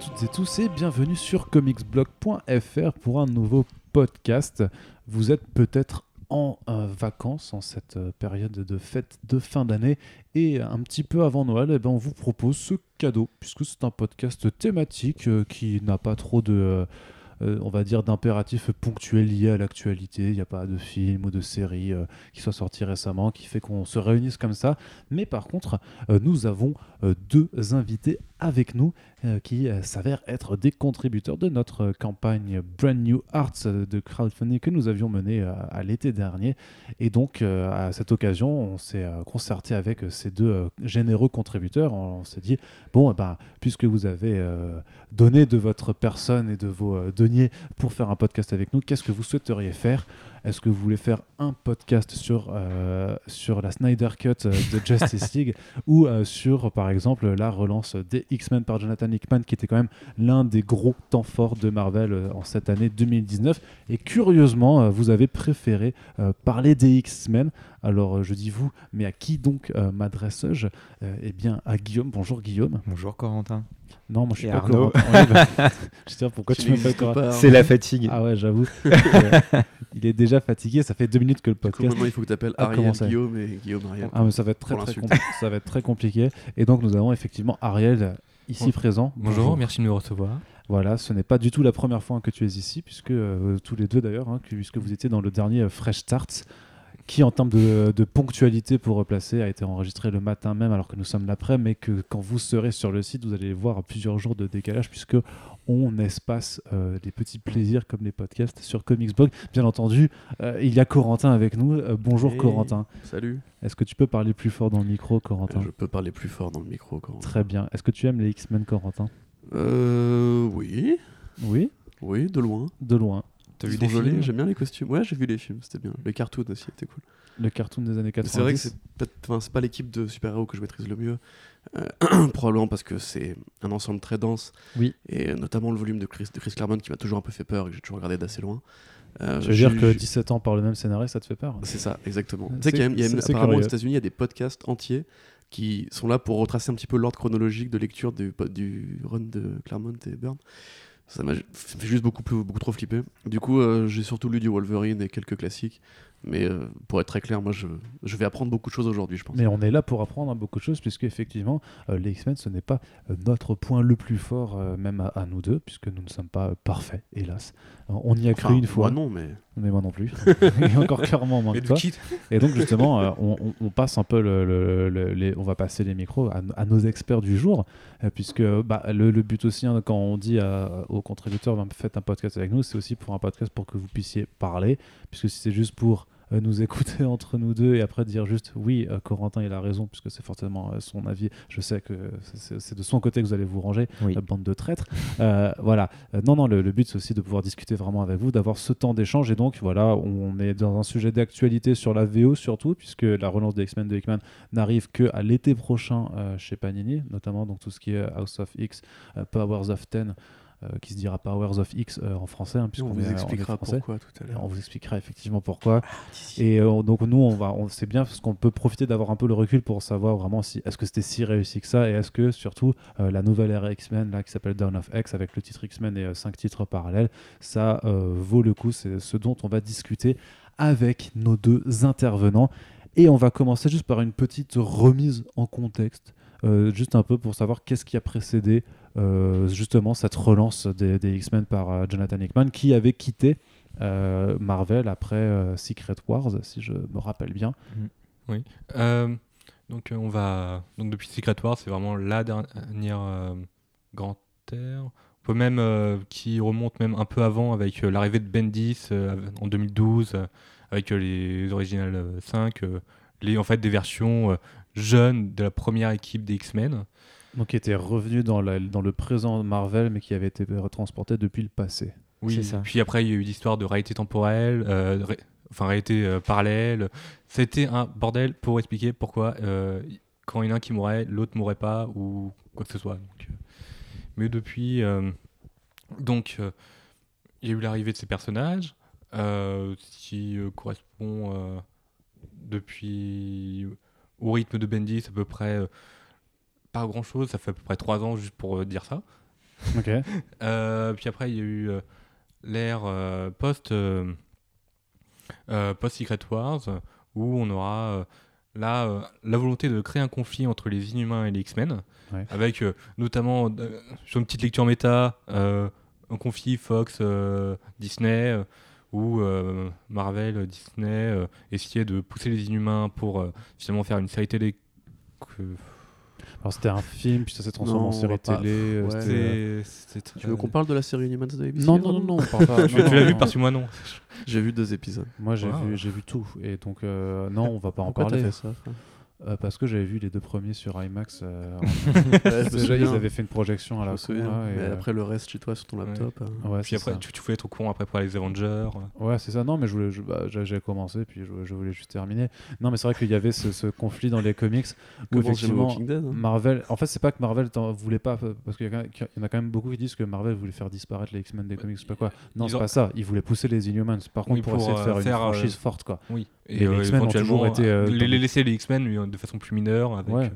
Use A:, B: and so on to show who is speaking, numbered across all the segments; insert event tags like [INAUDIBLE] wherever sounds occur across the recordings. A: toutes et tous et bienvenue sur comicsblog.fr pour un nouveau podcast. Vous êtes peut-être en euh, vacances en cette euh, période de fête de fin d'année et un petit peu avant Noël, eh ben, on vous propose ce cadeau puisque c'est un podcast thématique euh, qui n'a pas trop de... euh, euh, on va dire d'impératifs ponctuels liés à l'actualité. Il n'y a pas de film ou de série euh, qui soit sorti récemment qui fait qu'on se réunisse comme ça. Mais par contre, euh, nous avons euh, deux invités avec nous euh, qui euh, s'avèrent être des contributeurs de notre euh, campagne Brand New Arts euh, de crowdfunding que nous avions menée euh, à l'été dernier. Et donc, euh, à cette occasion, on s'est euh, concerté avec euh, ces deux euh, généreux contributeurs. On, on s'est dit, bon, eh ben, puisque vous avez euh, donné de votre personne et de vos euh, deniers pour faire un podcast avec nous, qu'est-ce que vous souhaiteriez faire Est-ce que vous voulez faire un podcast sur, euh, sur la Snyder Cut euh, de Justice League ou euh, sur, par exemple, la relance des X-Men par Jonathan Hickman, qui était quand même l'un des gros temps forts de Marvel euh, en cette année 2019. Et curieusement, euh, vous avez préféré euh, parler des X-Men. Alors, euh, je dis vous, mais à qui donc euh, m'adresse-je Euh, Eh bien, à Guillaume. Bonjour Guillaume.
B: Bonjour Corentin.
A: Non, moi je suis
B: Et
A: pas
B: Arnaud.
A: Corentin. Oui,
C: [LAUGHS]
A: bah, je veux dire, pourquoi tu,
C: Tu
A: me fais
C: n'existes
A: Corentin
C: pas, hein.
B: C'est la fatigue.
A: Ah ouais,
C: [LAUGHS]
A: j'avoue. Euh, il est déjà fatigué. Ça fait deux minutes que le
C: Du coup,
A: podcast
C: maintenant, il faut que tu appelles
A: a
C: Ariel
A: commencé.
C: Guillaume et Guillaume Ariel.
A: Ah, mais ça va être très,
C: Pour
A: très,
C: l'insulte.
A: compli- [LAUGHS] ça va être très compliqué. Et donc, nous avons effectivement Ariel euh, ici
D: Bon-
A: présent.
D: Bonjour, merci de me recevoir.
A: Voilà, ce n'est pas du tout la première fois que tu es ici, puisque euh, tous les deux d'ailleurs, hein, que- puisque vous étiez dans le dernier euh, Fresh Start, qui en termes de, de ponctualité pour replacer a été enregistré le matin même, alors que nous sommes l'après, mais que quand vous serez sur le site, vous allez voir plusieurs jours de décalage, puisque on espace euh, les petits plaisirs comme les podcasts sur Comicsblog. Bien entendu, euh, il y a Corentin avec nous. Euh, bonjour
C: Hey.
A: Corentin.
C: Salut.
A: Est-ce que tu peux parler plus fort dans le micro, Corentin
C: Je peux parler plus fort dans le micro quand.
A: Très bien. Est-ce que tu aimes les X-Men, Corentin
C: Euh. Oui.
A: Oui,
C: Oui, de loin.
A: de loin.
D: T'as
C: Ils
D: vu
C: sont
D: des
C: jolis,
D: films
C: J'aime bien les costumes. Ouais, j'ai vu les films, c'était bien. Les cartoons aussi étaient cool.
A: Le cartoon des années
C: Mais
A: 90.
C: C'est vrai que c'est peut-être- enfin, c'est pas l'équipe de super-héros que je maîtrise le mieux. Euh, [CLEARS THROAT] probablement parce que c'est un ensemble très dense.
A: Oui.
C: Et notamment le volume de Chris, de Chris Claremont qui m'a toujours un peu fait peur et que j'ai toujours regardé d'assez loin. Euh,
A: Je veux dire
C: j'ai-
A: que
C: j'ai-
A: 17 ans par le même scénariste, ça te fait peur
C: C'est ça, exactement.
A: C'est-
C: Tu sais qu'il y a, même- il y a même-
A: c'est- c'est
C: apparemment aux
A: curieux.
C: États-Unis, il y a des podcasts entiers qui sont là pour retracer un petit peu l'ordre chronologique de lecture du, po- du run de Claremont et Byrne. Ça m'a ju- ça fait juste beaucoup, plus- beaucoup trop flipper. Du coup, euh, j'ai surtout lu du Wolverine et quelques classiques. Mais euh, pour être très clair, moi, je, je vais apprendre beaucoup de choses aujourd'hui, je pense.
A: Mais on est là pour apprendre hein, beaucoup de choses, puisque effectivement, euh, les X-Men, ce n'est pas euh, notre point le plus fort, euh, même à, à nous deux, puisque nous ne sommes pas euh, parfaits, hélas. Euh, on y a cru
C: Enfin,
A: une fois,
C: Moi, non, mais
A: mais moi non
C: [LAUGHS]
A: plus. Et encore clairement moins
D: Et
A: que
D: de
A: toi.
D: qui
A: Et donc justement, euh, on, on- on passe un peu le, le- le- les- on va passer les micros à, à nos experts du jour, euh, puisque bah, le, le but aussi hein, quand on dit à- aux contributeurs ben, faites un podcast avec nous, c'est aussi pour un podcast pour que vous puissiez parler, puisque si c'est juste pour euh, nous écouter [LAUGHS] entre nous deux et après dire juste oui euh, Corentin il a raison puisque c'est forcément euh, son avis je sais que c'est c'est de son côté que vous allez vous ranger
B: Oui.
A: la bande de traîtres. Euh, voilà. Euh, non, non, le, le but, c'est aussi de pouvoir discuter vraiment avec vous, d'avoir ce temps d'échange. Et donc, voilà, on est dans un sujet d'actualité sur la VO surtout, puisque la relance des X-Men de Hickman n'arrive que à l'été prochain euh, chez Panini, notamment donc tout ce qui est House of X, euh, Powers of Ten, euh, qui se dira Powers of X euh, en français, hein, puisqu'on
C: on
A: est-
C: vous
A: on est
C: expliquera
A: français.
C: pourquoi tout à
A: Et
C: l'heure.
A: Euh, On vous expliquera effectivement pourquoi. Et euh, on- donc nous, on va, on sait bien parce qu'on peut profiter d'avoir un peu le recul pour savoir vraiment si est-ce que c'était si réussi que ça et est-ce que surtout euh, la nouvelle ère X-Men là qui s'appelle Dawn of X avec le titre X-Men et euh, cinq titres parallèles, ça euh, vaut le coup. C'est ce dont on va discuter avec nos deux intervenants et on va commencer juste par une petite remise en contexte, euh, juste un peu pour savoir qu'est-ce qui a précédé euh, justement cette relance des, des X-Men par euh, Jonathan Hickman qui avait quitté euh, Marvel après euh, Secret Wars, si je me rappelle bien.
D: Euh, Donc euh, on va donc depuis Secret Wars, c'est vraiment la dernière euh, grande terre. On peut même euh, qui remonte même un peu avant avec euh, l'arrivée de Bendis euh, en 2012 euh, avec euh, les originales euh, 5 euh, les en fait des versions euh, jeunes de la première équipe des X-Men.
A: Donc qui était revenu dans, la- dans le présent Marvel, mais qui avait été retransporté depuis le passé.
D: Oui,
B: C'est ça.
D: Puis après, il y a eu l'histoire de réalité temporelle, euh, de ré- enfin réalité euh, parallèle. C'était un bordel pour expliquer pourquoi euh, quand il y en a un qui mourait, l'autre mourait pas ou quoi que ce soit. Donc, euh, Mais depuis, euh, donc euh, il y a eu l'arrivée de ces personnages, euh, ce qui euh, correspond euh, depuis au rythme de Bendis à peu près euh, pas grand chose. Ça fait à peu près trois ans juste pour euh, dire ça.
A: Ok.
D: Euh, puis après, il y a eu euh, l'ère euh, post, euh, euh, post-Secret Wars, euh, où on aura euh, là euh, la volonté de créer un conflit entre les Inhumains et les X-Men,
A: Ouais.
D: avec euh, notamment, euh, sur une petite lecture méta, euh, un conflit Fox, euh, Disney, euh, où euh, Marvel, Disney euh, essayaient de pousser les Inhumains pour euh, finalement faire une série télé. que-
A: Alors c'était un film, puis ça s'est transformé
C: Non,
A: en
C: on
A: série
C: va pas-
A: télé. euh,
C: ouais.
A: c'était, euh,
D: C'est- c'est très-
C: Tu veux qu'on parle de la série Inhumans de ABC
A: Non, non, non,
C: [LAUGHS]
A: non, on parle pas.
D: Tu
A: non,
D: tu l'as
A: non,
D: vu
A: non.
D: parce que moi non.
C: J'ai vu deux épisodes.
A: Moi j'ai
D: Wow.
A: vu, j'ai vu tout. Et donc, euh, non, on va pas en
C: Pourquoi t'as
A: parler.
C: fait ça frère
A: [LAUGHS] euh, parce que j'avais vu les deux premiers sur IMAX. euh, en-
C: Ouais, Ah, je me
A: déjà, ils
C: souviens.
A: avaient fait une projection à
C: Je
A: la
C: me
A: con.
C: souviens.
A: là, et,
C: Mais
A: euh,
C: après le reste chez toi sur ton
D: Ouais.
C: laptop. euh,
A: ouais,
D: Puis
A: Ah, c'est
D: après,
A: ça.
D: tu, tu pouvais être au courant après pour les Avengers.
A: Ouais, c'est ça. Non, mais je voulais, je- bah, j'a- j'avais commencé, puis je, je voulais juste terminer. Non, mais c'est vrai qu'il y avait ce, ce conflit dans les
D: [LAUGHS]
A: comics où
C: comment j'aime
A: effectivement
C: Walking Dead hein.
A: Marvel. En fait, c'est pas que Marvel t'en voulait pas, euh, parce qu'il y, a quand même- qu'il y en a quand même beaucoup qui disent que Marvel voulait faire disparaître les X-Men des comics, je sais pas quoi. Non,
D: Ils
A: c'est
D: ont-
A: pas ça. Ils voulaient pousser les Inhumans, par contre,
D: Oui,
A: pour,
D: pour,
A: essayer de
D: euh,
A: faire,
D: faire,
A: une
D: euh,
A: franchise forte, quoi.
D: Oui.
A: Mais
D: Et
A: les
D: euh,
A: X-men ont
D: éventuellement
A: toujours été, euh,
D: les,
A: dans-
D: les laisser les X-Men lui, hein, de façon plus mineure. Avec,
A: Ouais.
D: euh,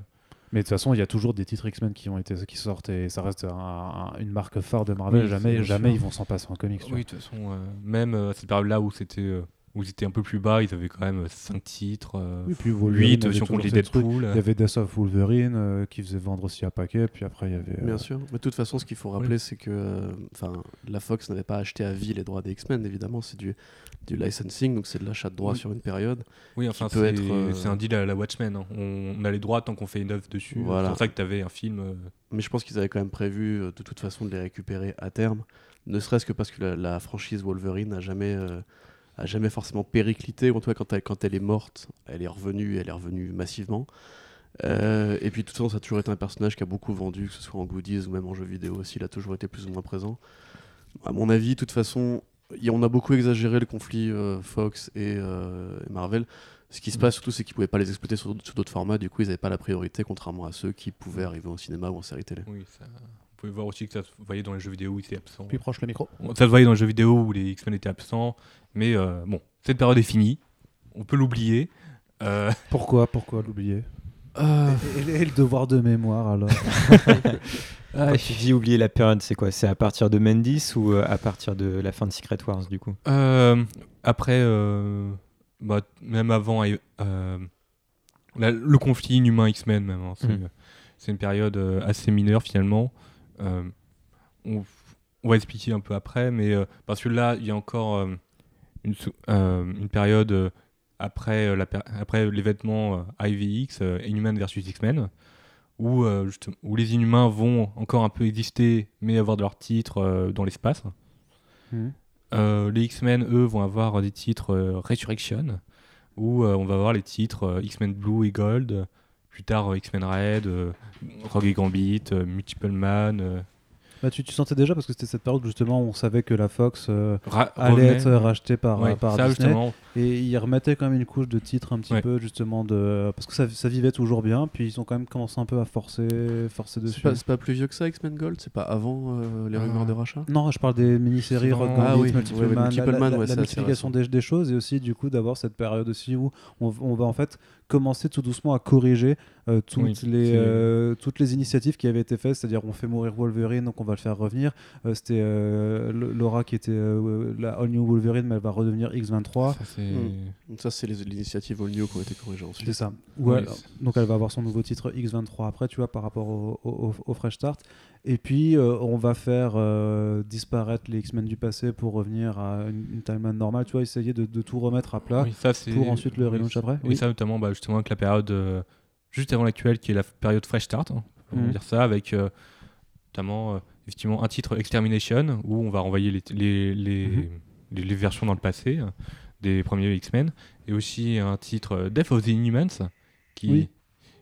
A: Mais de toute façon, il y a toujours des titres X-Men qui ont été, qui sortent et ça reste un- un- une marque phare de Marvel.
D: Oui, c'est
A: jamais,
D: bien
A: jamais
D: sûr.
A: ils vont s'en passer en comics. tu
D: oui, de toute façon, euh, même euh, à cette période-là où c'était euh, où ils étaient un peu plus bas, ils avaient quand même 5 titres,
A: vois. Et puis
D: 8 si on compte les
A: Il
D: Deadpool.
A: y avait Death of Wolverine euh, qui faisait vendre aussi à paquet, puis après il y avait. euh,
C: Bien sûr. Mais de toute façon, ce qu'il faut rappeler, c'est que euh, enfin, la Fox n'avait pas acheté à vie les droits des X-Men, évidemment. C'est du, du licensing, donc c'est de l'achat de droits
A: Mm.
D: Oui.
C: sur une période.
D: Oui, enfin,
C: qui peut
D: c'est
C: être, euh,
D: c'est un deal à la Watchmen. hein. On, on a les droits tant qu'on fait une œuvre dessus.
C: Voilà.
D: C'est pour ça que tu avais un film. euh,
C: Mais je pense qu'ils avaient quand même prévu, euh, de toute façon, de les récupérer à terme. Ne serait-ce que parce que la, la franchise Wolverine n'a jamais, euh, a jamais forcément périclité. Ou en tout cas, quand elle, quand elle est morte, elle est revenue, elle est revenue massivement. Euh, et puis, de toute façon, ça a toujours été un personnage qui a beaucoup vendu, que ce soit en goodies ou même en jeux vidéo aussi. Il a toujours été plus ou moins présent. À mon avis, de toute façon, y- on a beaucoup exagéré le conflit euh, Fox et, euh, et Marvel. Ce
A: Mm.
C: qui se passe surtout, c'est qu'ils pouvaient pas les exploiter sur, sur d'autres formats. Du coup, ils n'avaient pas la priorité, contrairement à ceux qui pouvaient arriver au cinéma ou en série télé.
D: oui, ça... Vous pouvez voir aussi que ça se voyait dans les jeux vidéo où ils étaient absents.
A: Plus proche le micro.
D: Ça se voyait dans les jeux vidéo où les X-Men étaient absents. Mais euh, bon, cette période est finie. On peut l'oublier. Euh,
A: Pourquoi, pourquoi l'oublier
C: Euh,
A: et, et- et le devoir de mémoire alors
B: Quand tu dis oublier la période, c'est quoi C'est à partir de Mendes ou euh, à partir de la fin de Secret Wars du coup
D: Euh, après, euh, bah, même avant euh, euh, la- le conflit inhumain X-Men, même, hein, c'est,
B: Mm.
D: c'est une période euh, assez mineure finalement. Euh, on, on va expliquer un peu après, mais euh, parce que là, il y a encore euh, une, sou- euh, une période euh, après, euh, la péri- après l'événement euh, IVX, euh, Inhuman versus X-Men, où, euh, juste- où les Inhumains vont encore un peu exister, mais avoir de leur titre euh, dans l'espace. Euh, les X-Men, eux, vont avoir des titres euh, Resurrection, où euh, on va avoir les titres euh, X-Men Blue et Gold, euh, plus tard euh, X-Men Red, euh, Rogue et Gambit, euh, Multiple Man, euh,
A: Bah, tu, tu sentais déjà parce que c'était cette période justement où on savait que la Fox euh,
D: Ra-
A: allait
D: Revenant.
A: être rachetée par,
D: Ouais,
A: par
D: ça,
A: Disney
D: justement.
A: et ils remettaient quand même une couche de titres un petit
D: Ouais.
A: peu justement de parce que ça, ça vivait toujours bien puis ils ont quand même commencé un peu à forcer forcer
C: C'est
A: dessus.
C: pas, c'est pas plus vieux que ça, X-Men Gold C'est pas avant euh, les
D: Ah.
C: rumeurs de rachat
A: Non, je parle des mini-séries
D: Non,
A: Rock
D: ah
A: Gambit,
C: oui,
A: Multiple
C: ouais, ouais,
A: Man,
C: Multiple
A: la,
C: Man,
A: la-
C: ouais,
A: la
C: ça, c'est
A: multiplication des, des choses et aussi du coup d'avoir cette période aussi où on, on va en fait commencer tout doucement à corriger euh, toutes,
D: Oui,
A: les,
D: c'est-
A: euh, toutes les initiatives qui avaient été faites, c'est-à-dire on fait mourir Wolverine donc on va le faire revenir. Euh, C'était euh, L- Laura qui était euh, la All New Wolverine mais elle va redevenir X23.
D: Ça,
A: Hmm.
D: c'est-
C: Mm. Donc ça, c'est les- l'initiative All New qui ont été corrigées ensuite.
A: C'est ça. Ou
D: Oui,
A: elle- donc elle va avoir son nouveau titre X23 après, tu vois, par rapport au, au- au- au Fresh Start. Et puis euh, on va faire euh, disparaître les X-Men du passé pour revenir à une, une timeline normale, tu vois, essayer de, de tout remettre à plat.
D: oui, ça, c'est-
A: pour ensuite le relaunch
D: ça-
A: après
D: Oui,
A: Oui.
D: ça, notamment, bah, justement, avec la période euh, juste avant l'actuelle, qui est la f- période Fresh Start, hein, on va
A: Mm.
D: dire ça, avec euh, notamment, euh, effectivement, un titre Extermination, où on va renvoyer les, les, les,
A: Mhm.
D: les- les versions dans le passé euh, des premiers X-Men, et aussi un titre euh, Death of the Inhumans, qui,
A: Oui.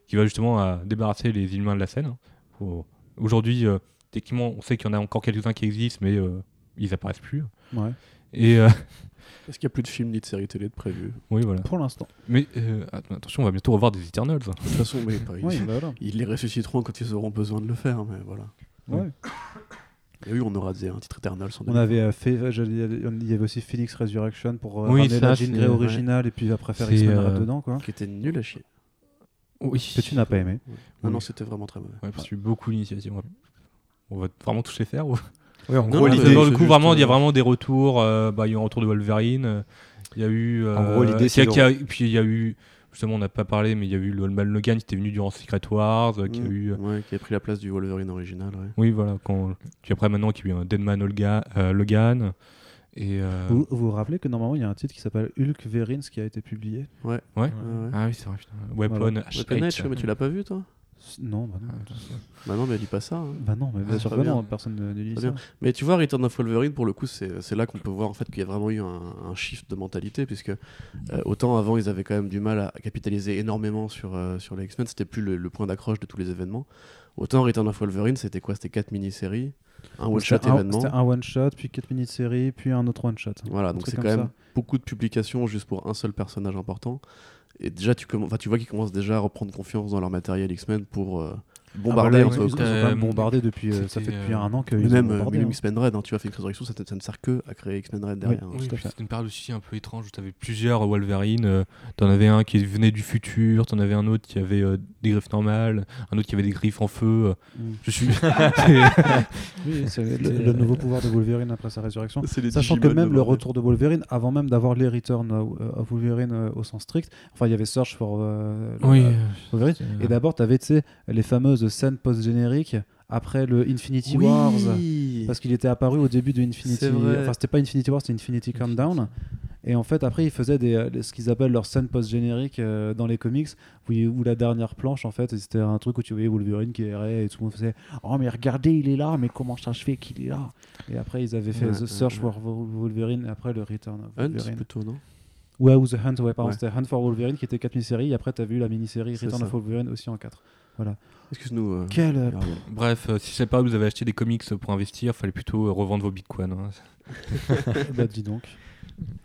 D: qui va justement à débarrasser les Inhumains de la scène. hein. Faut- Aujourd'hui, euh, techniquement, on sait qu'il y en a encore quelques-uns qui existent, mais euh, ils apparaissent plus.
A: Ouais.
D: Et euh, [LAUGHS]
C: Est-ce qu'il y a plus de films ni de séries télé de prévu
D: oui, voilà.
A: Pour l'instant.
D: Mais euh, att- attention, on va bientôt revoir des Eternals. hein.
C: De toute façon, mais pas- ils,
A: Oui, bah voilà.
C: ils les ressusciteront quand ils auront besoin de le faire, mais voilà.
A: Ouais.
C: Et oui, on aura des, un titre Eternal sans
A: On avait euh, fait, euh, j'allais- il y avait aussi Phoenix Resurrection pour euh,
D: Oui,
A: ramener la
D: ça,
A: Jean
D: c'est-
A: Grey originale et puis après faire
D: C'est,
A: X-Men
D: euh,
A: Red dedans, quoi.
C: qui était nul à chier.
D: Oui.
A: Que tu n'as pas aimé.
C: Non, non,
D: Oui.
C: c'était vraiment très mauvais.
D: Ouais, parce que beaucoup d'initiatives. ouais. on va vraiment tous les faire ou...
B: Ouais, en
C: Non,
D: [LAUGHS]
B: gros,
C: non,
B: l'idée-
C: mais-
D: Dans le
C: c'est
D: coup,
C: juste,
D: vraiment, il y a
C: euh,
D: vraiment des retours. euh, bah, il y a eu un retour de Wolverine. euh, Il y a eu.
B: En gros, l'idée,
D: il y a-
B: c'est de-
D: qu'il y a- Puis il y a eu. Justement, on n'a pas parlé, mais il y a eu le Holman Logan qui était venu durant Secret Wars. euh, qui a
C: Mm.
D: eu.
C: Ouais, qui a pris la place du Wolverine original. ouais.
D: Oui, voilà. Quand... Puis après, maintenant, qu'il y a eu un Deadman Olga... euh, Logan. Et. euh,
A: Vous, vous vous rappelez que normalement il y a un titre qui s'appelle Hulk Verins qui a été publié
D: Ouais.
C: Ouais, ouais.
D: Ah oui, c'est vrai. putain. Weapon
A: Voilà.
D: H.
C: Weapon Edge, ouais, mais tu l'as pas vu toi
A: S- Non, bah non.
C: Bah non, mais dis pas ça. hein.
A: Bah non, mais bien
C: Ah,
A: sûr
C: très
A: que non,
D: bien.
A: personne ne ne lit
C: Très
A: ça.
C: bien. Mais tu vois, Return of Wolverine, pour le coup, c'est c'est là qu'on peut voir en fait qu'il y a vraiment eu un, un shift de mentalité, puisque euh, autant avant ils avaient quand même du mal à capitaliser énormément sur, euh, sur les X-Men, c'était plus le, le point d'accroche de tous les événements. Autant Return of Wolverine, c'était quoi C'était quatre mini-séries, un one-shot
A: C'était un-
C: événement.
A: C'était un one-shot, puis 4 mini-séries, puis un autre one-shot.
C: Voilà, donc
A: truc
C: c'est quand
A: comme
C: même
A: ça. Ah,
C: beaucoup de publications juste pour un seul personnage important. Et déjà, tu, commen- enfin, tu vois qu'ils commencent déjà à reprendre confiance dans leur matériel X-Men pour euh, bombarder
A: Ah bah là,
C: entre
A: ils, ils sont quand
D: euh,
A: même bombardés depuis. euh, ça fait
D: c'était,
A: depuis
D: euh,
A: un an que.
C: Mais
A: ils
C: même,
A: sont
C: euh,
A: bombardés,
C: même
A: hein.
C: X-Men Red, hein, tu vois, fait une résurrection, ça, te- ça ne sert que à créer X-Men Red derrière. hein.
D: Oui,
A: tout à
D: puis
A: fait.
D: c'était une période aussi un peu étrange où tu avais plusieurs Wolverine. euh, T'en avais un qui venait du futur, t'en avais un autre qui avait euh, des griffes normales, un autre qui avait des griffes en feu. euh,
A: Mm.
D: Je suis. [LAUGHS] C'est-
A: Oui, c'est le,
D: C'était,
A: le
D: euh,
A: nouveau pouvoir de Wolverine après sa résurrection.
C: C'est les
A: Sachant que
C: Digimon,
A: même le
C: bordel.
A: retour de Wolverine, avant même d'avoir les Return of of Wolverine euh, au sens strict, enfin il y avait Search for euh, le-
D: oui.
A: euh,
D: euh,
A: Wolverine.
D: c'est-
A: Et d'abord, tu avais les fameuses scènes post-génériques après le Infinity Wars. euh,
C: Oui.
A: Parce qu'il était apparu au début de Infinity.
C: C'est vrai.
A: Enfin, c'était pas Infinity War, c'était Infinity Countdown. Et en fait, après, ils faisaient des, euh, ce qu'ils appellent leur scène post-générique euh, dans les comics, où, il- où la dernière planche, en fait, c'était un truc où tu voyais Wolverine qui errait et tout le monde faisait Oh, mais regardez, il est là, mais comment ça se fait qu'il est là Et après, ils avaient fait
C: Ouais,
A: The
C: ouais,
A: Search
C: ouais.
A: for Vol- Wolverine, et après le Return of
C: Hunt
A: Wolverine.
C: plutôt, non
A: Ouais, ou The Hunt, ouais, pardon,
C: Ouais.
A: c'était Hunt for Wolverine qui était 4 mini-séries, et après, t'as vu la mini-série
C: C'est
A: Return
C: ça.
A: of Wolverine aussi en 4.
C: Excuse-nous. euh,
A: Quel. euh,
C: Gabriel.
D: Bref, euh, si c'est pas où vous avez acheté des comics pour investir, fallait plutôt euh, revendre vos bitcoins. hein.
A: bah, dis donc.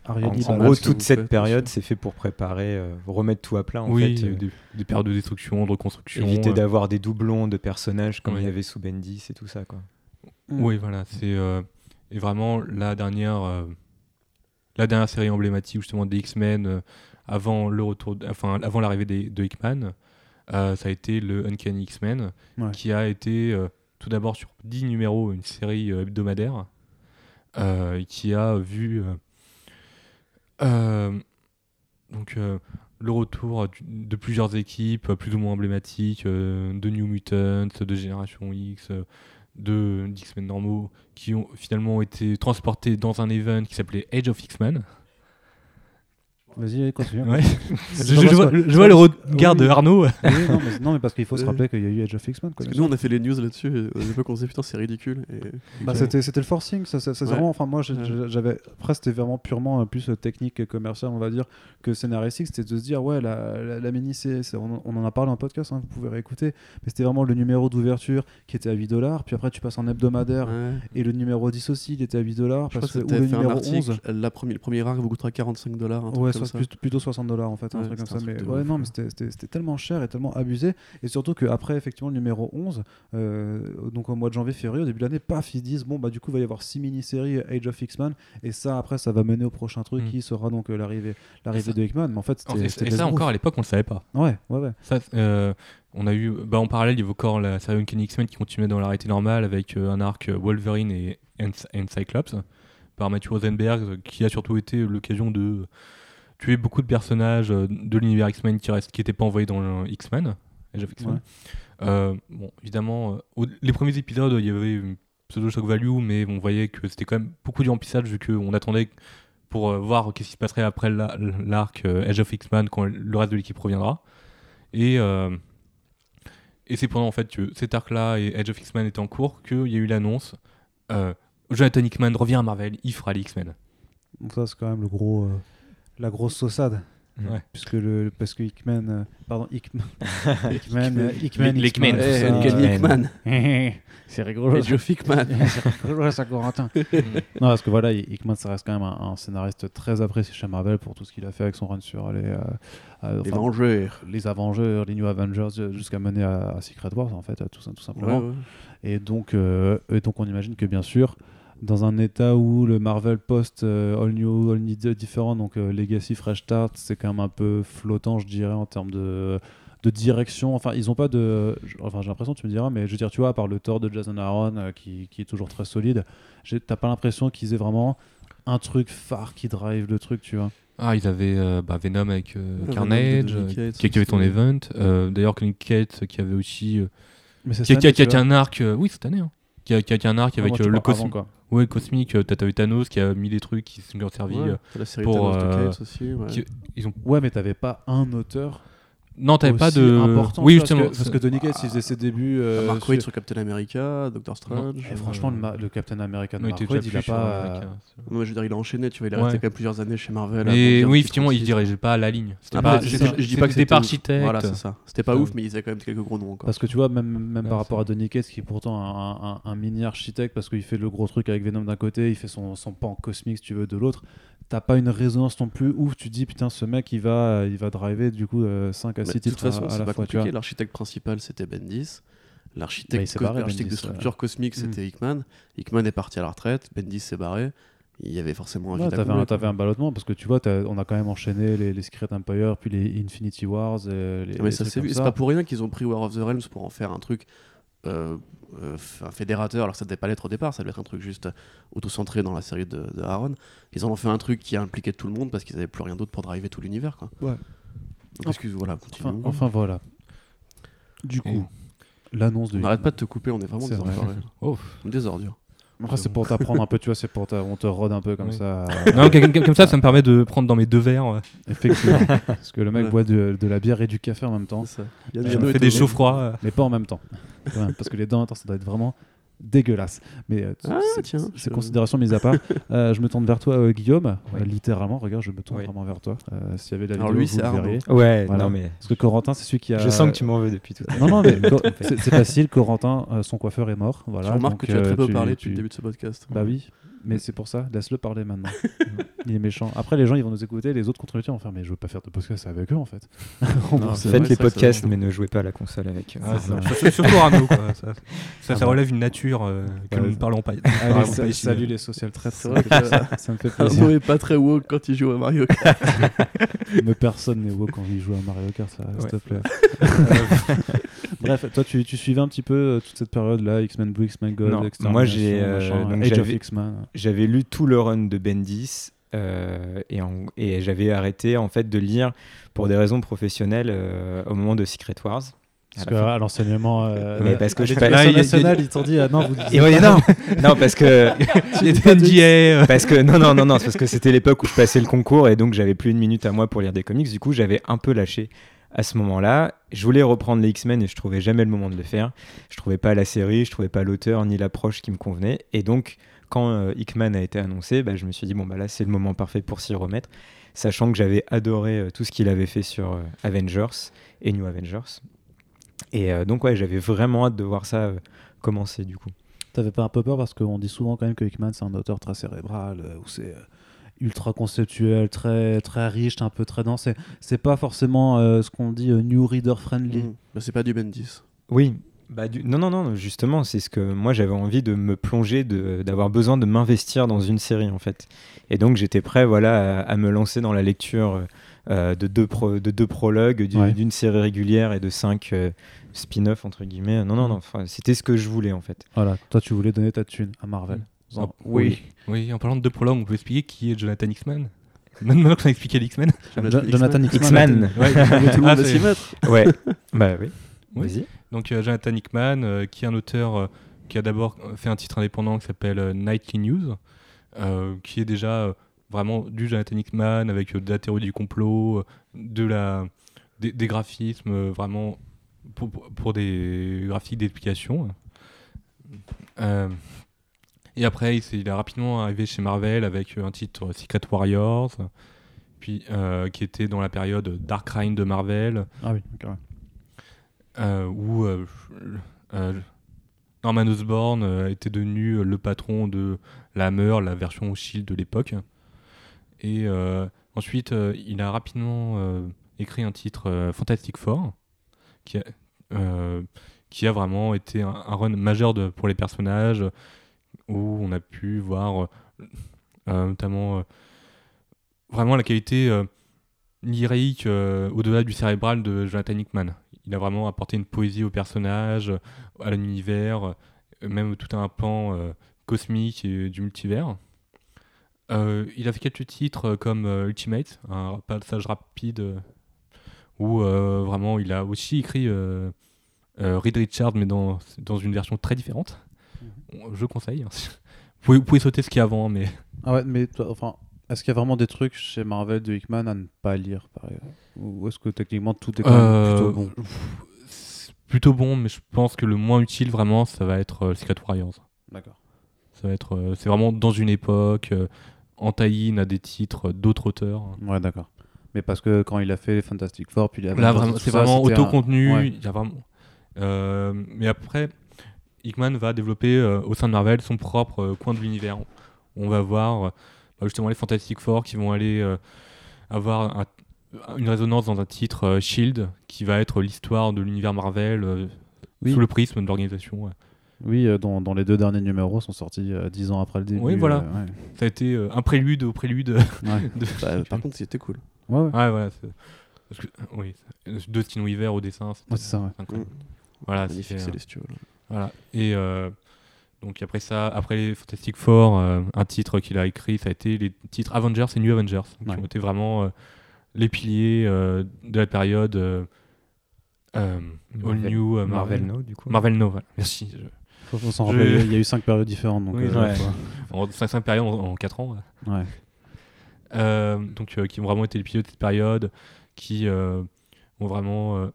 A: Ariel
B: En,
A: Ibarra.
B: en
C: ce
B: gros,
C: que
B: toute
C: vous
B: cette
C: faites,
B: période,
C: aussi.
B: c'est fait pour préparer, euh, remettre tout à plat, en
D: oui,
B: fait.
D: il y a eu
B: euh,
D: des, des périodes de destruction, de reconstruction.
B: éviter
D: euh,
B: d'avoir des doublons de personnages comme
D: Oui.
B: il y avait sous Bendis et tout ça, quoi.
A: Mm.
D: Oui, voilà. C'est euh, et vraiment la dernière, euh, la dernière série emblématique justement des X-Men euh, avant le retour, d- enfin avant l'arrivée des- de Hickman, euh, ça a été le Uncanny X-Men
A: Ouais.
D: qui a été euh, tout d'abord sur 10 numéros une série euh, hebdomadaire euh, qui a vu euh, euh, donc euh, le retour du- de plusieurs équipes euh, plus ou moins emblématiques, euh, de New Mutants, de Génération X, euh, de d'X-Men normaux, qui ont finalement été transportés dans un event qui s'appelait Age of X-Men.
A: Vas-y, continue. [LAUGHS]
D: Ouais. je,
A: Non,
D: je
A: parce
D: vois,
A: que-
D: je vois le
A: parce que-
D: regard
A: oui,
D: de
A: oui.
D: Arnaud.
A: Oui, non, mais, non, mais parce qu'il faut se
C: Euh,
A: rappeler qu'il y a eu Edge of X-Men. quoi.
C: Parce que nous, on a fait les news là-dessus, et euh, à l'époque, on s'est dit putain, c'est ridicule. Et...
A: Bah, c'était, c'était le forcing, ça, ça- c'est
C: Ouais.
A: vraiment, enfin moi je- je-
C: Ouais.
A: j'avais, après c'était vraiment purement euh, plus euh, technique et commercial on va dire que scénaristique, c'était de se dire ouais la, la, la mini c'est, c'est- on, on en a parlé en podcast, hein, vous pouvez réécouter, mais c'était vraiment le numéro d'ouverture qui était à 8 dollars, puis après tu passes en hebdomadaire
C: Ouais.
A: et le numéro 10 aussi il était à 8 dollars,
C: Je crois que
A: ou
C: c'était
A: le
C: fait un
A: numéro
C: article,
A: 11.
C: la première, le premier arc vous coûtera 45 dollars, un truc
A: Ouais,
C: comme
A: soit
C: ça.
A: plus- plutôt 60 dollars en fait, un
C: Ouais,
A: truc comme ça.
C: c'était un
A: Mais
C: truc de
A: ouais,
C: ouf,
A: non,
C: ouais.
A: mais c'était- c'était c'était tellement cher et tellement abusé. Et surtout qu'après, effectivement, le numéro 11, euh, donc au mois de janvier, février, au début de l'année, paf, ils disent bon, bah du coup, il va y avoir 6 mini-séries Age of X-Men. Et ça, après, ça va mener au prochain truc
D: Mm.
A: qui sera donc euh, l'arrivée
D: Et
A: l'arrivée
D: ça-
A: de Hickman. Mais en fait, c'était.
D: Et
A: c'était
D: ça,
A: Death
D: encore à l'époque, on ne le savait pas.
A: Proof. Ouais, ouais, ouais.
D: Ça, euh, on a eu, bah, en parallèle, il y avait encore la série Uncanny X-Men qui continuait dans l'arrêté normal avec euh, un arc euh, Wolverine et, and, and Cyclops par Matthew Rosenberg euh, qui a surtout été l'occasion de tuer beaucoup de personnages euh, de l'univers X-Men qui n'étaient qui étaient pas envoyés dans le X-Men. Age of X-Men.
A: Ouais.
D: Euh, bon, évidemment, euh, au- les premiers épisodes, il y avait une pseudo shock value, mais on voyait que c'était quand même beaucoup du remplissage vu qu'on attendait pour euh, voir qu'est-ce qui se passerait après la- l'arc euh, Age of X-Men quand le reste de l'équipe reviendra. Et, euh, et c'est pendant en fait que cet arc-là et Age of X-Men étaient en cours qu'il y a eu l'annonce euh, Jonathan Hickman revient à Marvel, il fera les X-Men.
A: Donc ça, c'est quand même le gros. euh, la grosse saussade.
D: Ouais.
A: Puisque le, parce que Hickman. euh, pardon, Hickman. Hickman. euh, Hickman.
D: Les- les
A: Hickman,
D: Hickman,
A: tout
D: eh,
A: ça,
D: les
A: euh,
C: Uncanny Hickman,
A: c'est rigolo.
C: et Joe Fickman. [LAUGHS]
A: non, parce que voilà, Hickman, ça reste quand même un, un scénariste très apprécié chez Marvel pour tout ce qu'il a fait avec son run sur les, euh, euh,
C: Les
A: enfin,
C: Vengeurs.
A: les Avengers, les New Avengers, euh, jusqu'à mener à, à Secret Wars, en fait, euh, tout, ça- tout
C: Ouais,
A: simplement.
C: ouais.
A: Et, donc, euh, et donc, on imagine que bien sûr, dans un état où le Marvel post euh, All New, All New Different, donc euh, Legacy, Fresh Start, c'est quand même un peu flottant, je dirais, en termes de de direction. Enfin, ils ont pas de. j- Enfin, j'ai l'impression, tu me diras, mais je veux dire, tu vois, à part le tort de Jason Aaron euh, qui, qui est toujours très solide, j'ai- t'as pas l'impression qu'ils aient vraiment un truc phare qui drive le truc, tu vois.
D: Ah, ils avaient euh, bah, Venom avec euh,
C: Ouais, Venom de
D: Carnage,
C: Donny
D: euh,
C: Cates,
D: qui, qui avait ton
C: c'était-
D: event. Euh, D'ailleurs, Clint Kate qui avait aussi. euh,
A: Mais c'est
D: qui,
A: ça,
D: qui-
A: mais
D: qui-
A: tu
D: qui a
A: vois.
D: un arc. euh, oui, cette année. hein. Qui a, qui a- qui a un arc
A: Ah,
D: avec
A: moi, je
D: euh,
A: te
D: le
A: parle avant,
D: cosmique.
A: quoi.
D: Ouais, cosmique. euh, T'as t'as eu Thanos qui a mis des trucs qui se sont servis.
C: Ouais,
D: euh,
C: t'as la série
D: pour,
C: Thanos de
D: euh,
C: Cates aussi. ouais.
D: qui-
A: Ouais, mais t'avais pas un auteur
D: Non, t'avais pas
A: aussi
D: de.
A: important. tu vois,
D: oui, justement.
A: Parce que, parce que Donny Cates, il faisait ses débuts. euh,
C: Ah, Mark
A: sur-
C: Waid sur Captain America, Doctor Strange.
A: Eh, franchement, le, ma- le Captain America de
D: euh, Non, il
A: Mark
D: était
A: Waid,
D: déjà
A: il a
D: plus sur,
A: pas.
D: euh,
A: euh,
D: Mac, hein.
C: Ouais, je veux dire, il a enchaîné, tu vois, il est
D: Ouais.
C: resté quand même plusieurs années chez Marvel. avant de
D: Mais
C: dire
D: oui,
C: qu'il
D: effectivement, il
C: transite.
D: dirigeait pas la ligne. C'était
A: Ah,
D: pas,
A: c'est
D: c'était-
A: ça.
D: c'était- c'était pas architecte.
C: Voilà, c'est ça. C'était pas
D: Ouais.
C: ouf, mais ils avaient quand même quelques gros noms encore.
A: Parce que tu vois, même, même
D: Ouais,
A: par
D: c'est
A: rapport à Donny Cates, qui est pourtant un, un- un mini architecte, parce qu'il fait le gros truc avec Venom d'un côté, il fait son, son pan cosmique, si tu veux, de l'autre, t'as pas une résonance non plus où tu dis, putain, ce mec, il va, il va driver du coup 5 à
C: Mais
A: 6
C: de toute
A: titres
C: façon,
A: à, à
C: c'est
A: la
C: pas
A: fois, tu vois.
C: compliqué. L'architecte principal, c'était Bendis.
A: Bah, il
C: L'architecte
A: s'est
C: co-
A: barré,
C: l'architecte
A: Bendis,
C: de
A: Hmm.
C: structure cosmique, c'était Hickman. Hickman est parti à la retraite. Bendis s'est barré. Il y avait forcément
A: Ouais,
C: un vide à
A: t'avais un,
C: combler,
A: t'avais un ballottement, parce que tu vois, t'as- on a quand même enchaîné les, les Secret Empire, puis les Infinity Wars, euh, les,
C: Ah,
A: les
C: Mais ça
A: trucs
C: s'est
A: comme
C: vu. Et C'est
A: ça.
C: pas pour rien qu'ils ont pris War of the Realms pour en faire un truc euh, euh, f- un fédérateur. Alors que ça devait pas l'être au départ, ça devait être un truc juste euh, autocentré dans la série de, de Aaron. Ils en ont fait un truc qui a impliqué tout le monde parce qu'ils avaient plus rien d'autre pour driver tout l'univers. Quoi.
A: Ouais.
C: Donc, excuse, voilà,
A: Enfin,
C: continuons.
A: enfin, voilà. Du coup, l'annonce de
C: on n'arrête pas de te couper, on est vraiment
A: C'est
C: des
A: vrai. [LAUGHS]
C: enfoirés.
D: Oh.
C: Des ordures.
A: Après, c'est pour t'apprendre un peu, tu vois, c'est pour t'a- on te rôde un peu comme
D: Oui.
A: ça.
D: Non, comme, comme- comme ça, ça me permet de prendre dans mes deux verres. euh, ouais.
A: [LAUGHS] Effectivement. parce que le mec
C: Ouais.
A: boit de, de la bière et du café en même temps,
C: ça.
A: Je
D: Je
A: me
D: me
A: fais
D: fais des chauds froids. euh.
A: mais pas en même temps. Quand même, parce que les dents, attends, ça doit être vraiment dégueulasse. Mais euh,
C: Ah,
A: c'est-
C: tiens,
A: c'est- ces
C: je-
A: considérations mises à part, euh, je me tourne vers toi, euh, Guillaume.
B: Oui.
A: Euh, littéralement, regarde, je me tourne
B: Oui.
A: vraiment vers toi. Euh, S'il y avait la
C: Alors
A: vidéo,
C: lui,
A: vous
C: c'est
A: le
C: Arnaud.
A: verriez.
B: Ouais,
A: Voilà.
B: non mais. Euh,
A: Parce que Corentin, c'est celui qui a.
B: Je sens que tu m'en veux depuis tout à l'heure.
A: Non, non,
B: [LAUGHS]
A: mais Cor- c'est c'est facile. Corentin, euh, son coiffeur est mort. Voilà.
C: je remarque
A: donc,
C: que tu as
A: euh,
C: très peu parlé depuis le début de ce podcast.
A: Bah
C: [LAUGHS]
A: oui, mais c'est pour ça, laisse-le parler maintenant. il est méchant. Après, les gens, ils vont nous écouter, les autres contributeurs vont faire, mais je veux pas faire de podcast avec eux en fait. On
C: Non,
A: va
C: c'est
A: se-
C: vrai,
B: Faites les
C: ça, ça
B: podcasts,
C: marche.
B: mais ne jouez pas à la console avec. euh,
D: Ah,
A: c'est
D: ça-
A: ça.
D: ça- Surtout Arnaud. quoi. Ça, ça,
A: Ah,
D: ça relève une nature euh, que
A: Ouais,
D: nous ne
A: ça-
D: parlons pas.
A: Allez,
D: parlons
A: sa-
D: pas ici.
A: salut les social très
C: C'est vrai que- Ah
A: ça, ça me fait plaisir.
C: Arnaud est pas très woke quand il joue à Mario Kart.
A: mais personne n'est woke quand il joue à Mario Kart, ça, s'il te plaît. [LAUGHS] Bref, toi, tu, tu suivais un petit peu euh, toute cette période-là, X-Men Blue, X-Men Gold,
B: Non,
A: etc.
B: moi, j'ai, euh, donc
A: Age of
B: j'avais-
A: X-Men.
B: j'avais lu tout le run de Bendis euh, et, en- et j'avais arrêté en fait de lire pour des raisons professionnelles euh, au moment de Secret Wars.
A: Parce
B: la
A: que
B: fin.
A: à l'enseignement euh,
B: Mais parce que
A: à
B: je suis
A: l'éducation
B: pas- Là, il-
A: nationale, ils t'ont dit, ah non, vous
B: [LAUGHS] [LAUGHS] Et ouais, non, non parce que
D: Il y a des [LAUGHS] NDA, euh,
B: parce que non non non non c'est parce que c'était l'époque où je passais le concours et donc j'avais plus une minute à moi pour lire des comics. Du coup j'avais un peu lâché à ce moment-là. Je voulais reprendre les X-Men et je trouvais jamais le moment de le faire. Je trouvais pas la série, je trouvais pas l'auteur ni l'approche qui me convenait. Et donc quand euh, Hickman a été annoncé, bah, je me suis dit bon bah là c'est le moment parfait pour s'y remettre, sachant que j'avais adoré euh, tout ce qu'il avait fait sur euh, Avengers et New Avengers. Et euh, donc ouais j'avais vraiment hâte de voir ça euh, commencer du coup.
A: T'avais pas un peu peur parce qu'on dit souvent quand même que Hickman c'est un auteur très cérébral euh, où c'est euh, ultra conceptuel, très très riche, un peu très dense. C'est- C'est pas forcément euh, ce qu'on dit euh, new reader friendly.
C: Mm. Bah, c'est pas du Bendis.
B: Oui. Bah, du- Non, non, non, justement, c'est ce que moi j'avais envie de me plonger, de- d'avoir besoin de m'investir dans une série en fait. Et donc j'étais prêt voilà, à, à me lancer dans la lecture euh, de, deux pro- de deux prologues, du-
A: Ouais.
B: d'une série régulière et de cinq euh, spin-off entre guillemets. Non, non, non, enfin, c'était ce que je voulais en fait.
A: Voilà, toi tu voulais donner ta thune à Marvel. En-
D: Ah, Oui, en parlant de deux prologues, on peut expliquer qui est Jonathan X-Man Maintenant qu'on a expliqué les X-Men.
A: Jo-
C: Jonathan
A: Jonathan Hickman.
B: X-Men
D: Ouais,
C: Tout le
D: Ah,
C: monde va
D: c'est-
B: [LAUGHS]
C: s'y mettre.
B: Ouais, bah oui.
D: Oui.
B: Vas-y.
D: Donc euh, Jonathan Hickman, euh, qui est un auteur euh, qui a d'abord euh, fait un titre indépendant qui s'appelle euh, Nightly News, euh, qui est déjà euh, vraiment du Jonathan Hickman avec euh, de la théorie du complot, euh, de la, des, des graphismes euh, vraiment pour, pour- pour des graphiques d'explication. Euh, et après, il, s'est- il est rapidement arrivé chez Marvel avec euh, un titre euh, Secret Warriors, puis euh, qui était dans la période Dark Reign de Marvel.
A: Ah oui, ok, ouais.
D: Euh, où euh, euh, Norman Osborn euh, était devenu euh, le patron de la Hammer, la version Shield de l'époque. Et euh, ensuite, euh, il a rapidement euh, écrit un titre euh, Fantastic Four, qui a, euh, qui a vraiment été un, un run majeur de- pour les personnages, où on a pu voir euh, euh, notamment euh, vraiment la qualité euh, lyrique euh, au-delà du cérébral de Jonathan Hickman. il a vraiment apporté une poésie au personnage, euh, à l'univers, euh, même tout un pan euh, cosmique et du multivers. Euh, il a fait quelques titres euh, comme euh, Ultimate, un passage rapide euh, où euh, vraiment il a aussi écrit euh, euh, Reed Richards, mais dans, dans une version très différente. Je conseille. hein. Vous pouvez, vous pouvez sauter ce qu'il y a avant, hein, mais
A: Ah ouais, mais toi, enfin, est-ce qu'il y a vraiment des trucs chez Marvel de Hickman à ne pas lire, par exemple Ou est-ce que techniquement tout est quand même
D: Euh,
A: plutôt bon
D: pff, c'est plutôt bon, mais je pense que le moins utile vraiment, ça va être euh, Secret Warriors.
A: D'accord.
D: Ça va être, euh, c'est vraiment dans une époque. Euh, Antaïne a des titres euh, d'autres auteurs.
A: Ouais, d'accord. Mais parce que quand il a fait Fantastic Four, puis il a
D: Là, vraiment, c'est vraiment autocontenu.
A: ouais.
D: il y a vraiment. Euh, mais après, Hickman va développer euh, au sein de Marvel son propre euh, coin de l'univers. On va voir euh, bah, justement les Fantastic Four qui vont aller euh, avoir un- une résonance dans un titre euh, Shield qui va être l'histoire de l'univers Marvel euh,
A: Oui.
D: sous le prisme de l'organisation. ouais.
A: Oui, euh, dont, dont les deux derniers numéros sont sortis euh, dix ans après le début.
D: Oui, voilà.
A: euh,
D: Ça a été euh, un prélude au prélude.
A: ouais.
D: [LAUGHS]
A: Ouais.
D: De...
C: Bah, par contre, c'était cool.
A: Ouais, ouais.
D: Ouais, Ah, voilà. c'est- parce que- oui, c'est- Dustin Weaver au dessin. c'était-
A: Ouais, c'est ça, ouais.
D: c'est incroyable.
C: Mm.
D: Voilà,
C: Magnifique
D: c'était, euh,
C: Célestial.
D: Voilà. Et euh, donc après ça, après les Fantastic Four, euh, un titre qu'il a écrit, ça a été les titres Avengers et New Avengers,
A: Ouais.
D: qui ont été vraiment euh, les piliers euh, de la période euh, euh, All
B: Marvel-
D: New euh,
B: Marvel
D: Marvel.
B: No, du coup.
D: Marvel Nova. Merci. je-
A: Faut, faut s'en
D: Je-
A: rappeler, il y a- il y a eu cinq périodes différentes. Donc,
B: Oui,
A: euh,
B: ouais.
A: faut-
D: En 5 périodes en 4 ans. ouais.
A: ouais.
D: Euh, donc euh, qui ont vraiment été les piliers de cette période, qui euh, ont vraiment euh,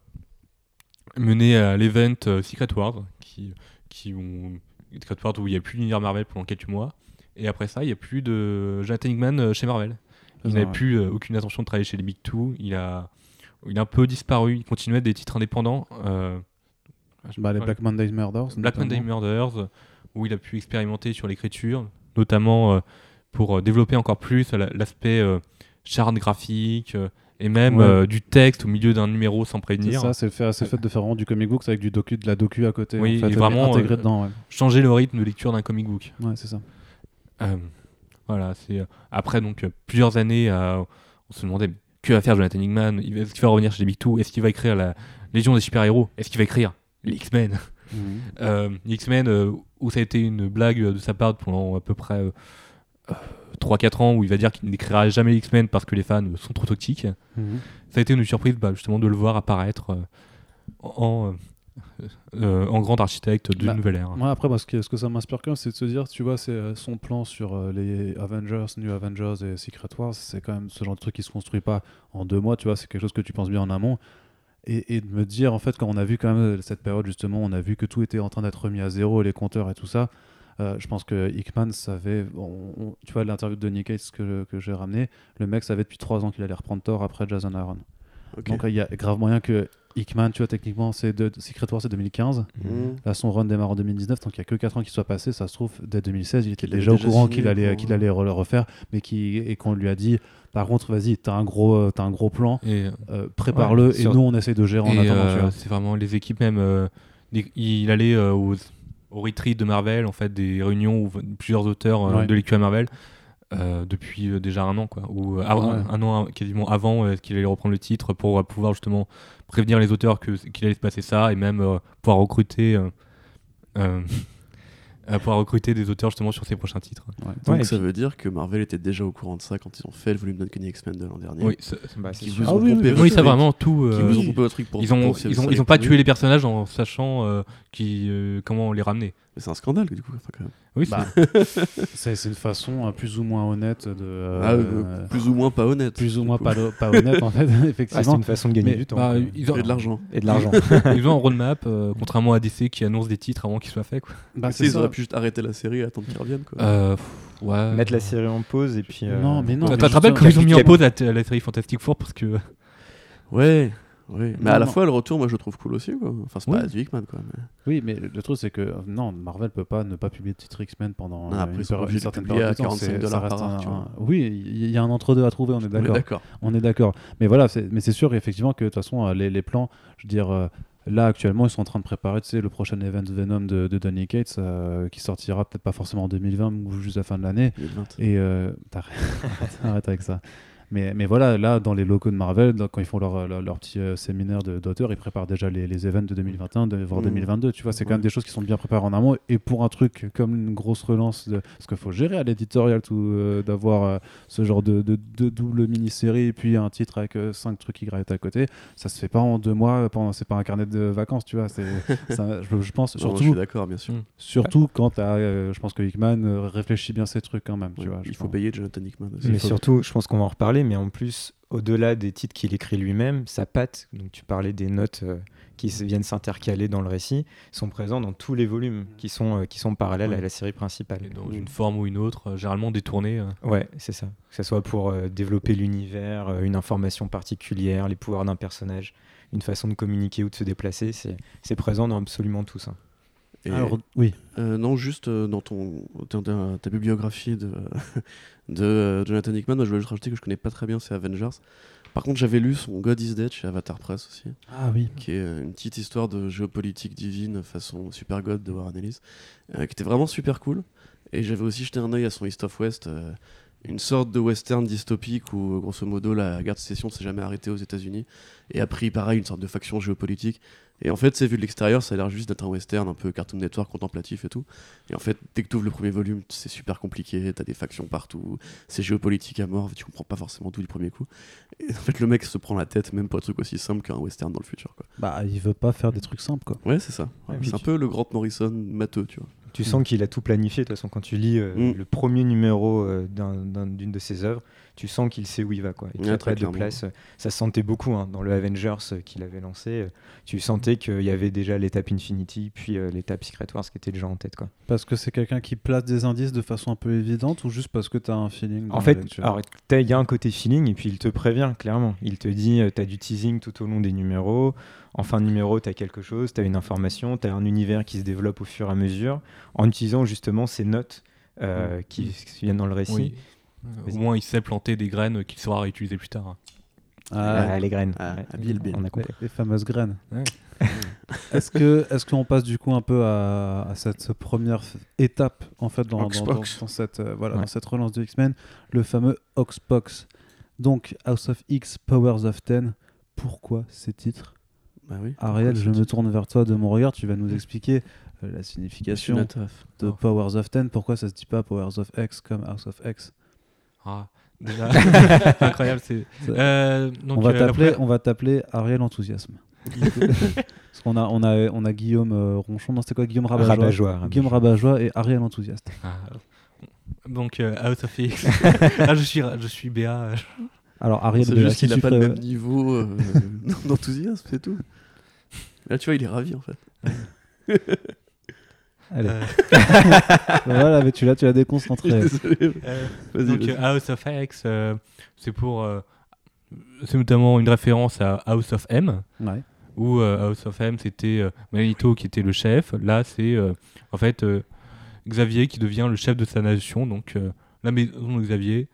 D: mené à l'event euh, Secret Wars, qui, qui ont Secret Wars où il n'y a plus d'univers Marvel pendant quelques mois, et après ça, il n'y a plus de Jonathan Hickman euh, chez Marvel.
A: C'est
D: Il
A: ça,
D: n'avait
A: ouais.
D: plus euh, aucune intention de travailler chez les Big Two, il a, il a un peu disparu, il continuait des titres indépendants. euh,
A: Bah, les
D: ouais.
A: Black Monday Murders.
D: Black
A: notamment.
D: Monday Murders, euh, où il a pu expérimenter sur l'écriture, notamment euh, pour euh, développer encore plus la- l'aspect euh, charne graphique euh, et même
A: Ouais.
D: euh, du texte au milieu d'un numéro sans
A: C'est
D: prévenir.
A: ça, c'est le, fait, c'est le fait de faire vraiment du comic book avec du docu, de la docu à côté.
D: Oui,
A: en fait,
D: et
A: mais
D: vraiment,
A: intégré
D: euh,
A: dedans. Ouais,
D: Changer le rythme de lecture d'un comic book.
A: Ouais, c'est ça.
D: Euh, voilà, c'est euh, après donc euh, plusieurs années, à- on se demandait mais que va faire Jonathan Hickman Il- Est-ce qu'il va revenir chez les Big Two Est-ce qu'il va écrire la Légion des super héros Est-ce qu'il va écrire les X-Men
A: Mhm.
D: Euh, X-Men, euh, où ça a été une blague euh, de sa part pendant à peu près euh, euh, 3-4 ans, où il va dire qu'il n'écrira jamais les X-Men parce que les fans sont trop toxiques.
A: Mhm.
D: Ça a été une surprise bah, justement de le voir apparaître euh, en, euh, euh, en grand architecte de
A: Bah,
D: nouvelle ère.
A: Ouais, après, moi, ce que, ce que ça m'inspire quand même, c'est de se dire, tu vois, c'est euh, son plan sur euh, les Avengers, New Avengers et Secret Wars, c'est quand même ce genre de truc qui se construit pas en deux mois, tu vois, c'est quelque chose que tu penses bien en amont. Et, et de me dire, en fait, quand on a vu quand même euh, cette période, justement, on a vu que tout était en train d'être remis à zéro, les compteurs et tout ça, euh, je pense que Hickman savait, on- on- tu vois, l'interview de Donny Cates que, que j'ai ramené, le mec savait depuis trois ans qu'il allait reprendre Thor après Jason Aaron.
C: Ok.
A: Donc, euh, il y a grave moyen que Hickman, tu vois, techniquement, c'est de, Secret Wars, c'est 2015.
D: Mm.
C: Mhm.
A: Là, son run démarre en 2019, donc il n'y a que 4 ans qui soit passé. Ça se trouve, dès 2016, il était
C: Qu'il avait
A: déjà au
C: déjà
A: courant
C: signé
A: qu'il allait,
C: pour,
A: qu'il allait re- le refaire, mais qui, et qu'on lui a dit Par contre, vas-y, t'as un, gros, euh, t'as un gros plan,
D: Et,
A: euh, prépare-le,
B: Ouais,
A: et
B: sur-
A: nous, on essaie de gérer en
D: et,
A: attendant. tu
D: euh,
A: vois.
D: c'est vraiment les équipes même. euh, des- il allait euh, aux, au retreat de Marvel, en fait, des réunions où v- plusieurs auteurs euh,
A: Ouais.
D: de l'équipe Marvel. euh, depuis euh, déjà un an quoi ou euh, avant-
A: Ouais.
D: un an euh, quasiment avant euh, qu'il allait reprendre le titre pour euh, pouvoir justement prévenir les auteurs que qu'il allait se passer ça et même euh, pouvoir recruter euh, euh, [LAUGHS] euh, pouvoir recruter des auteurs justement sur ses prochains titres
C: Donc
B: Ouais, et
C: ça
B: puis-
C: veut dire que Marvel était déjà au courant de ça quand ils ont fait le volume d'Uncanny X-Men de l'an dernier.
D: oui ça,
B: Bah, c'est
C: Qui
B: sûr.
C: vous ont
A: Ah oui,
C: pompé
A: oui,
C: votre
A: oui,
D: ça
C: truc.
D: vraiment tout
C: Qui
D: euh,
C: vous ont pompé votre truc pour
D: ils ont
C: pour-
D: ils ont,
C: ça
D: ils ont pas
C: les
D: tué les personnages en sachant euh, qui euh, comment les ramener
C: Mais C'est un scandale du coup. enfin, quand même.
D: oui
A: Bah, c'est, c'est une façon euh, plus ou moins honnête de. euh,
C: Ah, euh,
A: euh,
C: plus ou moins pas honnête.
A: plus ou
C: du
A: moins
C: coup.
A: pas, pas honnête, en fait, [LAUGHS]
B: Ah, c'est
A: effectivement.
B: une façon de gagner
A: Mais,
B: du temps.
D: Bah,
B: quoi.
D: ils
C: [LAUGHS]
D: ont,
C: Et de l'argent.
B: Et de l'argent.
D: ils ont un roadmap, euh, contrairement à DC qui annonce des titres avant qu'ils soient faits. Quoi.
A: Bah,
C: Mais
A: c'est
C: tu sais, ils
A: ça.
C: auraient pu juste arrêter la série et attendre qu'ils reviennent. Quoi.
D: Euh, pff, ouais.
B: Mettre la série en pause et puis. euh,
A: Non, mais non.
D: Tu
A: mais
D: te rappelles
A: justement-
D: quand ils ont mis en
B: Capitaine.
D: pause la, t- la série Fantastic Four parce que. euh,
C: Ouais. ouais. Mais
A: Non,
C: à la
A: non.
C: fois, le retour, moi, je le trouve cool aussi. Quoi. Enfin, c'est pas
A: Oui.
C: du Hickman, quoi. mais-
A: Oui, mais le truc, c'est que euh, non, Marvel peut pas ne pas publier de titre X-Men pendant
C: Non,
A: euh,
C: après,
A: une,
C: ils sont
A: période-
C: obligés
A: une
C: de
A: certaine
C: publier
A: période
C: à
A: de temps. c'est-
C: 45 dollars
A: ça reste
C: par heure,
A: un-
C: tu vois.
A: un- Oui, il y- y a un entre-deux à trouver, on est
C: On est
A: d'accord.
C: D'accord.
A: On est d'accord. Mais voilà, c'est- mais c'est sûr, effectivement, que de toute façon, euh, les, les plans, je veux dire, euh, là, actuellement, ils sont en train de préparer tu sais, le prochain event Venom de, de Donny Cates, euh, qui sortira peut-être pas forcément en 2020 ou juste à la fin de l'année.
C: 2020.
A: Et euh, t'arrêtes- [LAUGHS] arrête avec ça. Mais, mais voilà, là, dans les locaux de Marvel, dans- quand ils font leur, leur, leur petit euh, séminaire de- d'auteurs, ils préparent déjà les, les events de 2021, de, voire
C: Mm.
A: 2022. Tu vois, c'est quand
C: Ouais.
A: même des choses qui sont bien préparées en amont. Et pour un truc comme une grosse relance, de... parce qu'il faut gérer à l'éditorial tout, euh, d'avoir euh, ce genre de, de- de double mini-série et puis un titre avec euh, cinq trucs qui gravitent à côté, ça se fait pas en deux mois, pendant- c'est pas un carnet de vacances, tu vois.
C: [LAUGHS]
A: c'est- ça- je, je pense,
C: Non, je suis
A: surtout,
C: d'accord, bien sûr.
A: surtout quand t'as, euh, je pense que Hickman euh, réfléchit bien ses trucs quand même. Tu
C: Ouais,
A: vois, je
C: il faut
A: pense.
C: payer Jonathan Hickman aussi.
B: Mais
A: faut-
B: surtout, je pense qu'on va en reparler, mais en plus, au-delà des titres qu'il écrit lui-même, sa patte, donc tu parlais des notes euh, qui s- viennent s'intercaler dans le récit, sont présents dans tous les volumes qui sont, euh, qui sont parallèles
D: Ouais.
B: à la série principale.
D: Et dans une forme ou une autre, euh, généralement détournée. euh.
B: Ouais, c'est ça. Que ce soit pour euh, développer l'univers, euh, une information particulière, les pouvoirs d'un personnage, une façon de communiquer ou de se déplacer, c'est c'est présent dans absolument tout ça.
C: Et-
A: Alors, oui.
C: Euh, non, juste euh, dans ton, dans ta, ta bibliographie de, [LAUGHS] de euh, Jonathan Hickman, moi, je voulais juste rajouter que je connais pas très bien, c'est Avengers. Par contre, j'avais lu son God is Dead chez Avatar Press aussi,
A: Ah oui.
C: qui est euh, une petite histoire de géopolitique divine façon Super God de Warren Ellis, euh, qui était vraiment super cool. Et j'avais aussi jeté un œil à son East of West, euh, une sorte de western dystopique où, euh, grosso modo, la guerre de sécession s'est jamais arrêtée aux États-Unis et a pris, pareil, une sorte de faction géopolitique. Et en fait, c'est vu de l'extérieur, ça a l'air juste d'être un western un peu cartoon network contemplatif et tout. Et en fait, dès que tu ouvres le premier volume, c'est super compliqué, t'as des factions partout, c'est géopolitique à mort, tu comprends pas forcément tout du premier coup. Et en fait, le mec se prend la tête, même pour un truc aussi simple qu'un western dans le futur. Quoi.
A: Bah, il veut pas faire des trucs simples, quoi.
C: Ouais, c'est ça.
B: Ah,
C: Ouais,
B: puis
C: c'est un
B: tu-
C: peu le Grant Morrison matheux, tu vois.
B: Tu sens qu'il a tout planifié. De toute façon, quand tu lis euh,
C: Mm.
B: le premier numéro euh, d'un- d'un- d'une de ses œuvres, tu sens qu'il sait où il va. Quoi. Et qu'il
C: Ouais,
B: y a pas
C: très
B: de
C: clairement.
B: place. Ça se sentait beaucoup hein, dans le Avengers euh, qu'il avait lancé. euh, tu sentais qu'il y avait déjà l'étape Infinity, puis euh, l'étape Secret Wars qui était déjà en tête. Quoi.
A: Parce que c'est quelqu'un qui place des indices de façon un peu évidente ou juste parce que t'as un feeling dans
B: En
A: la
B: fait,
A: lecture
B: alors, t'as- il y a un côté feeling et puis il te prévient clairement. Il te dit, tu as du teasing tout au long des numéros. En fin de numéro, tu as quelque chose, tu as une information, tu as un univers qui se développe au fur et à mesure en utilisant justement ces notes euh,
C: Mm.
B: qui, qui viennent dans le récit.
D: Oui. Euh,
B: Vas-y.
D: Au moins, il sait planter des graines qu'il saura réutiliser plus tard. hein.
A: Ah,
B: Ah, les graines.
C: Ah,
B: Ouais.
C: ah, Bill, Bill.
B: On a
A: les,
B: compris.
A: les fameuses graines.
D: Ouais.
A: [LAUGHS] est-ce que est-ce qu'on passe du coup un peu à, à cette première f- étape en fait dans, dans, dans-
C: Oxbox.
A: dans cette euh, voilà
B: Ouais.
A: dans cette relance de X-Men, le fameux Oxbox. Donc House of X, Powers of Ten. Pourquoi ces titres
C: Bah oui.
A: Ariel,
C: Pourquoi
A: Ah, je
C: c'est-
A: me tourne vers toi de mon regard. Tu vas nous expliquer euh, la signification
C: Nataf.
A: de Powers of Ten. Pourquoi ça se dit pas Powers of X comme House of X
D: Ah, déjà, incroyable. C'est... Euh, donc,
A: on, va
D: euh, la
A: t'appeler,
D: première-
A: on va t'appeler Ariel Enthousiasme. [LAUGHS] Parce qu'on a, on a, on a Guillaume euh, Ronchon, non, c'était quoi Guillaume Rabajoie
B: Rabat-joie,
A: bah, Guillaume
B: rabat-joie.
A: Rabajoie et Ariel Enthousiaste.
D: Ah, donc, euh, House of X. ah, je suis, je suis Béa. euh,
A: Alors, Ariel,
C: C'est
A: déjà,
C: juste
A: bah, si
C: qu'il a
A: tu
C: pas le
A: ferais-
C: même
A: [LAUGHS]
C: niveau euh, [LAUGHS] d'enthousiasme, c'est tout. Là, tu vois, il est ravi en fait.
A: Allez,
D: euh,
A: [LAUGHS] voilà, mais tu l'as, tu l'as déconcentré.
C: [LAUGHS] Désolé.
D: euh,
C: Vas-y,
D: donc,
C: vas-y.
D: euh, House of X, euh, c'est pour. euh, c'est notamment une référence à House of M,
A: Ouais.
D: où euh, House of M, c'était euh, Magneto qui était le chef. Là, c'est euh, en fait euh, Xavier qui devient le chef de sa nation. Donc, euh, la maison de Xavier,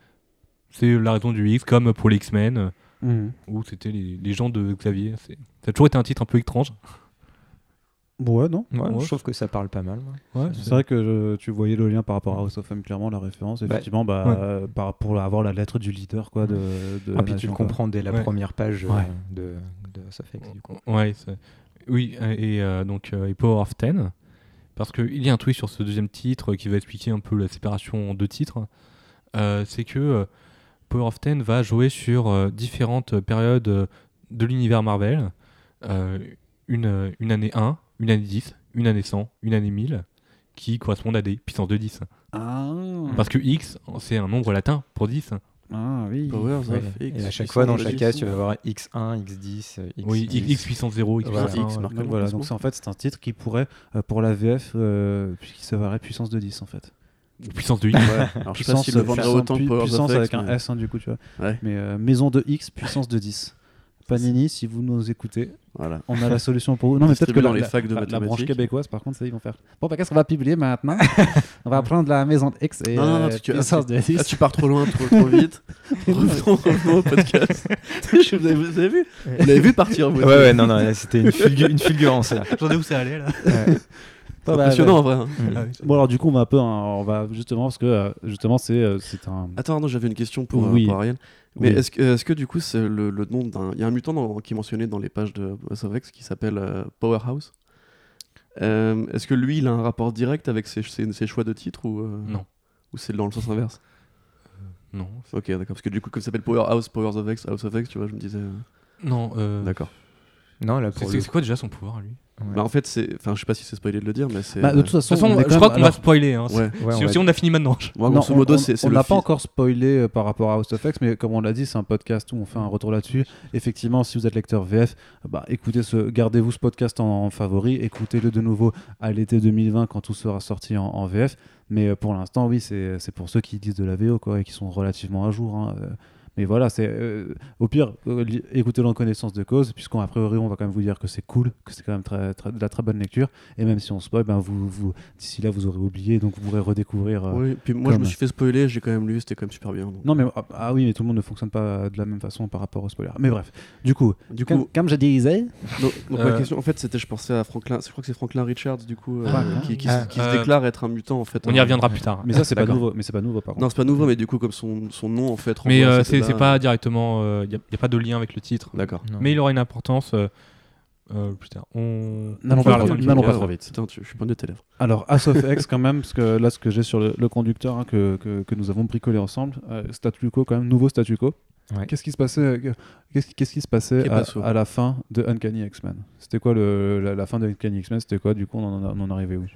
D: c'est la raison du X, comme pour les X-Men. euh,
A: Mhm.
D: où c'était les, les gens de Xavier. C'est- Ça a toujours été un titre un peu étrange.
A: Ouais, non
B: Ouais,
D: Ouais.
B: Je trouve que ça parle pas mal. moi.
A: C'est vrai que je- tu voyais le lien par rapport à House of M, clairement, la référence. Effectivement, bah,
D: Ouais.
A: euh, par, pour avoir la lettre du leader quoi, de, de
B: Ah,
A: la
B: puis tu
A: nation,
B: le
A: quoi.
B: comprends dès la
D: Ouais.
B: première page euh,
A: Ouais.
B: de, de House of X, du coup.
D: Ouais, c'est- oui, euh, et euh, donc euh, et Power of Ten. Parce qu'il y a un tweet sur ce deuxième titre euh, qui va expliquer un peu la séparation en deux titres. Euh, c'est que euh, Power of Ten va jouer sur euh, différentes périodes euh, de l'univers Marvel. Euh, une, euh, une année 1, une année 10, une année 100, une année 1000, qui correspondent à des puissances de 10.
A: Ah,
D: Parce que X, c'est un nombre latin pour 10.
A: ah, oui.
C: Powers
B: Ouais.
C: of X.
B: Et à chaque fois, dans
C: puissance
B: chaque
C: de
B: cas,
C: dix.
B: tu vas avoir X1, X10, euh, X.
D: Oui, X, X puissance 0, X
C: Voilà,
D: puissance euh, 1,
C: X
D: voilà.
C: marque
A: Donc, voilà, donc c'est- en fait, c'est un titre qui pourrait, euh, pour la VF, euh, qui s'avérerait puissance de 10 en fait.
D: Ou puissance
C: [LAUGHS]
D: de 8.
C: Alors, je sais pas s'il le
A: euh,
C: vendra
A: puissance,
C: autant que
A: pu-
C: Powers
A: puissance
C: of X,
A: avec un
C: mais-
A: S hein, du coup tu vois
C: Ouais.
A: mais euh, maison de X puissance de
C: [LAUGHS]
A: 10 Panini si vous nous écoutez
C: Voilà.
A: on a
C: [LAUGHS]
A: la solution pour vous non mais peut-être que
C: Distribué
A: la,
C: dans les
A: la-
C: facs de
A: la- la branche
C: mathématiques.
A: québécoise par contre ça ils vont faire bon bah qu'est-ce qu'on va publier
C: [LAUGHS]
A: maintenant on va prendre la maison de X et
C: Non, non, non,
A: euh,
C: parce que-
A: puissance de
C: Là,
A: 10
C: Ah, tu pars trop loin, trop,
A: [LAUGHS]
C: trop vite. revenons, revenons au podcast. Je- vous, avez, vous avez vu Vous l'avez vu partir, vous
B: Ouais, ouais, non, non, là, c'était une, fulgu- une fulgurance. là.
D: J'en ai où ça allait là.
C: C'est impressionnant en vrai. hein.
A: bah,
B: Mm.
A: Bon alors du coup on va un peu hein, on va justement parce que euh, justement c'est euh, c'est un
C: Attends, non, j'avais une question pour, euh,
A: Oui.
C: pour Ariel. Mais
A: Oui.
C: est-ce que, est-ce que du coup, c'est le, le nom d'un. Il y a un mutant dans- qui est mentionné dans les pages de House of X qui s'appelle euh, Powerhouse. Euh, est-ce que lui, il a un rapport direct avec ses, ses- ses choix de titre ou, euh,
D: [LAUGHS] Non.
C: Ou c'est dans le sens inverse
D: Non.
C: Ok, d'accord. Parce que du coup, comme ça s'appelle Powerhouse, Powers of X, House of X, tu vois, je me disais. euh,
D: Non. euh,
C: D'accord.
B: Non, là,
D: c'est-
B: pour
D: C'est
B: le
D: c'est quoi déjà son pouvoir, lui
B: Ouais.
C: Bah, en fait, c'est. Enfin, je sais pas si c'est spoilé de le dire, mais c'est.
A: Bah, de toute
D: De
A: façon,
D: toute façon,
A: on est
D: je
A: quand
D: crois
A: même-
D: qu'on va
A: alors-
D: spoiler. Hein.
C: Ouais.
B: Ouais,
D: si,
B: on va-
D: si on a fini maintenant.
C: Moi,
A: Non,
C: grosso modo,
A: on-
C: c'est c'est
A: on
C: le
A: n'a pas
C: fils-
A: encore spoilé euh, par rapport à House of X, mais comme on l'a dit, c'est un podcast où on fait un retour là-dessus. Effectivement, si vous êtes lecteur VF, bah, écoutez ce, gardez-vous ce podcast en, en favori, écoutez-le de nouveau à l'été 2020 quand tout sera sorti en, en VF. Mais euh, pour l'instant, oui, c'est c'est pour ceux qui disent de la VO quoi, et qui sont relativement à jour. hein, euh. Mais voilà, c'est euh, au pire, euh, li- écoutez-le en connaissance de cause, puisqu'en a priori, on va quand même vous dire que c'est cool, que c'est quand même très, très- de la très bonne lecture. Et même si on spoil, ben vous, vous, d'ici là, vous aurez oublié, donc vous pourrez redécouvrir. euh,
C: Oui, puis moi, je
A: Comme-
C: me suis fait spoiler, j'ai quand même lu, c'était quand même super bien. donc.
A: non mais ah, ah oui mais tout le monde ne fonctionne pas de la même façon par rapport au spoiler. Mais bref, du coup,
C: Du
A: comme,
C: coup,
A: comme je disais,
C: Donc, donc
D: Euh,
C: ma question, en fait, c'était, je pensais à Franklin, je crois que c'est Franklin Richards, du coup, euh,
A: Ah,
C: qui, qui,
B: ah,
C: se- qui
D: euh,
C: se déclare être un mutant, en fait.
D: On y
C: hein.
D: reviendra plus tard.
A: mais ça c'est pas
C: D'accord.
A: nouveau, mais c'est pas nouveau par contre.
C: Non, c'est pas nouveau, mais du coup, comme son, son nom, en fait. renvoie
D: [LAUGHS] Mais
C: à
D: euh,
C: ce débat.
D: c'est c'est pas directement. Il n'y a, y a pas de lien avec le titre.
C: D'accord.
B: Non.
D: Mais il aura une importance. euh, euh, putain, on.
A: N'allons
D: on parle
A: pas-
D: dans le
A: n'allons pas
D: podcast.
A: trop
C: vite. euh, Putain, tu- je suis pas de tes lèvres.
A: Alors As of X quand même parce que là ce que j'ai sur le, le conducteur hein, que, que, que nous avons bricolé ensemble, euh, statu quo quand même nouveau statu quo.
B: Ouais.
A: Qu'est-ce qui se passait euh, Qu'est-ce qui- qu'est-ce qui se passait
C: Qu'est
A: à,
C: passé
A: à la fin de Uncanny X-Men C'était quoi le, la, la fin de Uncanny X-Men C'était quoi Du coup on en, a- on en arrivait où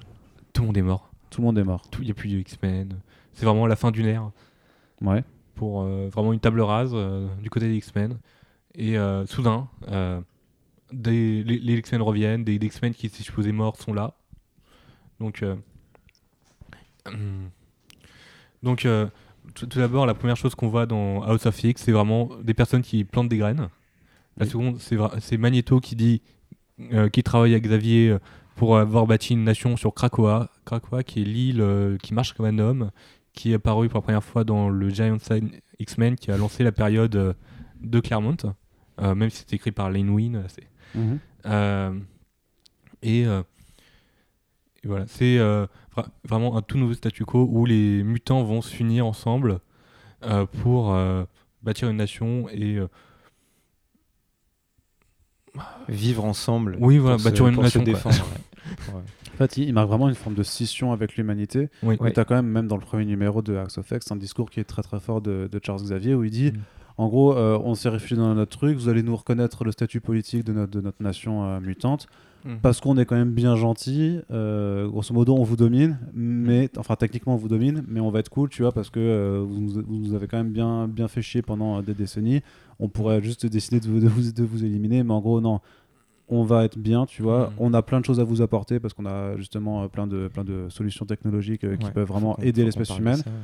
D: Tout le monde est mort.
A: Tout le monde est mort.
D: Il n'y a plus de X-Men. C'est vraiment la fin d'une ère.
A: Ouais.
D: pour euh, vraiment une table rase euh, du côté des X-Men. Et euh, soudain, euh, des, les, les X-Men reviennent, des, des X-Men qui étaient supposés morts sont là. Donc, euh, hum. donc euh, tout, tout d'abord, la première chose qu'on voit dans House of X, c'est vraiment des personnes qui plantent des graines. La
C: Oui.
D: seconde, c'est vra- c'est Magneto qui dit euh, qu'il travaille avec Xavier euh, pour avoir bâti une nation sur Krakoa, Krakoa qui est l'île euh, qui marche comme un homme, qui est apparu pour la première fois dans le Giant Sign X-Men qui a lancé la période euh, de Claremont, euh, même si c'est écrit par Lane Wynne. c'est-
A: Mhm.
D: euh, et, euh, et voilà, c'est euh, vra- vraiment un tout nouveau statu quo où les mutants vont s'unir ensemble euh, pour euh, bâtir une nation et euh,
B: Vivre ensemble.
D: oui voilà
B: pour se-
D: bâtir une
B: pour se
D: nation quoi.
B: défendre. Ouais. euh,
A: En fait, il, il marque vraiment une forme de scission avec l'humanité.
D: Oui.
A: Mais t'as quand même, même dans le premier numéro de Axe of X, un discours qui est très très fort de, de Charles Xavier où il dit
D: Mm.
A: En gros, euh, on s'est réfugié dans notre truc, vous allez nous reconnaître le statut politique de notre, de notre nation euh, mutante,
B: Mhm.
D: Mm.
A: parce qu'on est quand même bien gentil. euh, grosso modo, on vous domine,
B: Mhm.
A: mais enfin, techniquement, on vous domine, mais on va être cool, tu vois, parce que euh, vous, nous, vous nous avez quand même bien, bien fait chier pendant euh, des décennies. On pourrait juste décider de vous, de vous, de vous éliminer, mais en gros, non. On va être bien, tu vois.
B: Mhm.
D: Mm.
A: On a plein de choses à vous apporter parce qu'on a justement euh, plein de, plein de solutions technologiques euh, qui
B: Ouais,
A: peuvent vraiment
B: Faut qu'on-
A: aider
B: faut
A: l'espèce
B: qu'on parle de
A: humaine.
B: ça, ouais.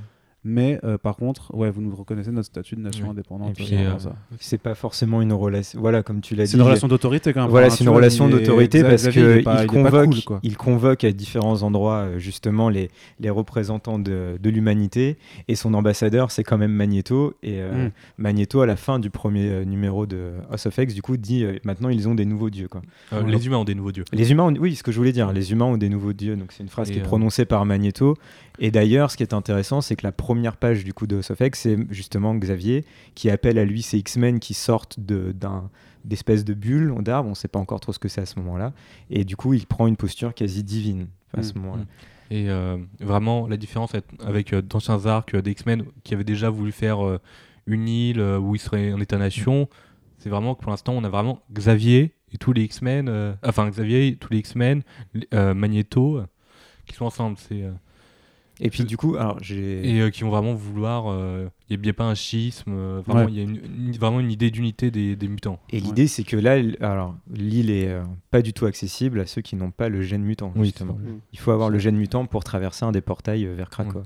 A: Mais euh, par contre, ouais, vous nous reconnaissez notre statut de nation
D: Oui.
A: indépendante.
B: Et puis,
A: euh,
D: euh,
A: ça.
B: C'est pas forcément une relation. Voilà, comme tu l'as dit.
A: C'est une relation d'autorité quand même.
B: Voilà,
A: Enfin, tu
B: c'est une
A: vois,
B: relation
A: il est-
B: d'autorité
A: Xavier,
B: parce
A: il est
B: qu'il
A: pas- il est pas
B: convoque,
A: cool, quoi.
B: il convoque à différents endroits euh, justement les, les représentants de, de l'humanité et son ambassadeur c'est quand même Magneto et euh,
A: Mm.
B: Magneto à la fin du premier euh, numéro de House of X du coup dit euh, maintenant ils ont des nouveaux dieux quoi.
D: Euh,
A: Voilà.
D: les humains ont des nouveaux dieux.
B: Les humains, ont- oui, ce que je voulais dire, les humains ont des nouveaux dieux, donc c'est une phrase
D: Et,
B: qui est
D: euh,
B: prononcée par Magneto. Et d'ailleurs, ce qui est intéressant, c'est que la première page du coup de Sofex, c'est justement Xavier qui appelle à lui ces X-Men qui sortent de- d'un d'espèces de bulles d'arbres, on sait pas encore trop ce que c'est à ce moment-là. Et du coup, il prend une posture quasi divine à ce
A: Mm,
B: moment-là.
D: Et euh, vraiment, la différence avec- avec euh, d'anciens arcs euh, des X-Men qui avaient déjà voulu faire euh, une île euh, où ils seraient en état-nation, c'est vraiment que pour l'instant, on a vraiment Xavier et tous les X-Men, euh, enfin Xavier, et tous les X-Men, les- euh, Magneto, euh, qui sont ensemble. C'est, euh,
B: Et puis du coup, alors j'ai
D: et euh, qui vont vraiment vouloir. euh, Il n'y a, pas un schisme, euh, vraiment,
A: Ouais.
D: il y a une- une- vraiment une idée d'unité des, des mutants.
B: et l'idée c'est que là, l- alors l'île est euh, pas du tout accessible à ceux qui n'ont pas le gène mutant justement. Il faut avoir le gène mutant pour traverser un des portails euh, vers Krakow.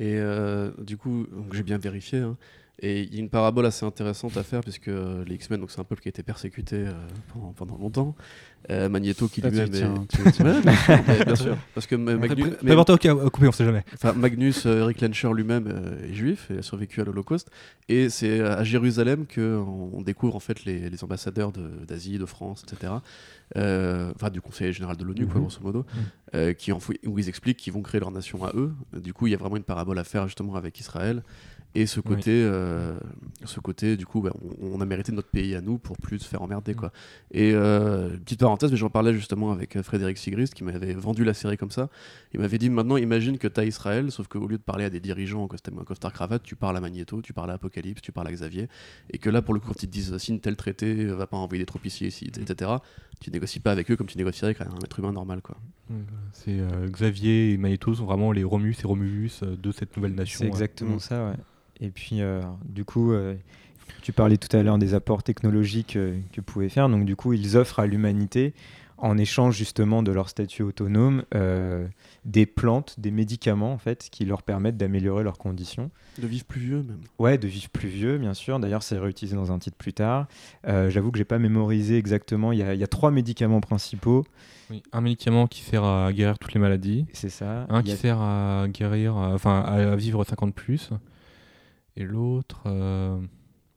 C: Et euh, du coup, donc, j'ai bien vérifié. hein, Et il y a une parabole assez intéressante à faire, puisque euh, les X-Men, donc c'est un peuple qui a été persécuté euh, pendant, pendant longtemps. Euh, Magneto qui
A: Ah, tu-
C: lui-même est-
A: tiens, tu-
C: [LAUGHS]
A: tu-
C: Ouais, bien sûr, mais bien sûr. Parce que Ma- Magnu-
D: Magnu...
C: mais-
D: ok, à- à couper, euh, on sait jamais.
C: Enfin, Magnus euh, Eric Lencher lui-même euh, est juif et a survécu à l'Holocauste. Et c'est à Jérusalem qu'on on découvre en fait les, les ambassadeurs de- d'Asie, de, France, etc. Euh, Enfin, du Conseil général de l'ONU, quoi,
B: Mhm.
C: grosso modo, euh, qui enfouit- où ils expliquent qu'ils vont créer leur nation à eux. Du coup, il y a vraiment une parabole à faire justement avec Israël. Et ce côté, euh, ce côté, du coup, bah, on, on a mérité notre pays à nous pour plus se faire emmerder, quoi.
B: Mhm.
C: Et euh, petite parenthèse, mais j'en parlais justement avec euh, Frédéric Sigrist qui m'avait vendu la série comme ça. Il m'avait dit maintenant, imagine que tu as Israël, sauf qu'au lieu de parler à des dirigeants en costard, en costard cravate, tu parles à Magneto, tu parles à Apocalypse, tu parles à Xavier, et que là, pour le coup, quand ils te disent signe tel traité, euh, va pas envoyer des troupes ici, ici, etc., tu négocies pas avec eux comme tu négocierais avec un être humain normal. quoi.
D: C'est euh, Xavier et Magneto sont vraiment les Romus et Romulus euh, de cette nouvelle nation.
B: C'est
D: ouais.
B: exactement
D: Mm.
B: ça, ouais. Et puis, euh, du coup, euh, tu parlais tout à l'heure des apports technologiques euh, que pouvaient faire. Donc, du coup, ils offrent à l'humanité, en échange justement de leur statut autonome, euh, des plantes, des médicaments, en fait, qui leur permettent d'améliorer leurs conditions.
C: De vivre plus vieux, même.
B: Ouais, de vivre plus vieux, bien sûr. D'ailleurs, c'est réutilisé dans un titre plus tard. Euh, J'avoue que j'ai pas mémorisé exactement. Il y, a, il y a trois médicaments principaux.
D: Oui, Un médicament qui sert à guérir toutes les maladies.
B: C'est ça. Il
D: Un
B: y
D: qui
B: a-
D: sert à guérir, euh, enfin à vivre 50 plus. Et l'autre. euh,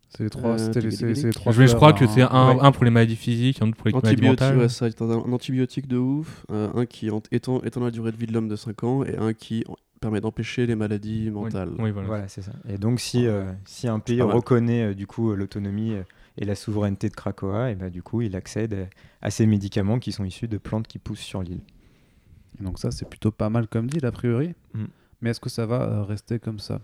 A: C'est les trois.
C: Euh,
A: c'était les- c'est- c'est les trois
D: Je, vais- je
A: fleurs,
D: crois
A: là,
D: que c'est
A: hein.
D: un,
B: ouais.
D: un pour les maladies physiques, un autre pour les maladies
C: Antibiotique,
D: mentales.
C: ouais, ça, un, un antibiotique de ouf, euh, un qui en- étend, étend la durée de vie de l'homme de 5 ans, et un qui en- permet d'empêcher les maladies
D: Oui,
C: mentales.
D: oui, voilà.
B: Voilà, c'est ça. Et donc, si, euh, si un pays
C: pas mal.
B: reconnaît euh, du coup euh, l'autonomie euh, et la souveraineté de Krakoa, et ben, du coup, il accède euh, à ces médicaments qui sont issus de plantes qui poussent sur l'île.
A: Et Donc ça, c'est plutôt pas mal comme deal a priori.
B: Mm.
A: Mais est-ce que ça va euh, rester comme ça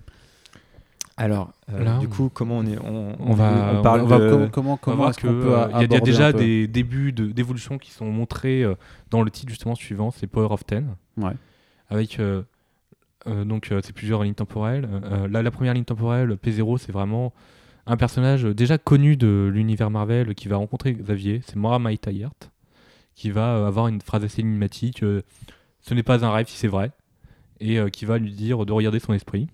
B: Alors, euh,
D: Là,
B: du
D: on-
B: coup, comment on est On,
D: on va-
B: on parle
D: on
A: va-
B: de-
A: com- Comment
D: On va
A: comment
D: voir
A: est-ce
D: que,
A: qu'on peut
D: euh, il y a- il y a
A: aborder un
D: déjà
A: peu
D: des débuts de- d'évolution qui sont montrés euh, dans le titre justement suivant, c'est Power of Ten.
A: Ouais.
D: Avec euh, euh, donc euh, c'est plusieurs lignes temporelles. Euh, là, la première ligne temporelle P0, c'est vraiment un personnage déjà connu de l'univers Marvel qui va rencontrer Xavier. C'est Moira Mai Taggart qui va euh, avoir une phrase assez énigmatique. euh, ce n'est pas un rêve si c'est vrai, et euh, qui va lui dire de regarder son esprit.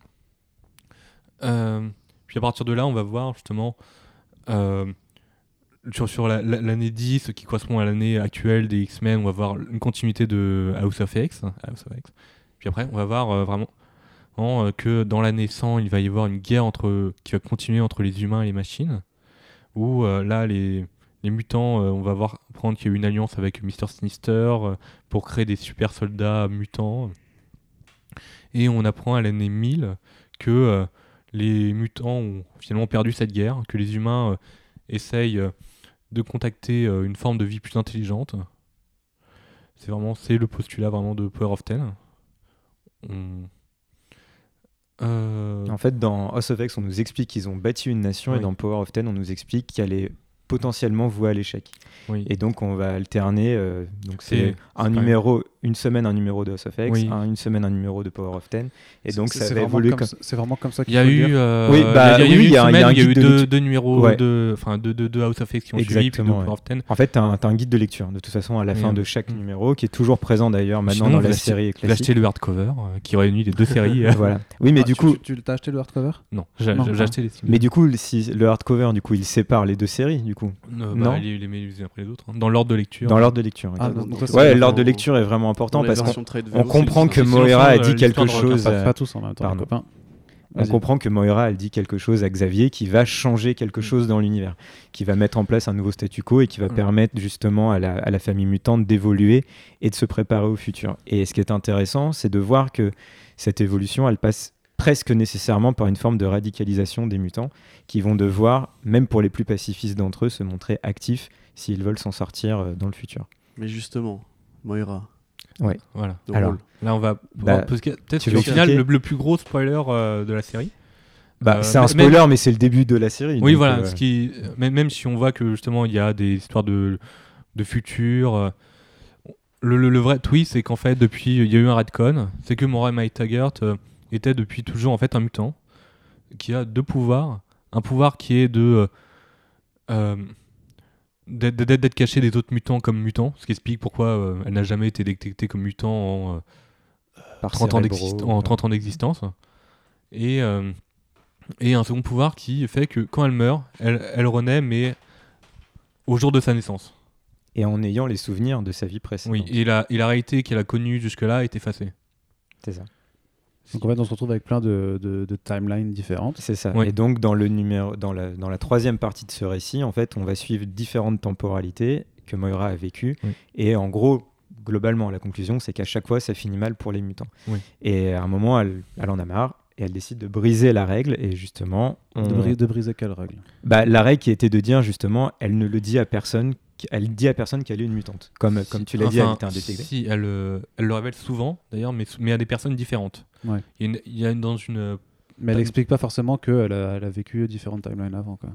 D: Euh, puis à partir de là, on va voir justement euh, sur, sur la- la- l'année 10, qui correspond à l'année actuelle des X-Men, on va voir une continuité de House of X. House of X. Puis après, on va voir euh, vraiment vraiment, euh, que dans l'année 100, il va y avoir une guerre entre, qui va continuer entre les humains et les machines, où euh, là, les, les mutants, euh, on va voir prendre qu'il y a eu une alliance avec Mister Sinister euh, pour créer des super soldats mutants. Et on apprend à l'année 1000 que euh, les mutants ont finalement perdu cette guerre, que les humains euh, essayent euh, de contacter euh, une forme de vie plus intelligente. C'est vraiment c'est le postulat vraiment de Power of Ten. On- Euh,
B: En fait, dans House of X, on nous explique qu'ils ont bâti une nation,
D: Oui.
B: et dans Power of Ten, on nous explique qu'elle est potentiellement vouée à l'échec.
D: oui.
B: Et donc, on va alterner. euh, donc,
D: C'est-
B: c'est un
D: c'est pas-
B: numéro, une semaine, un numéro de House of X,
D: Oui.
B: un- une semaine, un numéro de Power of Ten. Et donc,
A: C'est-
B: ça
A: c'est
B: va
A: vraiment
B: évoluer
A: comme
B: comme
A: ça- C'est vraiment comme ça
D: Il
A: qu'il
D: y a
A: faut
D: eu,
A: lire.
D: euh,
B: Oui,
D: il y a-
B: bah
D: il y a eu
B: oui,
D: une
B: il y a un- il y a
D: semaine,
B: un
D: il y a eu
B: guide de
D: deux,
B: lecture.
D: deux numéros,
B: Ouais.
D: deux- enfin deux, deux- deux House of X qui ont suivi, puis deux
B: Exactement,
D: Power of Ten.
B: En fait, t'as un, t'as un guide de lecture, de toute façon, à la
D: Oui,
B: fin
D: oui.
B: de chaque
D: Mm.
B: numéro, qui est toujours présent d'ailleurs maintenant
D: Sinon,
B: dans
D: vous
B: la
D: achetez-
B: série
D: J'ai acheté
B: classique.
D: le hardcover euh, qui réunit les
B: [LAUGHS]
D: deux séries. euh,
B: Voilà. Oui, mais
A: Ah,
B: du
A: tu-
B: coup,
A: tu, tu l'as acheté le hardcover
D: non, j'ai
A: Non,
D: j'ai- j'ai
A: non.
D: acheté les six-
B: mais du coup, le- si le hardcover, du coup, il sépare les deux séries, du coup,
D: Euh, bah,
B: non.
D: les, les met les unes après les autres, hein, dans l'ordre de lecture.
B: dans l'ordre de lecture. ok.
A: Ah,
C: dans-
A: donc
C: dans-
A: ça, c'est
B: ouais,
A: dans-
B: l'ordre de lecture est vraiment important parce qu'on on comprend que
D: c'est- c'est
B: Moira a
D: l'ensemble,
B: dit
D: euh, l'histoire
B: quelque
D: de Rocker
B: chose.
A: Pas,
B: euh,
A: pas tous en même temps, les
B: pardon.
A: copains.
B: On
A: Vas-y.
B: comprend que Moira, elle dit quelque chose à Xavier qui va changer quelque
D: Mm.
B: chose dans l'univers, qui va mettre en place un nouveau statu quo et qui va
D: Mm.
B: permettre justement à la, à la famille mutante d'évoluer et de se préparer au futur. Et ce qui est intéressant, c'est de voir que cette évolution, elle passe presque nécessairement par une forme de radicalisation des mutants qui vont devoir, même pour les plus pacifistes d'entre eux, se montrer actifs s'ils veulent s'en sortir euh, dans le futur.
C: Mais justement, Moira,
D: Voilà.
C: le
B: Alors,
C: rôle.
D: Là, on va.
B: Bah,
D: parce que Peut-être
B: tu
D: qu'au
B: veux
D: final,
B: expliquer
D: le, le plus gros spoiler euh, de la série.
B: Bah,
D: Euh,
B: c'est un
D: mais-
B: spoiler, mais c'est le début de la série.
D: Oui,
B: donc,
D: voilà.
B: euh,
D: Ce qui, même, même si on voit que justement il y a des histoires de, de futur, euh, le, le- le vrai twist c'est qu'en fait depuis il y a eu un redcon, c'est que Moira Mai Taggart euh, était depuis toujours en fait un mutant qui a deux pouvoirs, un pouvoir qui est de euh, euh, d'être- d'être d'être caché des autres mutants comme mutant, ce qui explique pourquoi euh, elle n'a jamais été détectée comme mutant en euh,
B: par
D: 30 ans oh,
B: Cerebro,
D: d'exist-
B: euh,
D: en 30 ans d'existence. Et euh, et un second pouvoir qui fait que quand elle meurt, elle, elle renaît, mais au jour de sa naissance.
B: Et en ayant les souvenirs de sa vie précédente.
D: Oui, et la, et la réalité qu'elle a connue jusque-là est effacée.
B: C'est ça.
A: Donc en fait, on se retrouve avec plein de, de- de timelines différentes.
B: C'est ça.
D: Ouais.
B: Et donc, dans, le numéro, dans, la, dans la troisième partie de ce récit, en fait, on va suivre différentes temporalités que Moira a vécues.
D: Oui.
B: Et en gros, globalement, la conclusion, c'est qu'à chaque fois, ça finit mal pour les mutants.
D: Oui.
B: Et à un moment, elle, elle en a marre et elle décide de briser la règle. Et justement, on-
A: De, bri- de briser quelle règle
B: bah, la règle qui était de dire, justement, elle ne le dit à personne, qu- elle dit à personne qu'elle est une mutante. Comme, comme tu l'as dit, elle
D: Enfin,
B: était indétectée.
D: Si, elle, euh, elle le révèle souvent, d'ailleurs, mais, sou- mais à des personnes différentes.
A: Ouais.
D: Il y a, une- il y a une- euh, dans une.
A: Mais elle
D: Pas-
A: explique pas forcément qu'elle a, elle a vécu différentes timelines avant. Quoi.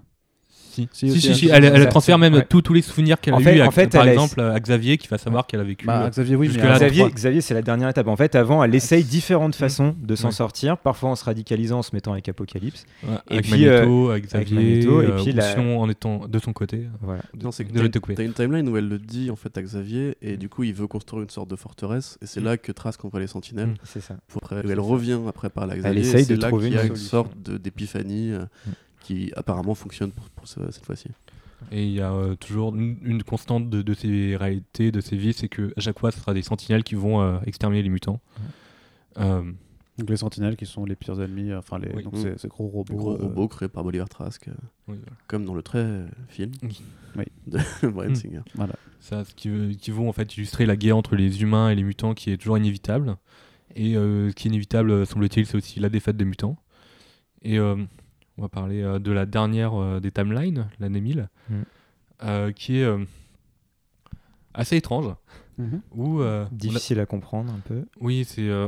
D: Si,
A: Si,
D: si,
A: aussi,
D: si,
A: elle-
D: si, elle, elle
B: ça-
D: transfère même
B: ouais.
D: tous tous les souvenirs qu'elle
B: En
D: a
B: fait-
D: eu,
B: en fait,
D: par
B: elle a-
D: exemple, à Xavier qui va savoir qu'elle a vécu.
A: Bah,
D: euh,
A: Xavier, oui, mais
D: jusque-là,
A: alors-
B: Xavier,
D: trois. Mm.
B: Xavier, c'est la dernière étape. En fait, avant, elle essaye différentes façons de s'en
D: Ouais.
B: sortir, parfois en se radicalisant, en se mettant avec Apocalypse.
D: ouais,
B: et
D: euh, avec
B: puis, euh,
D: Magneto, avec Xavier,
B: Magneto, et
D: euh,
B: puis
D: ou
B: la-
D: sinon en étant de son côté.
B: Voilà.
C: Non, c'est que
D: de
C: t'as-
D: le découper.
C: t'as une timeline où elle le dit en fait à Xavier et du coup il veut construire une sorte de forteresse et c'est là que Trask envoie les sentinelles.
D: Mm.
B: C'est ça.
C: Pour après- elle revient après par la Xavier. et
B: essaye
C: c'est
B: de
C: là
B: trouver
C: qu'il y a
B: une
C: une
B: solution.
C: sorte de- d'épiphanie euh,
B: Mm.
C: qui apparemment fonctionne pour, pour ce- cette fois-ci.
D: Et il y a euh, toujours une, une constante de, de ces réalités, de ces vies, c'est que à chaque fois, ce sera des sentinelles qui vont euh, exterminer les mutants. Euh,
A: Donc les sentinelles qui sont les pires ennemis, enfin les
D: Oui.
A: donc
C: Mm.
A: ces, ces gros robots.
C: Le gros
A: euh,
C: robot créé par Bolivar Trask, euh,
D: oui, voilà.
C: comme dans le très euh, film
D: Oui.
A: Oui.
C: [LAUGHS] de Brian
D: Mm.
C: Singer.
D: Ça, ce qui, veut- qui vont en fait illustrer la guerre entre les humains et les mutants qui est toujours inévitable. Et euh, ce qui est inévitable, euh, semble-t-il, c'est aussi la défaite des mutants. Et euh, on va parler euh, de la dernière euh, des timelines, l'année 1000,
B: Mm.
D: euh, qui est euh, assez étrange.
A: mhm.
D: Où, euh, on a-
B: Difficile à comprendre un peu.
D: Oui, c'est euh,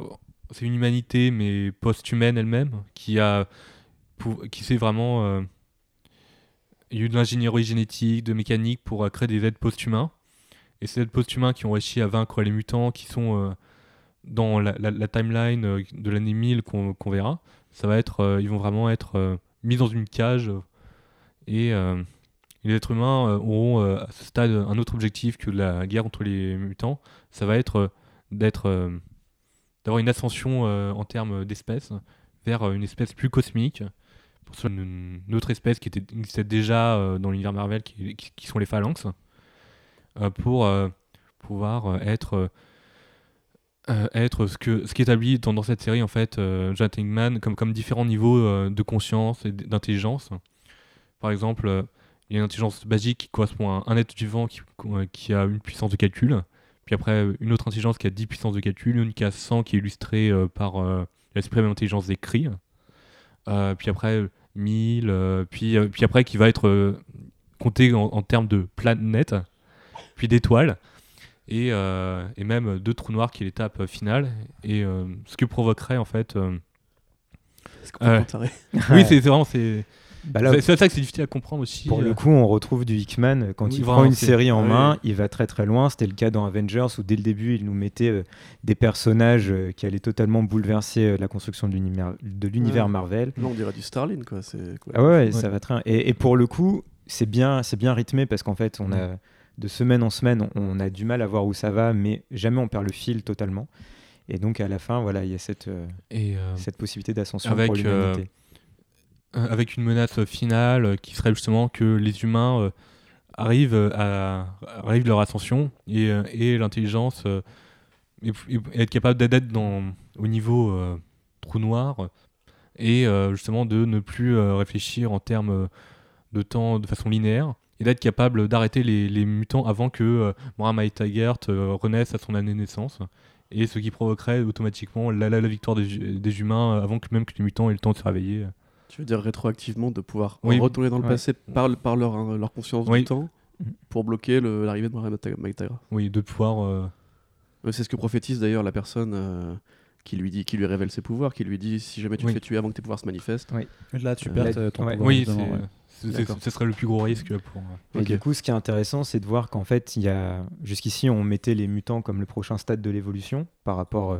D: c'est une humanité, mais post-humaine elle-même, qui a pou- qui s'est vraiment euh, il y a eu de l'ingénierie génétique, de mécanique pour euh, créer des êtres post-humains. Et ces êtres post-humains qui ont réussi à vaincre les mutants, qui sont euh, dans la, la- la timeline euh, de l'année 1000 qu'on qu'on verra, ça va être, euh, ils vont vraiment être euh, mis dans une cage euh, et euh, les êtres humains euh, auront euh, à ce stade un autre objectif que la guerre contre les mutants. Ça va être euh, d'être euh, d'avoir une ascension euh, en termes d'espèces vers euh, une espèce plus cosmique. Pour cela, une, une autre espèce qui était, existait déjà euh, dans l'univers Marvel, qui, qui- qui sont les phalanx, euh, pour euh, pouvoir euh, être, euh, euh, être ce que ce qu'établit dans, dans cette série en fait euh, Jonathan Hickman comme, comme différents niveaux euh, de conscience et d- d'intelligence. Par exemple, euh, il y a une intelligence basique qui correspond à un être vivant qui, euh, qui a une puissance de calcul puis après euh, une autre intelligence qui a 10 puissance de calcul, une qui a 100 qui est illustrée euh, par euh, la suprême intelligence des cris, Euh, puis après euh, 1000, euh, puis, euh, puis après qui va être euh, compté en, en termes de planètes, puis d'étoiles, et, euh, et même deux trous noirs qui est l'étape euh, finale, et euh, ce que provoquerait en fait... euh,
C: C'est complètement
D: Ouais.
C: taré.
D: Oui, c'est c'est vraiment... C'est
B: Bah là,
D: c'est- c'est ça que c'est difficile à comprendre aussi.
B: pour
D: euh,
B: le coup, on retrouve du Hickman euh, quand
D: Oui,
B: il
D: vraiment,
B: prend une
D: c'est-
B: série en
C: Ah
B: main,
C: oui.
B: il va très très loin. C'était le cas dans Avengers où dès le début, il nous mettait euh, des personnages euh, qui allaient totalement bouleverser euh, la construction de l'univers- de l'univers
C: Ouais.
B: Marvel.
C: Là on dirait du Starlin quoi. C'est quoi.
B: Ah ouais, ouais,
D: Ouais.
B: ça va très bien. Et, et pour le coup, c'est bien, c'est bien rythmé parce qu'en fait, on a de semaine en semaine, on, on a du mal à voir où ça va, mais jamais on perd le fil totalement. Et donc à la fin, voilà, il y a cette, euh,
D: et, euh,
B: cette possibilité d'ascension
D: Avec,
B: pour l'humanité.
D: Euh, avec une menace euh, finale euh, qui serait justement que les humains euh, arrivent euh, à arrivent leur ascension et, euh, et l'intelligence euh, et, et- et être capable d'a- d'être dans au niveau euh, trou noir euh, et euh, justement de ne plus euh, réfléchir en termes euh, de temps de façon linéaire et d'être capable d'arrêter les, les mutants avant que euh, Moira Tigert renaisse à son année de naissance et ce qui provoquerait automatiquement la, la- la victoire des, hu- des humains euh, avant que même que les mutants aient le temps de se réveiller.
C: Tu veux dire rétroactivement de pouvoir
D: Oui.
C: retourner dans le
B: Ouais.
C: passé par, le- par leur, hein, leur conscience
D: Oui.
C: du temps
B: Mhm.
C: pour bloquer le- l'arrivée de Mohamed Magtagra.
D: Oui, de pouvoir. euh,
C: Euh, C'est ce que prophétise d'ailleurs la personne euh, qui lui dit, qui lui révèle ses pouvoirs, qui lui dit si jamais tu
D: Oui.
C: te fais tuer avant que tes pouvoirs se manifestent.
A: Là, tu
C: Euh,
A: perds
B: la-
A: euh, ton
B: ouais.
A: pouvoir.
D: Oui,
A: justement,
D: c'est-
A: ouais.
D: c'est- c'est-
C: D'accord.
D: ce serait le plus gros risque pour. euh,
B: Et
C: Ok.
B: du coup, ce qui est intéressant, c'est de voir qu'en fait, il y a jusqu'ici, on mettait les mutants comme le prochain stade de l'évolution par rapport. euh,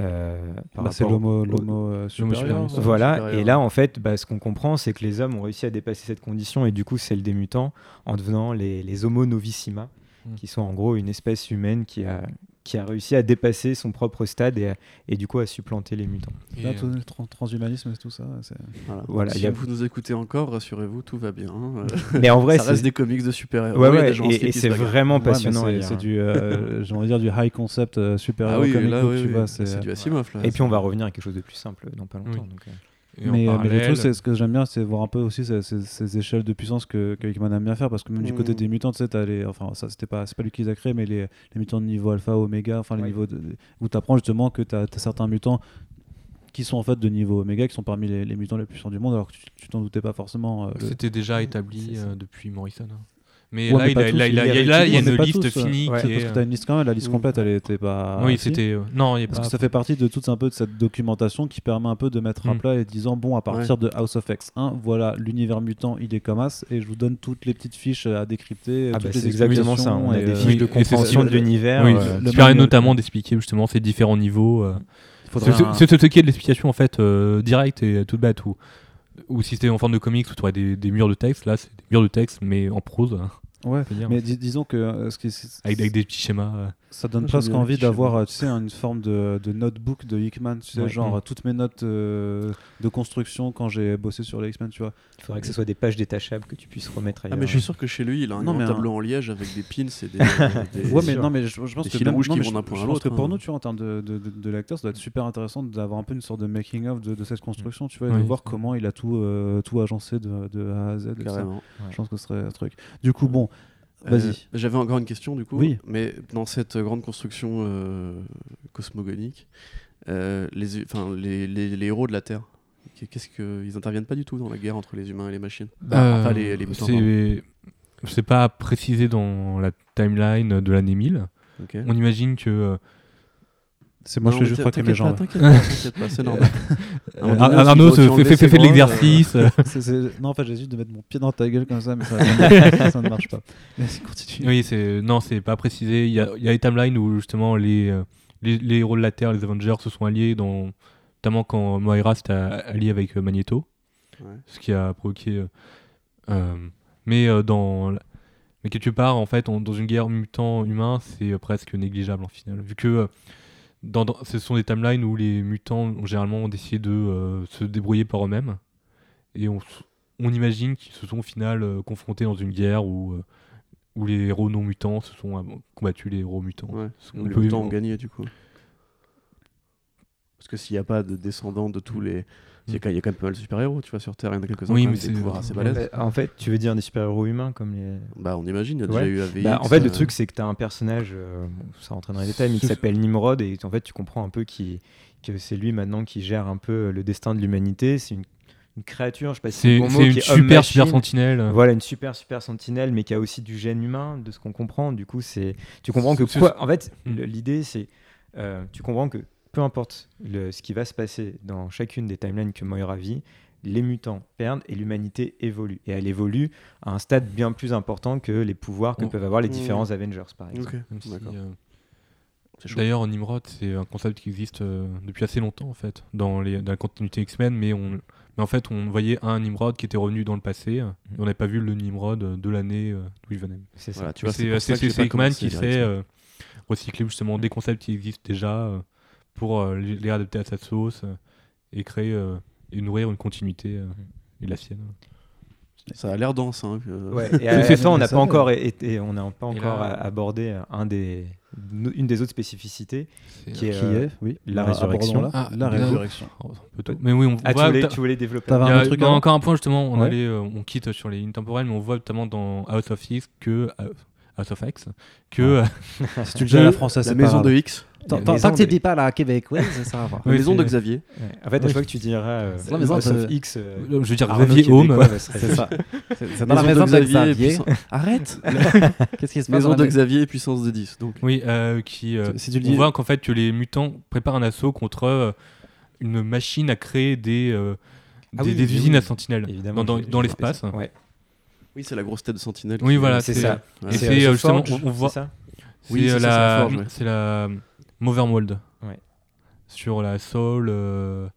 B: euh, par
A: Là, Bah, c'est
B: rapport-
A: l'homo l'homo, euh, supérieur.
D: supérieur,
A: ça.
B: Voilà,
C: supérieur.
B: et là en fait, bah, ce qu'on comprend, c'est que les hommes ont réussi à dépasser cette condition et du coup celle des mutants en devenant les, les Homo novissima,
D: Mm.
C: Hmm.
B: qui sont en gros une espèce humaine qui a, qui a réussi à dépasser son propre stade et, à- et du coup à supplanter les mutants.
D: Et,
A: Là,
D: euh,
A: tout le tran- transhumanisme, tout ça. c'est-
C: Voilà.
B: Voilà, il
C: si
B: y a-
C: vous nous écoutez encore, rassurez-vous, tout va bien. Euh,
B: Mais en vrai,
C: [LAUGHS] ça reste
B: c'est
C: des comics de super-héros.
B: ouais,
C: il y a
B: ouais,
C: des gens en
B: et,
C: slip
B: et
C: qui se
B: c'est
C: bagarrent.
B: vraiment
A: Ouais, mais
B: passionnant. à
A: c'est-
B: lire.
A: C'est du, euh, [LAUGHS] j'ai envie de dire, du high concept euh, super-héros
C: Ah oui,
A: comic
C: là,
A: book,
C: oui,
A: tu
C: oui,
A: vois.
C: c'est du Asimov. Là,
B: euh, Et puis on va revenir à quelque chose de plus simple dans pas longtemps.
D: Oui.
B: donc, euh,
D: et
A: Mais,
D: en
A: euh, mais le
D: parallèle-
A: truc, c'est ce que j'aime bien, c'est voir un peu aussi ces, ces- ces échelles de puissance que, que Hickman aime bien faire, parce que même du côté
C: Mm.
A: des mutants, tu sais, t'as les, enfin, ça, c'était pas, c'est pas lui qui les a créés, mais les, les mutants de niveau alpha, oméga, enfin, les
B: Ouais.
A: niveaux de- de- où t'apprends justement que t'as, t'as certains mutants qui sont en fait de niveau oméga, qui sont parmi les, les mutants les plus puissants du monde, alors que tu, tu t'en doutais pas forcément. euh, le-
D: C'était déjà établi
A: C'est ça.
D: euh, depuis Morrison. hein. Mais
A: Ouais,
D: là,
A: mais
D: il
A: pas
D: a-
A: tous,
D: là, il a-
A: il
D: il
A: les
D: y a- là, il y a
A: réutilise,
D: une
A: mais pas
D: liste
A: tous, euh,
D: finie
B: ouais,
D: qui
A: C'est parce
D: est.
A: que t'as une liste quand même, la liste
C: Mm.
A: complète, elle était pas.
D: Oui,
A: si.
D: c'était. euh, Non, il n'y a
A: Parce
D: pas.
A: que ça fait partie de toute un peu de cette documentation qui permet un peu de mettre à
D: Mm.
A: plat et disant bon à partir de House of X1 voilà l'univers mutant il est comme as et je vous donne toutes les petites fiches à décrypter
B: ah bah,
A: toutes les
B: c'est exactement ça.
A: explications
B: On a
A: et,
B: des
A: euh,
B: fiches de
D: oui, et c'est-
B: compréhension de
A: le-
B: l'univers.
D: Oui,
B: euh,
A: le-
D: qui permet
A: manga-
D: notamment d'expliquer justement ces différents niveaux. euh.
A: faudrait
D: C'est
A: un-
D: c'est- c'est ce qui est de l'explication en fait euh, directe et toute bête. Ou, ou si c'était en forme de comics, où tu aurais des, des murs de texte. Là, c'est des murs de texte, mais en prose, hein,
A: ouais
D: on peut dire.
A: mais dis- disons que euh, ce qui
D: Avec, avec des petits schémas. euh.
A: ça donne
C: J'aime
A: presque
C: bien les
A: envie
C: petits
A: d'avoir
C: schémas.
A: euh, tu sais une forme de, de notebook de Hickman tu sais
B: Ouais.
A: genre
D: Mm.
A: euh, toutes mes notes euh, de construction quand j'ai bossé sur les X-Men tu vois
B: Il faudrait que ce soit des pages détachables que tu puisses remettre
C: Ah,
B: ailleurs.
C: mais je suis sûr que chez lui, il a un
A: Non,
C: grand
A: mais un-
C: tableau en liège avec des pins et des. des-
A: ouais mais
B: sûr.
A: non mais je, je pense
C: Des
A: que
C: fils
A: même-
C: rouges
A: non,
C: qui
A: mais
C: vont
A: je-
C: d'un point à
A: je pense que
C: l'autre,
A: pour
C: hein.
A: nous tu vois en termes de, de, de, de l'acteur ça doit être super intéressant d'avoir un peu une sorte de making of de, de cette construction tu vois et de
D: Oui.
A: voir comment il a tout euh, tout agencé de, de A à Z et tout ça.
C: Carrément.
A: je pense que ce serait un truc du coup bon vas-y
C: Euh, J'avais encore une question du coup.
A: Oui.
C: Mais dans cette grande construction euh, cosmogonique, euh, les, enfin, les, les- les héros de la Terre, qu- qu'est-ce que ils interviennent pas du tout dans la guerre entre les humains et les machines
D: Euh,
C: Bah, enfin, les- les mutants,
D: c'est- C'est pas précisé dans la timeline de l'année 1000.
C: Ok.
D: On imagine que. euh,
A: c'est moi
C: Non,
A: je fais
C: mais
A: juste
C: t'in-
A: croire que les
C: t'inquiète
A: gens
C: pas, T'inquiète pas, t'inquiète pas, c'est normal.
A: Ah,
C: À un moment donné,
D: euh, Ar- Arnaud
C: on se dit,
D: se
C: oh, tu
D: fait, fait- fait
C: enlèves,
D: de
C: c'est moi,
D: l'exercice. euh.
A: C'est- c'est- non en fait j'hésite de mettre mon pied dans ta gueule comme ça mais ça, ça ne marche pas vas-y continue
D: [LAUGHS] Oui, c'est non, c'est pas précisé. Il y a, il y a les timelines où justement les, euh, les, les héros de la Terre, les Avengers, se sont alliés, dans, notamment quand Moira s'est a- alliée avec euh, Magneto,
C: Ouais.
D: ce qui a provoqué. euh, euh, mais euh, dans la- mais quelque part, en fait, on- dans une guerre mutant-humain, c'est euh, presque négligeable en final, vu que euh, dans, dans- ce sont des timelines où les mutants ont- généralement ont décidé de euh, se débrouiller par eux-mêmes, et on, s- on imagine qu'ils se sont au final euh, confrontés dans une guerre où euh, où les héros non mutants se sont euh, combattus les héros mutants.
C: Ouais.
D: Parce qu'on
C: Ou Les
D: peut-
C: mutants ont gagné du coup. Parce que s'il n'y a pas de descendants de tous les. Il y a quand il y a quand même pas mal de super-héros, tu vois, sur Terre, il y en a quelques-uns
D: Oui,
C: qui ont
D: mais
C: des
D: c'est-
C: pouvoirs assez
D: Ouais.
C: balèzes.
B: Bah, En fait, tu veux dire des super-héros humains comme les.
C: Bah, on imagine, il y a
B: Ouais.
C: déjà eu AVX.
B: Bah, en fait,
C: euh,
B: le truc, c'est que tu as un personnage, euh, bon, ça rentre dans les détails, mais qui
D: Ce-
B: s'appelle Nimrod, et en fait, tu comprends un peu qui, que c'est lui maintenant qui gère un peu le destin de l'humanité. C'est une, une créature, je sais pas si c'est
D: C'est
B: le bon mot,
D: c'est
B: qui
D: une
B: est homme-machine.
D: super super sentinelle. euh,
B: Voilà, une super super sentinelle, mais qui a aussi du gène humain, de ce qu'on comprend. Du coup, c'est tu comprends que
D: C'est-
B: quoi En fait,
D: Mm.
B: le- l'idée c'est euh, tu comprends que peu importe le- ce qui va se passer dans chacune des timelines que Moira vit, les mutants perdent et l'humanité évolue. Et elle évolue à un stade bien plus important que les pouvoirs que
D: Oh.
B: peuvent avoir les
C: Mm.
B: différents Avengers, par exemple.
C: Ok,
D: même si,
C: d'accord.
D: euh,
C: C'est chaud.
D: D'ailleurs, Nimrod, c'est un concept qui existe euh, depuis assez longtemps en fait, dans, les, dans la continuité X-Men, mais on, mais en fait, on voyait un Nimrod qui était revenu dans le passé, euh,
C: Mm.
D: et on n'avait pas vu le Nimrod euh, de l'année euh, d'où il venait.
B: C'est ça.
C: Voilà, tu vois,
D: C'est
C: pour ça
D: c'est-
C: que j'ai
D: c'est
C: pas
D: Hickman
C: commencé
D: qui
C: les
D: sait
C: X-Men.
D: euh, recycler justement des concepts qui existent déjà euh, pour euh, les les adapter à sa sauce euh, et créer euh, et nourrir une continuité euh,
C: Mm.
D: et la sienne.
C: Ça a l'air dense. Hein, que-
B: Ouais, et
A: euh,
B: c'est ça, on n'a
A: ça
B: pas
A: va.
B: encore été- on n'a pas
D: Et
B: encore
D: là-
B: abordé euh, un des, une des autres spécificités qui est,
A: qui
B: euh,
A: est oui
B: la
A: Ah,
B: résurrection.
A: abordons-la.
D: Ah,
A: la
D: bien.
A: résurrection
D: Oh, un peu tôt. Mais oui, on
B: Ah, tu
D: voit.
B: voulais,
D: ta-
B: tu voulais développer.
A: T'avais
D: Il y
A: un
D: a-
A: autre truc
D: non,
A: avant
D: encore un point justement, on,
A: Ouais.
D: allait, euh, on quitte sur les lignes temporelles, mais on voit notamment dans House of X que euh, House of X que euh,
A: si tu le dis à la
D: La
A: française
C: La
A: c'est pas
C: maison
A: grave.
C: de X.
A: Tant-
B: La
A: tant-
B: maison
A: tant que tu
B: de-
A: dis pas la québécoise ça va voir
C: La
D: Oui,
C: maison de
D: c'est-
C: Xavier.
B: Ouais. En fait, à
A: Oui.
B: chaque fois que tu diras euh,
A: Non, mais ça,
B: House of
A: euh,
B: X, euh,
D: [LAUGHS] je veux dire
B: Arnaud
D: Xavier Home.
B: Québécois va se
A: c'est
B: [LAUGHS]
A: ça c'est dans la
C: Maison
A: maison de
C: et
A: Xavier
C: puissance- Arrête
A: qu'est-ce qui se passe
C: Maison
A: dans
C: de
A: la-
C: Xavier et puissance de 10. Donc.
D: Oui, euh, qui euh,
A: si tu le
D: on
A: dis
D: voit qu'en fait que les mutants préparent un assaut contre euh, une machine à créer des euh,
B: Ah
D: des,
B: oui,
D: des
B: oui,
D: usines
B: oui.
D: à sentinelles
B: Évidemment,
D: dans,
B: j'ai-
D: dans- dans
B: j'ai
D: l'espace.
B: Ouais.
C: Oui, c'est la grosse tête de sentinelle.
D: Oui, voilà,
B: c'est
D: c'est-
B: ça.
D: Et
C: Ouais.
D: c'est,
B: euh,
D: euh,
B: The
D: justement,
B: Forge,
D: on- on voit-
B: c'est ça
D: C'est euh,
C: Oui, c'est ça, c'est la
D: la
C: forge, ouais.
D: c'est la Moverworld
B: Ouais.
D: sur la Soul euh,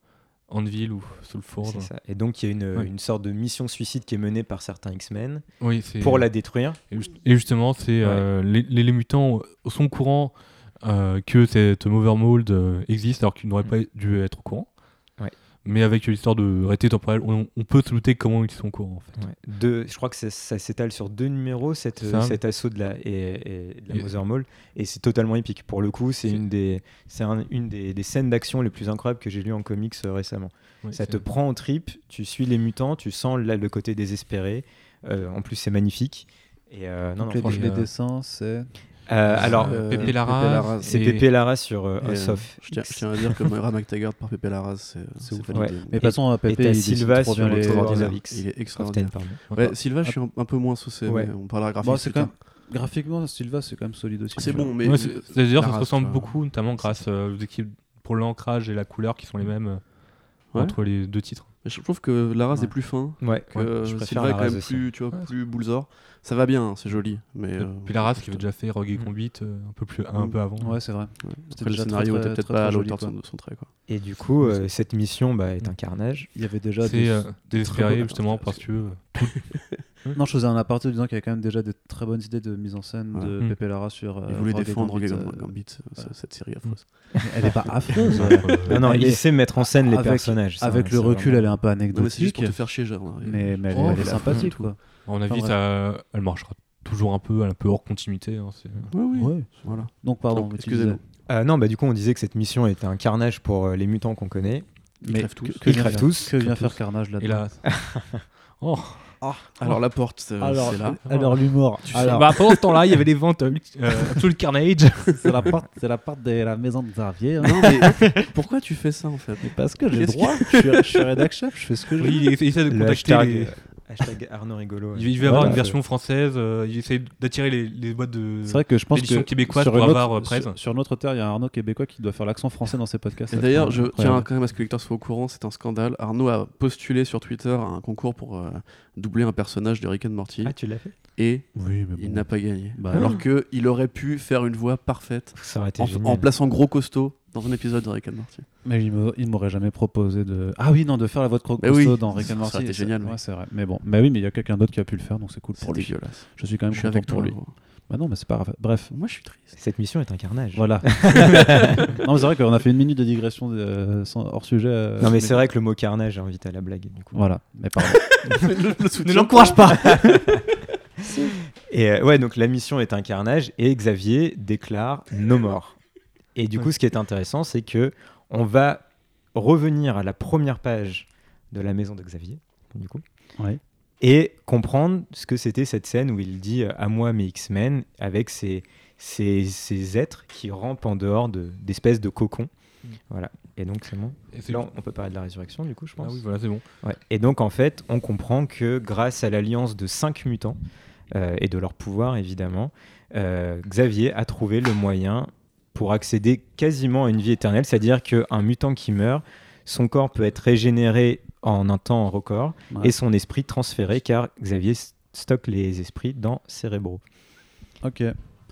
D: Anvil ou Soul Forge.
B: C'est ça. Et donc, il y a une, euh,
D: Ouais.
B: une sorte de mission suicide qui est menée par certains X-Men
D: Oui, c'est
B: pour la détruire.
D: Et, ju- et justement, c'est euh, les, les- les mutants sont au courant euh, que cette Movermold euh, existe alors qu'il n'aurait pas dû être au courant.
B: Ouais.
D: Mais avec l'histoire de réalité temporelle, on, on peut se douter comment ils sont au courant en fait.
B: Ouais. Deux- je crois que ça, ça s'étale sur deux numéros, cette,
D: C'est ça.
B: cet assaut de la, et, et de la
D: Et-
B: Mother Maul, et c'est totalement épique. Pour le coup, c'est
D: C'est-
B: une, des, c'est un- une des, des scènes d'action les plus incroyables que j'ai lues en comics euh, récemment.
D: Ouais,
B: ça
D: c'est-
B: te prend en trip, tu suis les mutants, tu sens là, le côté désespéré. Euh, en plus, c'est magnifique. Et, euh, non, non,
A: les,
B: franchement,
D: franchement,
A: les
D: euh,
A: dessins, c'est.
B: euh, alors,
D: Euh,
A: Pépé
D: Pépé Lara,
A: Lara,
B: c'est
D: et-
B: Pépé Lara sur euh,
C: Et,
B: Us
C: euh,
B: Off.
C: Je tiens, je tiens à dire que Moira McTaggart par Pepe Larraz, c'est c'est
A: ouf.
C: validé.
A: Mais passons à Pépé,
B: t'as
A: il
B: Silva
A: dessine trop bien
B: sur
A: les.
B: le Tower of
A: les-
B: David.
C: Il est
B: Of
C: extraordinaire.
B: Ten, pardon.
C: Ouais, Sylvain, je suis un, un peu moins saucé,
B: Ouais.
C: mais on parlera graphique.
A: Bon, c'est quand même- Graphiquement, Silva, c'est quand même solide aussi.
C: Ah, C'est bon, mais.
D: Ouais, c'est- c'est- D'ailleurs, ça se
C: Lara,
D: ressemble
C: tu vois.
D: beaucoup, notamment grâce euh, aux équipes pour l'ancrage et la couleur qui sont les mêmes euh,
C: Ouais.
D: entre les deux titres.
C: Je trouve que Larraz
A: Ouais.
C: est plus fin.
B: Ouais,
C: Que
B: ouais, je
C: euh,
B: préfère
C: Sylvain est quand
B: Larraz
C: même
B: aussi.
C: plus, tu vois,
D: Ouais.
C: plus Bulzor. Ça va bien, hein, c'est joli. Mais, euh,
D: Puis Lara, ce qui avait déjà fait Rogue et
B: Mm.
D: Combit euh, un peu plus un
C: Mm.
D: peu avant.
A: Ouais, c'est vrai.
C: ouais.
A: C'était
C: Après, le
A: déjà très,
C: scénario
A: très,
C: était peut-être
A: très,
C: pas à
A: très
C: l'auteur de
A: joli,
C: son, de son trait. Quoi.
B: Et du coup, euh, cette mission bah, est un carnage.
A: Il y avait déjà
D: C'est
A: des.
D: euh, désespéré
A: très beaux-
D: justement parce que euh,
A: Non, je faisais un aparté en disant qu'il y avait quand même déjà de très bonnes idées de mise en scène
C: Ouais.
A: de
D: Mm.
A: Pépé Lara sur. euh,
C: Il voulait
A: Rogue et
C: défendre
A: Gambit,
C: Bah, Gambit,
A: euh,
C: Gambit, euh,
A: voilà.
C: cette série affreuse.
A: Elle est
C: [LAUGHS]
A: pas affreuse.
D: [LAUGHS] euh,
A: ouais.
B: Non, non,
A: Elle
B: il
A: est-
B: sait mettre en scène les
A: avec-
B: personnages. ça,
A: Avec
B: c'est
A: le recul,
B: vraiment-
A: elle est un peu
C: Non, mais c'est juste
A: anecdotique.
C: pour te faire chier, genre. ouais.
A: Mais, mais elle, est-
D: Oh,
A: elle est
D: la
A: sympathique,
D: fin,
A: quoi.
D: à mon avis,
A: vrai.
D: ça, elle marchera toujours un peu, elle est un peu hors continuité. hein, c'est-
C: Ouais, oui.
A: Ouais.
C: Voilà.
A: Donc, pardon,
C: Donc,
A: mais tu
C: excusez-nous.
A: disais-
B: Euh, non, bah du coup, on disait que cette mission était un carnage pour euh, les mutants qu'on connaît.
C: Ils
A: mais
C: crèvent tous.
A: que
B: Ils
A: vient
B: crèvent
A: faire-
B: tous.
A: Que
B: Ils
A: vient
B: crèvent
A: faire Carnage là-dedans
D: Et là, oh.
C: Alors la porte, euh, c'est là.
A: alors l'humour.
C: Tu sais-
A: Alors,
D: Bah, pendant ce temps-là, il y avait des ventes euh, ulti- [LAUGHS] euh, tout le carnage.
A: c'est la porte, c'est la porte de la maison de
C: [LAUGHS]
A: Xavier. hein.
C: [LAUGHS] Non, mais pourquoi tu fais ça en fait
A: Mais parce que j'ai le
C: Qu'est-ce
A: droit. Je suis, je suis rédac chef, je fais ce que je veux.
D: Oui, il essaie de
B: Le
D: contacter
B: hashtag,
D: les-
B: euh, hashtag Arnaud Rigolo. ouais.
D: Il il veut avoir
A: Voilà,
D: une version française, euh, il essaie d'attirer les, les boîtes de.
A: C'est vrai que je pense
D: L'édition
A: que
D: québécoise
A: sur,
D: pour
A: une autre-
D: avoir, euh, presse.
A: sur, sur notre terre, il y a un Arnaud québécois qui doit faire l'accent français dans ses podcasts.
C: Et
A: Ça,
C: D'ailleurs,
A: c'est
C: je tiens
A: incroyable.
C: quand même à ce que les lecteurs soient au courant, c'est un scandale. Arnaud a postulé sur Twitter à un concours pour euh, doubler un personnage de Rick and Morty
B: Ah, tu l'as fait
C: et
A: Oui, mais
C: il
A: bon.
C: n'a pas gagné.
A: Bah,
C: alors que il aurait pu faire une voix parfaite
B: Ça aurait été
C: en,
B: génial.
C: en plaçant gros costaud dans un épisode de Rick and Morty.
A: Mais il me- il m'aurait jamais proposé de. Ah oui, non, de faire la voix de Croque
C: Mais oui,
A: dans Rick and
C: ça
A: Morty.
C: aurait été
A: c'est-
C: génial, oui.
A: Ouais, c'est vrai. Mais bon, mais oui, mais il y a quelqu'un d'autre qui a pu le faire, donc c'est cool
C: C'est
A: pour lui.
C: dégueulasse.
A: Je suis quand même
C: Je suis
A: content
C: avec
A: pour
C: toi.
A: lui.
C: Laurent.
A: Bah non, mais c'est pas grave. Bref,
C: Moi, je suis triste.
B: Cette mission est un carnage.
C: [LAUGHS]
A: voilà. non, mais c'est vrai qu'on a fait une minute de digression euh, sans- hors sujet. euh,
B: Non, mais c'est vrai que le mot carnage invite à la blague. Du coup.
A: Voilà, mais pardon.
B: [LAUGHS]
C: ne
B: pas Et euh, ouais, donc la mission est un carnage et Xavier déclare no more. Et du coup, ce qui est intéressant, c'est que on va revenir à la première page de la maison de Xavier, du coup,
A: Ouais.
B: et comprendre ce que c'était cette scène où il dit euh, à moi mes X-Men avec ces, ces, ces êtres qui rampent en dehors de- d'espèces de cocons. Voilà. Et donc, c'est bon.
D: Et c'est-
B: Là, on peut parler de la résurrection, du coup, je pense.
D: Ah oui, voilà, c'est bon.
B: Ouais. Et donc, en fait, on comprend que grâce à l'alliance de cinq mutants, euh, et de leur pouvoir évidemment, euh, Xavier a trouvé le moyen pour accéder quasiment à une vie éternelle, c'est-à-dire qu'un mutant qui meurt, son corps peut être régénéré en un temps record
A: Ouais.
B: et son esprit transféré, car Xavier s- stocke les esprits dans Cérébro.
A: Ok.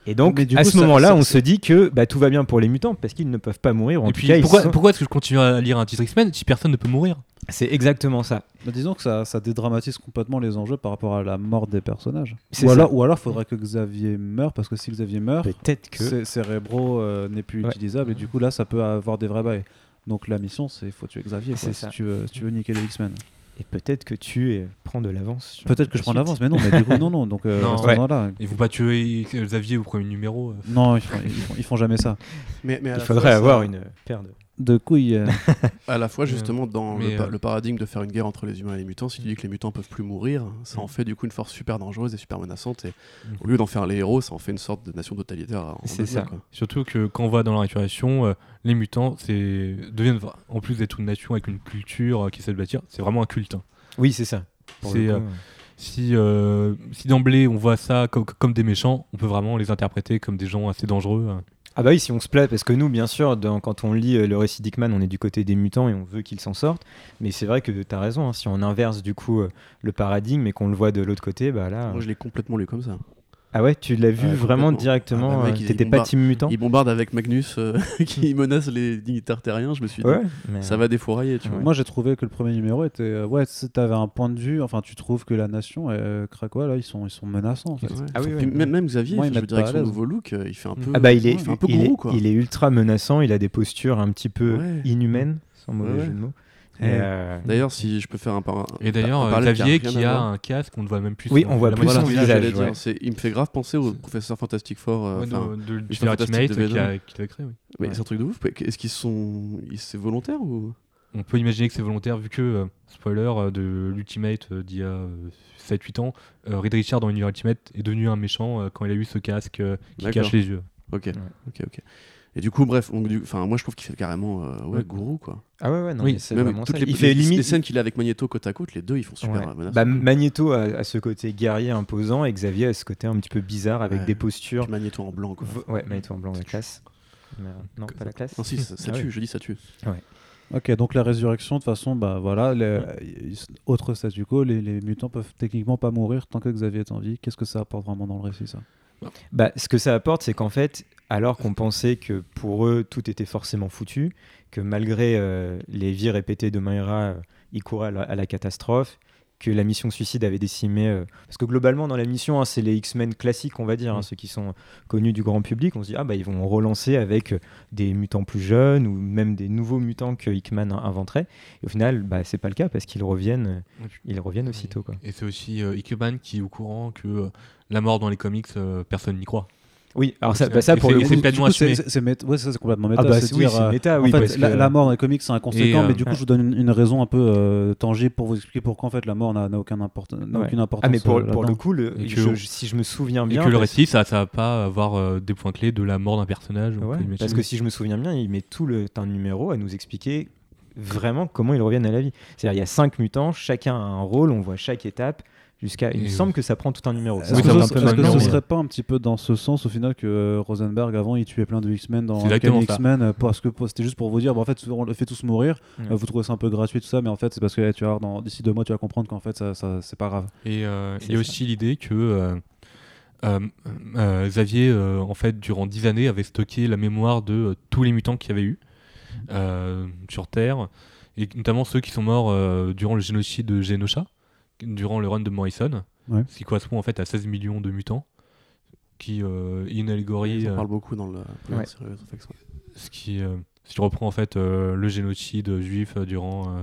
B: Et donc,
A: Mais du
B: à
A: coup,
B: ce
A: ça-
B: moment-là,
A: ça-
B: on se dit que bah, tout va bien pour les mutants, parce qu'ils ne peuvent pas mourir, ou en
D: Et
B: tout
D: puis,
B: cas, ils
D: pourquoi,
B: sont-
D: pourquoi est-ce que je continue à lire un titre X-Men si personne ne peut mourir
B: c'est exactement ça.
A: Bah, disons que ça, ça dédramatise complètement les enjeux par rapport à la mort des personnages.
B: C'est
A: Ou
B: ça.
A: alors, ou alors, faudrait que Xavier meure, parce que si Xavier meurt,
B: Peut-être que...
A: Cé- Cérébro euh, n'est plus
B: Ouais.
A: utilisable et du coup là ça peut avoir des vrais bails. Donc la mission c'est faut tuer Xavier quoi,
B: C'est
A: si
B: ça.
A: tu veux si tu veux niquer les X-Men.
B: Et peut-être que tu euh, prends de l'avance. sur
A: Peut-être que
B: la
A: je prends
B: suite.
A: l'avance mais non mais du coup non non donc
B: [LAUGHS]
A: euh,
D: Non.
A: restons dans
B: Ouais.
A: là.
D: Il faut pas tuer Xavier au premier numéro. euh.
A: Non ils font, ils, font, ils font jamais ça.
C: Mais, mais à
B: Il
C: la
B: faudrait
C: fois, Ah, ça-
B: avoir une euh, paire de.
A: De couilles.
B: [LAUGHS]
A: euh,
C: À la fois, justement, dans le,
D: Mais,
C: pa-
D: euh,
C: le paradigme de faire une guerre entre les humains et les mutants, si tu dis que les mutants peuvent plus mourir, ça en fait du coup une force super dangereuse et super menaçante. Et
D: Mm.
C: au lieu d'en faire les héros, ça en fait une sorte de nation totalitaire. en
B: C'est
C: devenir,
B: ça.
C: quoi.
D: Surtout que quand on va dans la récréation, euh, les mutants c'est deviennent, vra- en plus d'être une nation avec une culture euh, qui essaie de bâtir, c'est vraiment un culte. hein.
B: Oui, c'est ça. Pour le
D: C'est,
B: coup,
D: euh, Si, euh, si d'emblée on voit ça comme, comme des méchants, on peut vraiment les interpréter comme des gens assez dangereux. euh.
B: Ah bah oui, si on se plaît, parce que nous, bien sûr, dans- quand on lit euh, le récit d'Hickman, on est du côté des mutants et on veut qu'ils s'en sortent. Mais c'est vrai que t'as raison, hein, si on inverse du coup euh, le paradigme et qu'on le voit de l'autre côté, bah là.
C: Moi, je l'ai complètement lu comme ça.
B: Ah ouais, tu l'as vu
C: Ouais,
B: vraiment
C: complètement. Ah
B: directement.
C: bah, mec,
B: euh,
C: il-
B: T'étais
C: il
B: pas
C: bombarde-
B: Team Mutant
C: Il bombarde avec Magnus euh, [LAUGHS] qui menace les dignitaires terriens. Je me suis dit,
B: Ouais, mais-
C: ça va défourailler, tu vois.
A: Moi, j'ai trouvé que le premier numéro était. euh, ouais, c'est- t'avais un point de vue. Enfin, tu trouves que la nation, euh, Krakoa, là, ils sont, ils sont menaçants. En fait.
C: Ouais.
B: Ah oui,
C: Puis
B: ouais,
C: même, même Xavier,
A: Moi, ils
C: je
A: mettent
C: dirais
A: pas
C: que
A: à
C: son
A: l'aise.
C: nouveau look, euh, il fait un peu.
B: Ah bah il est,
C: il fait un peu
B: il, est,
C: gourou, quoi.
B: il est ultra menaçant, il a des postures un petit peu
C: Ouais.
B: inhumaines, sans mauvais
C: Ouais,
B: jeu de mots.
A: ouais.
B: Et, euh,
C: D'ailleurs, si je peux faire un par
D: Et
C: un
D: d'ailleurs, euh,
C: parallèle
D: Xavier
C: rien
D: qui
C: à
D: a
C: voir.
D: un casque, on ne voit même plus.
B: Oui,
D: son-
B: on voit
D: la
B: plus
D: moitié
B: son
D: du
C: Voilà, j'allais
B: visage,
C: dire,
B: ouais.
C: c'est- Il me fait grave penser au professeur Fantastic Four. euh,
D: Ouais,
C: enfin,
D: non, de- du
C: Mr.
D: Ultimate
C: Fantastic de
D: euh, qui
C: Venom.
D: a- qui l'a créé. oui.
C: Mais
B: Ouais.
C: c'est un truc de ouf. mais Est-ce qu'ils sont. ils- C'est volontaire ou.
D: On peut imaginer que c'est volontaire vu que, euh, spoiler, euh, de l'Ultimate euh, d'il y a euh, 7-8 ans, euh, Reed Richards dans l'univers Ultimate est devenu un méchant euh, quand il a eu ce casque euh, qui
C: D'accord.
D: cache les yeux.
C: Ok, ok, ok. Et du coup, bref, donc, du- enfin, moi je trouve qu'il fait carrément euh, ouais,
D: Ouais.
C: gourou quoi.
B: Ah ouais, ouais, non,
D: Oui,
B: mais c'est
C: Même
B: vraiment
C: toutes
B: ça.
C: les,
B: il fait
C: les- les
B: limite.
C: scènes qu'il a avec Magneto côte à côte, les deux ils font super
B: Ouais.
C: euh, menaces.
B: Bah,
C: Puis
B: Magneto a, a ce côté guerrier imposant et Xavier a ce côté un petit peu bizarre avec
C: Ouais.
B: des postures.
C: Magneto en blanc quoi.
B: V- Ouais, Magneto en blanc, la classe. Mais, euh, non, pas la classe.
C: Non, si, ça, ça
B: Ah
C: tue,
B: oui.
C: je dis ça tue.
A: Ok, donc la résurrection, de toute façon, bah voilà, les- ils- autre statu quo, les, les mutants peuvent techniquement pas mourir tant que Xavier est en vie. Qu'est-ce que ça apporte vraiment dans le récit, ça
B: Bah, ce que ça apporte, c'est qu'en fait, alors qu'on pensait que pour eux, tout était forcément foutu, que malgré euh, les vies répétées de Myra, euh, ils couraient à la, à la catastrophe, que la mission suicide avait décimé. euh, parce que globalement, dans la mission, hein, c'est les X-Men classiques, on va dire, hein,
D: Mm.
B: ceux qui sont connus du grand public. On se dit, ah bah, ils vont relancer avec euh, des mutants plus jeunes ou même des nouveaux mutants que Hickman inventerait. Et au final, bah, c'est pas le cas parce qu'ils reviennent,
D: Ouais.
B: ils reviennent aussitôt. Quoi.
D: Et c'est aussi euh, Ikeban qui est au courant que euh, la mort dans les comics, euh, personne n'y croit.
B: Oui, alors ça,
D: C'est-
B: bah, ça
D: et
B: pour
D: c'est-
B: le
D: et
B: coup.
D: c'est pleinement
A: Du coup, c'est-
D: assumé.
A: c'est- c'est mét- ouais, ça c'est complètement méta.
B: Ah bah,
A: c'est
B: oui,
A: dire,
B: c'est
A: euh,
B: méta,
A: en
B: oui.
A: fait,
B: parce
A: la,
B: que-
A: la mort dans les comics c'est inconséquent,
D: Et, euh,
A: mais du coup
B: ouais.
A: je vous donne une, une raison un peu euh, tangible pour vous expliquer pourquoi en fait la mort n'a n'a aucun importe- n'a
B: Ouais.
A: aucune importance.
B: Ah mais pour,
A: euh,
B: pour le
A: là-dedans.
B: coup, le,
D: Et
B: je-
D: que-
B: je- si je me souviens
D: Et
B: bien,
D: que le
B: parce-
D: récit, ça ça va pas avoir euh, des points clés de la mort d'un personnage. on
B: Ouais,
D: peut imaginer.
B: parce que si je me souviens bien, il met tout le un numéro à nous expliquer vraiment comment ils reviennent à la vie. C'est-à-dire il y a cinq mutants, chacun a un rôle, on voit chaque étape jusqu'à. Il me
D: Et
B: semble que ça prend tout un numéro.
A: Est-ce
B: Ça
D: Oui,
A: que
B: sort
D: ça
A: ce-
B: un peu
A: est-ce que
B: maintenant,
A: ce
B: mais-
A: serait pas un petit peu dans ce sens au final que euh, Rosenberg avant il tuait plein de X-Men dans
D: C'est
A: Uncanny
D: exactement ça.
A: X-Men euh, parce que pour- c'était juste pour vous dire bon, en fait on le fait tous mourir,
B: Ouais.
A: euh, vous trouvez ça un peu gratuit tout ça mais en fait c'est parce que eh, tu vas voir, dans- d'ici deux mois tu vas comprendre qu'en fait ça, ça- c'est pas grave.
D: Et euh,
B: C'est
D: il y a
B: ça.
D: aussi l'idée que euh, euh, euh, Xavier, euh, en fait, durant dix années, avait stocké la mémoire de euh, tous les mutants qu'il y avait eu euh, sur Terre, et notamment ceux qui sont morts euh, durant le génocide de Genosha, durant le run de Morrison,
A: Ouais.
D: ce qui correspond en fait à 16 millions de mutants, qui euh, est une
C: Ils
D: allégorie,
C: en
D: euh,
C: parlent beaucoup dans le. dans la
B: Ouais.
C: série Resurrection.
D: ce qui, euh, ce qui reprend en fait euh, le génocide juif euh, durant... euh,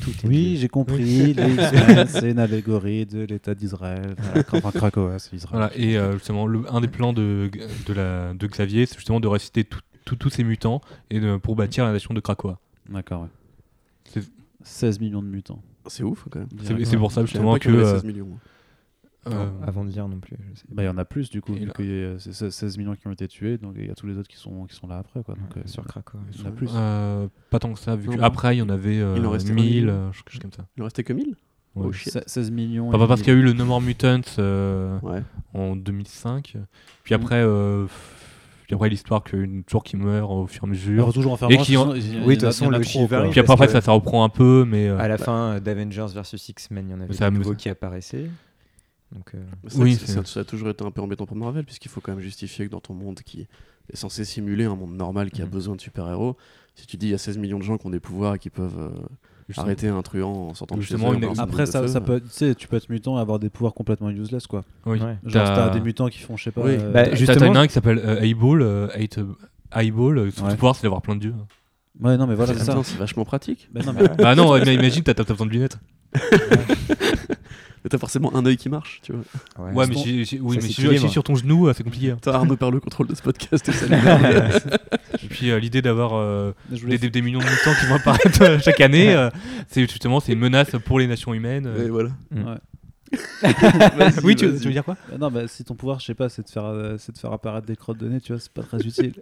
B: Tout est
A: Oui
B: lié.
A: j'ai compris,
B: [LAUGHS]
A: les X-Men c'est une allégorie de l'État d'Israël, voilà, enfin Krakow hein, c'est Israël.
D: Voilà, et euh, justement, le- un des plans de, de, la, de Xavier, c'est justement de réciter tout- tout- tous ces mutants et de- pour bâtir la nation de Krakoa.
A: D'accord. ouais.
D: C'est-
A: 16 millions de mutants. hein.
C: C'est ouf quand même.
D: C'est c'est pour ça
C: Je savais pas
D: justement que.
C: qu'il y en avait
D: euh,
C: 16 millions. hein.
D: euh,
B: Non, Avant de lire non plus. je sais.
A: Bah, il y en a plus du coup,
D: Et
A: vu
D: là-
A: qu'il y a- euh, c'est se- 16 millions qui ont été tués, donc il y a tous les autres qui sont, qui sont là après. Quoi, donc,
B: Ouais,
A: euh,
B: sur Krakow.
A: il y en a plus.
D: euh, pas tant que ça, vu
C: Non, non.
D: qu'après, il y en avait euh,
C: Il en restait
D: 1000,
C: un million.
D: euh, quelque chose comme ça.
C: Il en restait que 1000
D: Ouais.
C: Oh shit.
A: Se- 16 millions.
D: Enfin,
A: et
D: parce
A: demi.
D: qu'il y a eu le No More Mutants euh,
C: Ouais.
D: en 2005, puis
C: Mm.
D: après, euh, puis après l'histoire qu'une tour qui meurt au fur et à
A: Alors,
D: mesure.
A: toujours en faire
D: Et
A: marche,
D: qui en-
A: sinon, il y en a-
B: Oui, de toute
A: il y en a
B: façon, le
A: trop,
B: chiffre
A: quoi.
B: varie.
D: Puis après,
B: parce
D: après
B: que-
D: ça, ça reprend un peu, mais. euh,
B: À la fin euh, d'Avengers versus X-Men, il y en avait
D: Ça
B: des
D: me-
B: nouveaux qui apparaissaient. Donc, euh,
C: Mais ça,
D: Oui,
C: c'est-
D: c'est-
C: ça, ça a toujours été un peu embêtant pour Marvel, puisqu'il faut quand même justifier que dans ton monde qui est censé simuler un monde normal
D: Mm.
C: qui a
B: Mhm.
C: besoin de super-héros, si tu dis il y a 16 millions de gens qui ont des pouvoirs et qui peuvent euh,
D: justement.
C: arrêter un truand en sortant de chez eux,
D: Justement, une-
C: en lançant une
A: Après,
C: boule de
A: ça,
C: feu,
A: ça peut, être- tu sais, tu peux être mutant et avoir des pouvoirs complètement useless. quoi.
D: Oui.
B: ouais.
A: Genre,
D: T'as-
A: t'as des mutants qui font, je sais pas.
C: Oui.
A: euh,
B: Bah,
D: T'as-
B: justement-
D: T'as t'en as un qui s'appelle euh, Eyeball. euh, Eight- euh, Eyeball, euh, son
A: Ouais.
D: pouvoir c'est d'avoir plein de dieux.
A: ouais, non, mais voilà, c'est
C: C'est
A: ça.
C: attends, Ah, c'est vachement pratique.
A: Bah, non, mais-
D: bah non, ouais, mais imagine, t'as t'as besoin de lunettes.
C: Mais t'as forcément un œil qui marche, tu vois.
B: Ouais.
D: Ouais, mais,
A: parce
D: si- si- oui,
B: ça,
D: mais
B: c'est
D: si
B: clé,
D: si
B: moi.
D: sur ton genou, euh, c'est compliqué. hein.
C: T'as Arnaud perd le contrôle de ce podcast. et ça
D: [LAUGHS]
C: lui-
D: Et puis euh, l'idée d'avoir euh,
B: [LAUGHS]
A: je voulais-
D: des, des- des millions de mutants qui vont apparaître euh, chaque année, euh, c'est justement c'est une menace pour les nations humaines. euh.
C: Et voilà.
A: Ouais.
C: Vas-y,
D: oui, tu,
C: vas-y.
D: tu veux dire quoi
A: Bah, Non, bah, si ton pouvoir, je sais pas, c'est de, faire, euh, c'est de faire apparaître des crottes de nez, tu vois, c'est pas très
B: [LAUGHS]
A: utile.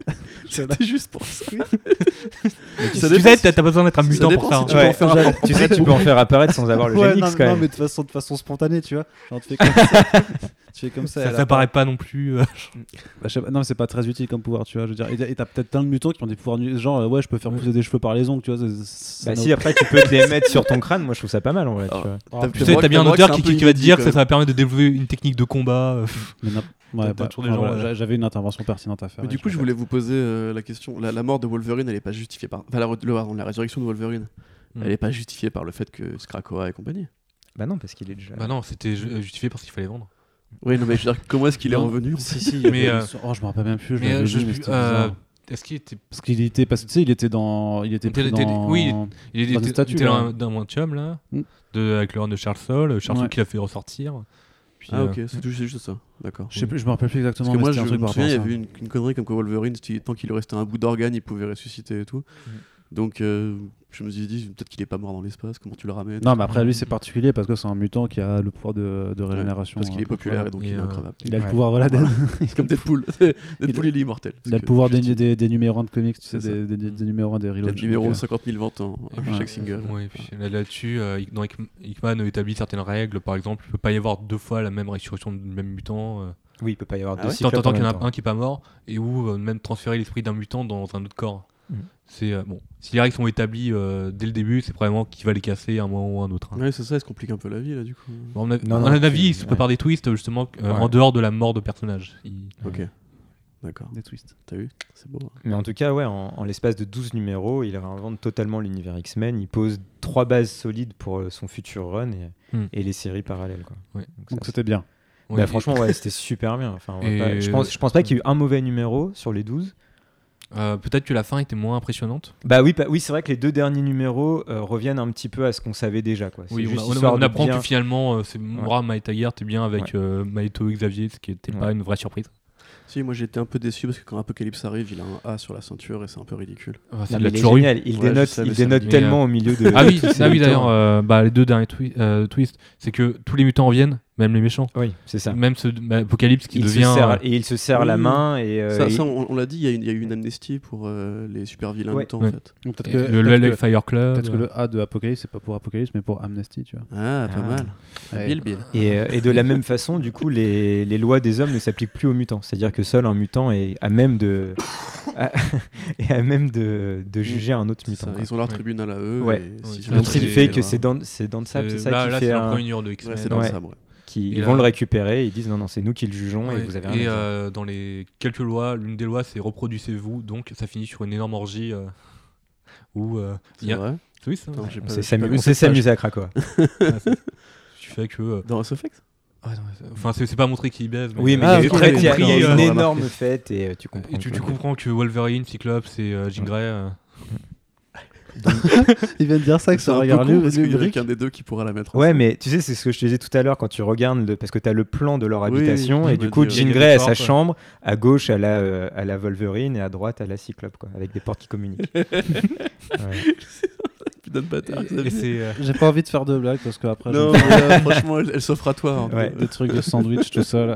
C: C'était juste pour ça.
D: Tu
C: Ça
D: sais,
C: dépend si-
D: t'as t'as pas besoin d'être un
C: ça
D: mutant
C: dépend
D: pour ça.
C: si tu
D: hein.
C: peux en faire
A: J'avais-
C: un-
B: Tu sais, tu peux en faire apparaître sans avoir le
A: ouais,
B: génix
A: non,
B: quand
A: non,
B: même. [LAUGHS]
A: mais de façon, de façon spontanée, tu vois. Genre, tu fais comme ça. tu fais comme ça.
D: Ça,
A: elle
D: ça
A: a pas-
D: paraît pas non plus. euh,
A: Bah, je sais pas- non, mais c'est pas très utile comme pouvoir, tu vois. Je veux dire, et et t'as peut-être plein de mutants qui ont des pouvoirs nu- genre, euh, ouais, je peux faire pousser des cheveux par les ongles, tu vois. ça- ça- ça
B: Bah,
A: n'a
B: si après tu peux te les mettre sur ton crâne, moi je trouve ça pas mal en vrai. tu
C: Ah.
B: vois.
E: Oh,
C: T'as-
D: tu
E: putain.
D: sais,
C: vrai
D: t'as
C: que-
D: bien un
C: c'est
D: auteur
C: vrai
D: qui,
C: que c'est un
D: qui va te
C: peu
D: dire
C: inédit,
D: que ça,
C: quand
D: ça va permettre de développer une technique de combat. euh,
A: Mais n'importe- ouais,
D: T'as
A: bah,
D: toujours des
A: enfin,
D: gens,
A: voilà,
D: ouais.
A: j'a- J'avais une intervention pertinente à faire.
C: Mais
A: et
C: du coup,
A: l'ai
C: je
A: pas
C: voulais vous poser euh, la question. La, la mort de Wolverine, elle n'est pas justifiée par. Enfin, la, re- le- pardon, la résurrection de Wolverine,
D: Hmm.
C: elle n'est pas justifiée par le fait que Krakoa et compagnie.
B: Bah non, parce qu'il est déjà.
D: Bah non, c'était ju- justifié parce qu'il fallait vendre.
C: Oui, non, mais je veux dire, comment est-ce qu'il est
A: Non.
C: revenu
A: fait. Si, si, il y
D: Mais,
A: avait-
D: euh,
A: Oh, je me rappelle même plus. Je
D: mais,
A: l'avais
D: euh, je
A: vu,
D: sais
A: mais
D: plus,
A: c'était
D: euh,
A: bizarre.
D: Est-ce qu'il était.
A: Parce qu'il était passé, tu sais, il était dans. Il était
D: Il était-
A: pris
D: il était-
A: dans.
D: oui,
A: Dans
D: Il
A: une
D: était
A: statue,
D: était
A: là.
D: un- d'un Mantium, là,
A: Mm.
D: de, avec le run de Charles Sol, Charles Saul
A: Ouais.
D: qui l'a fait ressortir. Puis,
C: Ah,
D: euh,
C: ok, c'est tout- c'est juste ça. D'accord.
A: Je sais plus, je me rappelle plus exactement.
C: Parce que
A: mais
C: moi,
A: c'était
C: je
A: un
C: me
A: truc par
C: souviens, il y
A: rapport à
C: avait une, une connerie comme quoi Wolverine, si- tant qu'il lui restait un bout d'organe, il pouvait ressusciter et tout.
A: Hmm.
D: Mhm.
C: Donc, euh, je me suis dit, peut-être qu'il est pas mort dans l'espace, comment tu le ramènes
A: ça. Non, mais après, lui, c'est particulier parce que c'est un mutant qui a le pouvoir de, de régénération.
C: Parce qu'il est
A: hein, donc,
C: populaire
A: voilà.
C: et donc
D: Et,
C: il est
A: [LAUGHS]
D: euh,
C: incroyable.
A: Il a le
B: Ouais.
A: pouvoir, voilà, de-
C: C'est
A: [LAUGHS]
C: comme Deadpool. Deadpool, il est immortel.
A: il a le pouvoir des,
C: des
A: des, des numéros 1 de comics, tu sais,
C: C'est ça.
A: des, des, des, des numéros 1 des
C: Il a
A: reloads.
C: le numéro
A: Donc,
C: 50 000 ventes en
D: et puis,
C: chaque
D: euh,
C: single.
D: ouais, et puis là- Là-dessus, euh, Hick- dans Hickman- Hickman établit certaines règles. Par exemple, il peut pas y avoir deux fois la même résurrection du même mutant. euh.
B: Oui, il peut pas y avoir
C: Ah
B: deux
C: ouais
B: cyclopes
D: T'entends
B: en
D: qu'il y en
B: même
D: a
B: temps.
D: un qui est pas mort, et ou euh, même transférer l'esprit d'un mutant dans un autre corps.
B: Mhm.
D: C'est euh, bon. Si les règles sont établies euh, dès le début, c'est probablement qu'il va les casser à un moment ou à un autre. hein.
C: Ouais, c'est ça, il se complique un peu la vie là, du coup.
D: Bon, on a,
B: Non,
D: à
B: non,
D: mon
B: tu-
D: avis, il se
B: ouais.
D: prépare des twists justement euh,
B: Ouais.
D: en dehors de la mort de personnage. Il-
C: Ok. D'accord,
A: euh, Des twists.
C: t'as vu C'est beau. hein.
B: Mais en tout cas, ouais, en, en l'espace de 12 numéros, il réinvente totalement l'univers X-Men. Il pose trois bases solides pour euh, son futur run et,
D: Hmm.
B: et les séries parallèles. Quoi.
D: Ouais.
B: Donc ça,
A: Donc c'était bien.
B: c'est-
D: Ouais,
B: bah, franchement, ouais, c'était super bien. Enfin, on va
D: Et-
B: pas- Je, pense, je pense pas qu'il y ait eu un mauvais numéro sur les 12.
D: euh, Peut-être que la fin était moins impressionnante.
B: Bah oui, pa- oui c'est vrai que les deux derniers numéros euh, reviennent un petit peu à ce qu'on savait déjà. Quoi. C'est
D: Oui, on,
B: juste
D: on- on
B: histoire de
D: apprend
B: bien-
D: que finalement, euh, c'est Moura Maeta Gear, t'es bien avec
B: Ouais.
D: euh, Maito et Xavier, ce qui n'était pas
B: Ouais.
D: une vraie surprise.
C: Si, moi j'ai été un peu déçu parce que quand Apocalypse arrive, il a un A sur la ceinture et c'est un peu ridicule.
D: Enfin, ça,
B: Non,
D: il
B: mais
D: l'a
B: il
D: toujours
B: est
D: eu.
B: génial, Il
C: Ouais, je
B: dénote,
C: savais,
B: il
C: ça me
B: dénote
D: dit-
B: tellement au milieu de.
D: Ah
B: [LAUGHS]
D: oui,
B: de ces
D: ah oui
B: mutants.
D: d'ailleurs, euh, bah, les deux derniers twi- euh, twists, c'est que tous les mutants reviennent, même les méchants.
B: Oui, c'est ça.
D: Même ce bah, Apocalypse qui
B: Il se
D: devient.
B: serre-
D: euh,
B: et il se serre la
C: Oui.
B: main et. euh,
C: ça,
B: et-
C: ça, on, on l'a dit, il y, a une- il y a eu une amnistie pour euh, les super vilains
B: Ouais.
C: mutants
D: Ouais.
C: en fait.
A: Donc, Peut-être que,
D: le euh,
A: peut-être
D: le
A: que-
D: Fire Club.
A: peut-être que le A de Apocalypse, c'est pas pour Apocalypse, mais pour Amnesty, tu vois.
C: Ah, pas
B: Ah.
C: mal. Bill, Bill.
B: Et, euh, et de la même façon, du coup, les, les lois des hommes ne s'appliquent plus aux mutants. C'est-à-dire que seul un mutant est à même de, [LAUGHS] à- et à même de, de juger un autre
C: C'est ça,
B: mutant. quoi.
C: Ils ont leur
D: Ouais.
C: tribunal à eux.
B: Ouais.
C: et
D: Ouais,
C: si-
D: c'est
B: Le
D: Donc,
B: tri
D: c'est-
B: fait que
D: voilà.
B: c'est dans c'est dans ça, c'est ça
D: Euh, là,
B: qui
D: là,
B: fait
D: c'est
B: un-
D: la première numéro de
C: Ouais,
D: X-Men.
C: c'est dans
B: Ouais.
C: ça, ouais.
B: qui
D: Et
B: ils
D: là-
B: vont le récupérer. Ils disent non non, c'est nous qui le jugeons et
D: Ouais,
B: vous avez
D: et,
B: rien. à dire.
D: euh, dans les quelques lois, l'une des lois c'est reproduisez-vous, donc ça finit sur une énorme orgie euh, où euh,
C: C'est
D: il y a... hein,
C: vrai.
D: C'est oui, ça,
C: Attends, j'ai
B: On
C: pas-
B: s'est
C: j'ai euh, pas
B: s'amu-
C: vu
B: on s'est
C: cette page.
B: s'amusé à Krakow.
D: Ah, c'est- tu fais que. euh,
C: Dans House of X
D: Enfin, c'est c'est pas montré qu'il baise.
B: Oui, mais
D: euh,
B: il y a
C: Ah,
B: eu
C: ok,
B: très- il y a-
C: compris,
B: il y a
C: euh,
B: une
C: on a
B: énorme
C: marqué.
B: fête et euh, tu comprends.
D: et tu, tu
B: quoi.
D: comprends que Wolverine, Cyclops et euh, Jean Grey. euh,
A: Il vient de dire ça
C: C'est un peu con parce qu'il y a qu'un des deux qui pourra la mettre.
B: Ouais, mais tu sais, c'est ce que je te disais tout à l'heure quand tu regardes, le- parce que tu as le plan de leur
C: Oui,
B: habitation,
C: oui,
B: et
C: oui,
B: du
C: oui,
B: coup,
C: oui.
B: Jean
D: Il y a des
B: Grey à sa
D: portes, ouais.
B: chambre, à gauche à la, euh, à la Wolverine, et à droite à la Cyclope, quoi, avec des portes qui communiquent. Ouais.
C: Putain de bâtard.
D: et- et c'est, euh,
A: J'ai pas envie de faire de blagues parce que après,
C: Non,
A: je-
C: mais là, franchement, elle, elle s'offre à toi. hein.
B: Ouais.
A: des trucs de sandwich tout
B: [LAUGHS]
A: ça. là.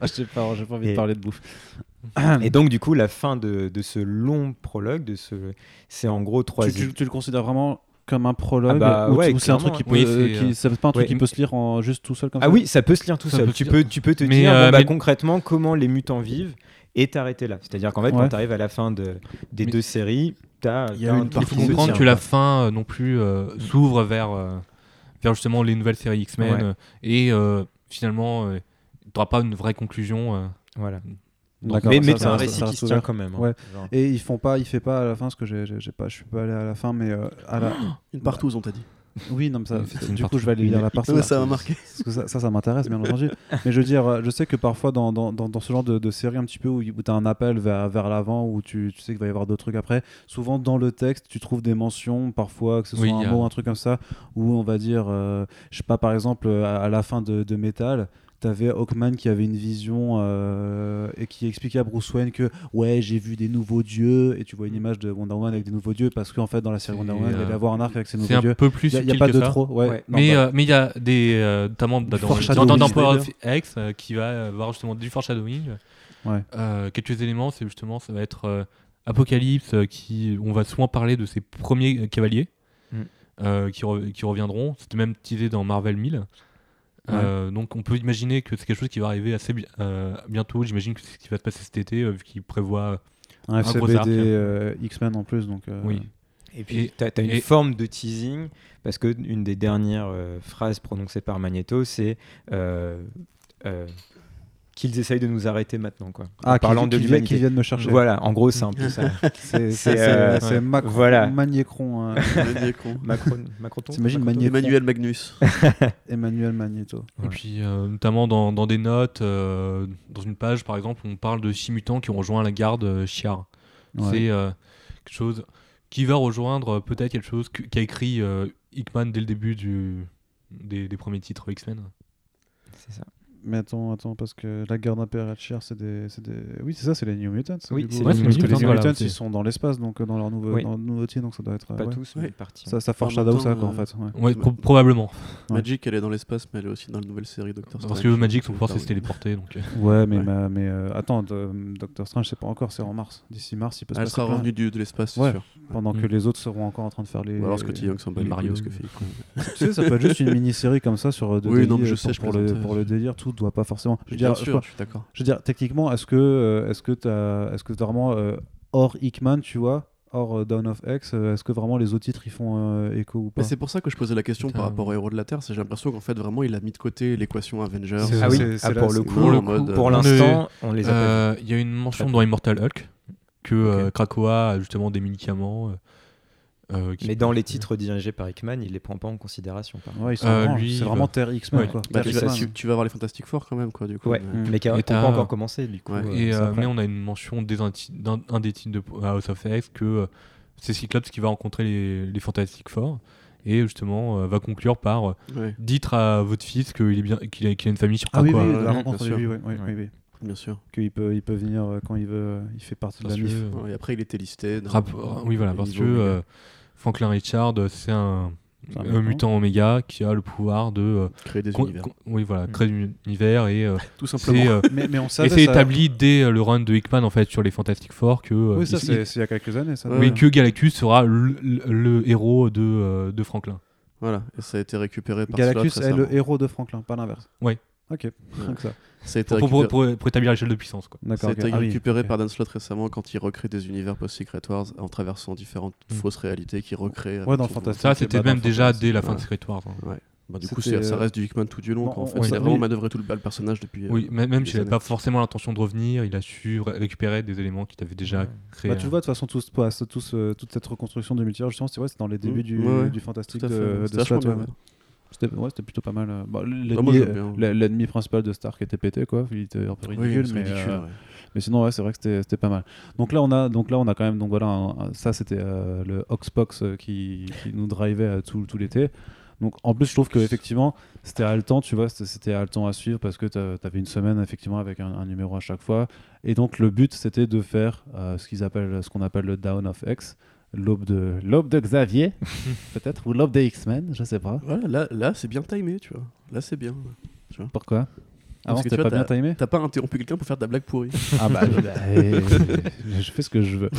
A: Ah, Je sais pas, j'ai pas envie
B: Et-
A: de parler de bouffe.
B: Et donc, du coup, la fin de, de ce long prologue, de ce, c'est en gros trois.
A: Tu, tu- tu le considères vraiment comme un prologue
B: Ah bah
A: ou tu-
B: ouais,
A: ou c'est un truc qui peut,
D: clairement, ouais.
A: euh,
D: Oui, c'est,
A: qui-
D: euh,
A: c'est pas un truc
B: ouais.
A: qui peut se lire en juste tout seul comme
B: Ah
A: ça.
B: oui, ça peut se lire tout
D: Ça
B: seul.
D: peut
B: Tu
D: se
B: peux, tu peux te
D: Mais,
B: dire
D: euh,
B: bon, bah,
D: mais-
B: concrètement comment les mutants vivent et t'arrêter là. C'est-à-dire qu'en fait,
A: Ouais.
B: quand t'arrives à la fin de, des
D: Mais-
B: deux séries, t'as.
C: Il y a
B: t'as
C: une
B: un truc
D: il
C: partie
B: qui
D: faut
B: se
D: comprendre
B: tient,
D: que la
B: quoi.
D: fin euh, non plus euh, s'ouvre vers, euh, vers justement les nouvelles séries X-Men.
B: Ouais.
D: euh, et euh, finalement, euh, t'auras pas une vraie conclusion. euh,
B: Voilà.
A: D'accord,
B: Mais
A: ça,
B: mais
A: ça
B: c'est un
A: reste-
B: récit
A: ça
B: qui
A: reste
B: se tient
A: ouvert.
B: quand même. hein.
A: Ouais.
B: Genre.
A: Et ils font pas, il fait pas à la fin ce que j'ai, j'ai- j'ai pas, je suis pas allé à la fin, mais euh, à la.
C: Une partouze, on t'a dit.
A: Oui, non, mais ça,
D: Oui, c'est une
A: du coup,
D: partie.
A: je vais aller lire la partie. hein.
C: Non, mais ça m'a marqué.
A: [LAUGHS] Parce que ça, ça, ça m'intéresse, bien entendu. Mais je veux dire, euh, je sais que parfois, dans, dans, dans, dans ce genre de, de série un petit peu où, il- où tu as un appel vers, vers l'avant, où tu, tu sais qu'il va y avoir d'autres trucs après, souvent dans le texte, tu trouves des mentions, parfois, que ce soit
D: Oui, euh. il y
A: un
D: a-
A: mot, un truc comme ça, où on va dire, euh, je sais pas, par exemple, euh, à, à la fin de, de Metal. T'avais Hawkman qui avait une vision euh, et qui expliquait à Bruce Wayne que ouais j'ai vu des nouveaux dieux et tu vois une image de Wonder Woman avec des nouveaux dieux parce qu'en fait dans la série
D: Mm. C'est,
A: Wonder Woman il
D: euh,
A: allait avoir un arc avec ses
D: C'est
A: nouveaux
D: un
A: dieux.
D: peu plus
A: Il n'y a,
D: subtil
A: pas
D: que
A: de
D: ça.
A: trop, ouais.
B: Ouais.
A: Non,
D: mais
A: bah,
D: euh, mais il y a des euh, notamment dans, dans,
A: foreshadowing.
D: dans- dans Power of X euh, qui va euh, avoir justement du foreshadowing
A: Ouais.
D: Euh, quelques éléments c'est justement ça va être euh, Apocalypse euh, qui on va souvent parler de ses premiers euh, cavaliers
B: Mm.
D: euh, qui, re- qui reviendront c'était même teasé dans Marvel 1000 Euh, donc on peut imaginer que c'est quelque chose qui va arriver assez bi- euh, bientôt. J'imagine que c'est ce qui va se passer cet été, euh, vu qu'il prévoit.
A: Un
D: gros
A: FCBD
D: arc.
A: euh, X-Men en plus, donc. euh,
D: Oui.
B: Et
D: puis-
B: puis, tu as, une
D: et-
B: forme de teasing, parce que une des dernières euh, phrases prononcées par Magneto, c'est euh, euh, qu'ils essayent de nous arrêter maintenant. Quoi.
A: Ah,
B: en parlant de
A: lui qui
B: l'humanité.
A: viennent me chercher.
B: Voilà, en gros, c'est un peu ça.
A: C'est
B: C'est,
A: c'est-
B: euh,
A: c'est- c'est
D: ouais.
A: Macron,
B: Voilà.
A: Magnécron, euh,
C: Magnécron.
B: Macron, Macroton
A: T'imagines
B: Macroton
A: Magneto [LAUGHS]
C: Emmanuel Magnus.
A: [LAUGHS] Emmanuel Magneto.
D: Et puis, euh, notamment dans, dans des notes, euh, dans une page par exemple, on parle de six mutants qui ont rejoint la garde euh, Shi'ar.
A: Ouais.
D: C'est euh, quelque chose qui va rejoindre euh, peut-être quelque chose que- qu'a écrit euh, Hickman dès le début du, des, des premiers titres X-Men.
B: C'est ça.
A: Mais attends, attends, parce que la garde impériale Cher, c'est des, c'est des. Oui, c'est ça, c'est les New Mutants. ça,
B: Oui,
A: du coup.
B: c'est les
A: Parce
B: New
A: que
B: Mutants,
A: Les New
D: voilà,
A: Mutants,
D: c'est-
A: ils sont dans l'espace, donc euh, dans leur nouveau,
B: Oui.
A: dans leur nouveau donc ça doit être. euh,
B: Pas
A: ouais.
B: tous,
C: Ouais.
B: mais hein. partie.
A: Ça, ça
C: En même
A: foreshadow
C: temps,
A: ça, quoi, en
C: euh,
A: fait. ouais.
D: Ouais, pro- probablement.
A: Ouais.
C: Magic, elle est dans l'espace, mais elle est aussi dans la nouvelle série Doctor Strange.
D: Parce que Magic, son pouvoir,
C: Doctor
D: c'est se téléporter. Donc, euh,
A: Ouais, mais,
C: Ouais.
A: ma- mais euh, attends, de- Doctor Strange, c'est pas encore, c'est en mars. D'ici mars, il peut se
C: Elle
A: passer
C: sera
A: plein,
C: revenue du- de l'espace, c'est
A: Ouais.
C: sûr.
A: Pendant que
D: Mm.
A: les autres seront encore en train de faire les.
C: Ou alors Scotty Young s'en bat les couilles
D: Mario.
C: de ce que fait Hickman.
A: Tu sais, ça peut être juste une mini-série comme ça sur euh, de
C: Oui,
A: délire,
C: non, mais je
A: pour-
C: sais, je
A: pour, le,
C: plaisante.
A: pour le délire, tout doit pas forcément. Je veux
C: Bien
A: dire,
C: sûr, je suis d'accord.
A: je veux dire techniquement, est-ce que, euh, est-ce que t'as, est-ce que t'as vraiment euh, hors Hickman, tu vois, hors euh, Dawn of X, euh, est-ce que vraiment les autres titres ils font euh, écho ou pas
C: Mais c'est pour ça que je posais la question par
D: Putain.
C: rapport aux héros de la Terre, c'est j'ai l'impression qu'en fait vraiment il a mis de côté l'équation Avengers.
A: C'est-
B: Ah oui,
A: c'est
B: ah,
A: là,
B: pour le
A: c'est-
B: coup,
C: Non,
B: le
C: en mode,
B: coup,
C: euh,
B: pour
D: on
B: l'instant, on les a pas vus.
D: Euh, Il y a une mention dans Immortal Hulk que euh, Krakoa a justement des médicaments. euh, euh, qui-
B: Mais dans les titres dirigés par Hickman, il les prend pas en considération. par contre.
A: Ouais, ils s'en
D: Euh,
A: branlent.
D: lui,
A: c'est
D: il
A: vraiment
D: va-
A: Terre X-Men
D: Ouais.
A: quoi.
C: Bah,
A: Terre
C: tu, vas,
A: X-Men.
C: tu- tu vas voir les Fantastic Four quand même, quoi, du coup.
B: Ouais,
C: mais-
B: mais qui n'ont
D: Et
B: pas
D: t'as-
B: encore commencé, du coup.
C: Ouais.
B: euh,
D: Et
B: c'est
D: euh,
B: après.
D: mais on a une mention dès un, ti- d'un- un des titres de P- House of X que euh, c'est Cyclops qui va rencontrer les, les Fantastic Four et justement euh, va conclure par euh,
A: Mm.
C: Ouais,
D: dites à votre fils qu'il est bien qu'il a, qu'il a une famille sur
A: Ah oui,
D: Krakoa.
A: oui,
C: ouais,
A: la
C: euh, bien
A: rencontre
C: sûr.
A: oui, oui, oui, oui, oui.
C: bien sûr.
A: Qu'il peut, il peut venir euh, quand il veut, euh, il fait partie de
D: Parce
A: la
D: que,
A: MIF.
D: euh,
C: Ouais, Et après il était listé. dans-
D: rapport- oui voilà
C: au
D: parce que
C: niveau Omega.
D: euh, Franklin Richard euh, c'est un,
A: C'est un
D: un
A: mutant.
D: mutant Oméga qui a le pouvoir de euh,
C: créer des
D: con-
C: univers.
D: con- oui voilà
B: Mm.
D: créer un univers et euh,
C: Tout
D: c'est
C: simplement.
D: euh,
A: Mais, mais on
D: et
A: savait.
D: c'est
A: ça-
D: établi dès euh, le run de Hickman en fait sur les Fantastic Four que euh,
A: Oui, ça
D: il-
A: c'est c'est il y a quelques années ça.
C: Ouais.
D: mais que Galactus sera le, le- le héros de, euh, de Franklin.
C: Voilà, et ça a été récupéré par
A: Galactus
C: Slot
A: est le
C: récemment.
A: héros de Franklin, pas l'inverse.
D: Ouais.
A: Ok. [LAUGHS] Donc ça.
C: Ça a été
D: Pour, pour-
C: récupéré-
D: pour- pour établir l'échelle de puissance. Quoi.
A: D'accord.
C: Ça a été
A: ok. Ah oui,
C: récupéré
A: ok.
C: par Dan Slott récemment quand il recrée des univers post-Secret Wars en traversant différentes
D: Mm.
C: fausses réalités qu'il recrée.
A: Hmm.
C: euh,
A: Ouais, dans le
C: effectivement.
A: fantastique.
D: Ça,
A: Ok,
D: c'était
A: bah,
D: même
A: dans
D: déjà
A: Fantastic,
D: dès la fin
C: voilà.
D: de Secret Wars. hein.
C: Bah, du coup,
A: C'était,
C: c'est- ça
A: euh,
C: reste du Hickman tout du long.
A: bon,
C: quoi,
A: on-
C: en fait,
D: oui.
C: ça a vraiment
A: oui.
C: manœuvré tout le, le personnage depuis. euh,
D: Oui, même, même
C: des
D: s'il n'avait
C: années.
D: pas forcément l'intention de revenir, il a su ré- récupérer des éléments qu'il avait déjà
B: Ouais.
D: créés. hein.
A: Bah, tu le vois, de toute façon, tout, ce- tout ce- tout ce- toute cette reconstruction de multivers, justement, c'est ouais, c'est dans les débuts
C: Mm.
A: du,
C: Ouais, ouais.
A: du fantastique
C: Tout à fait.
A: de,
C: C'était
A: de
C: vachement
A: Slott,
C: bien,
A: ouais.
C: ouais.
A: C'était ouais, c'était plutôt pas mal. euh, bon,
C: Ah, moi,
A: L'ennemi euh,
C: j'aime bien.
A: la- l'ennemi principal de Stark était pété, quoi. Il était un peu
C: Oui,
A: ridicule,
C: c'est
A: mais,
C: ridicule,
A: euh,
C: ouais.
A: mais sinon, ouais, c'est vrai que c'était- c'était pas mal. Donc là, on a, donc là, on a quand même, donc voilà, un- un- ça c'était euh, le Oxbox euh, qui, qui nous drivait euh, tout, tout l'été. Donc en plus, je trouve que effectivement, c'était haletant, tu vois, c'était- c'était haletant à suivre parce que t'a- t'avais une semaine effectivement avec un, un numéro à chaque fois. Et donc le but, c'était de faire euh, ce qu'ils appellent, ce qu'on appelle le Down of X, l'aube de, l'aube de
C: [LAUGHS]
A: Xavier, peut-être, ou l'aube des X-Men, je sais pas.
C: Voilà, là, là c'est bien timé, tu vois. Là, c'est bien.
A: Pourquoi Avant,
C: que tu
A: c'était pas
C: vois,
A: bien timé
C: T'as pas interrompu quelqu'un pour faire de la blague pourrie.
A: Ah bah,
C: [LAUGHS]
A: eh, je fais ce que je veux.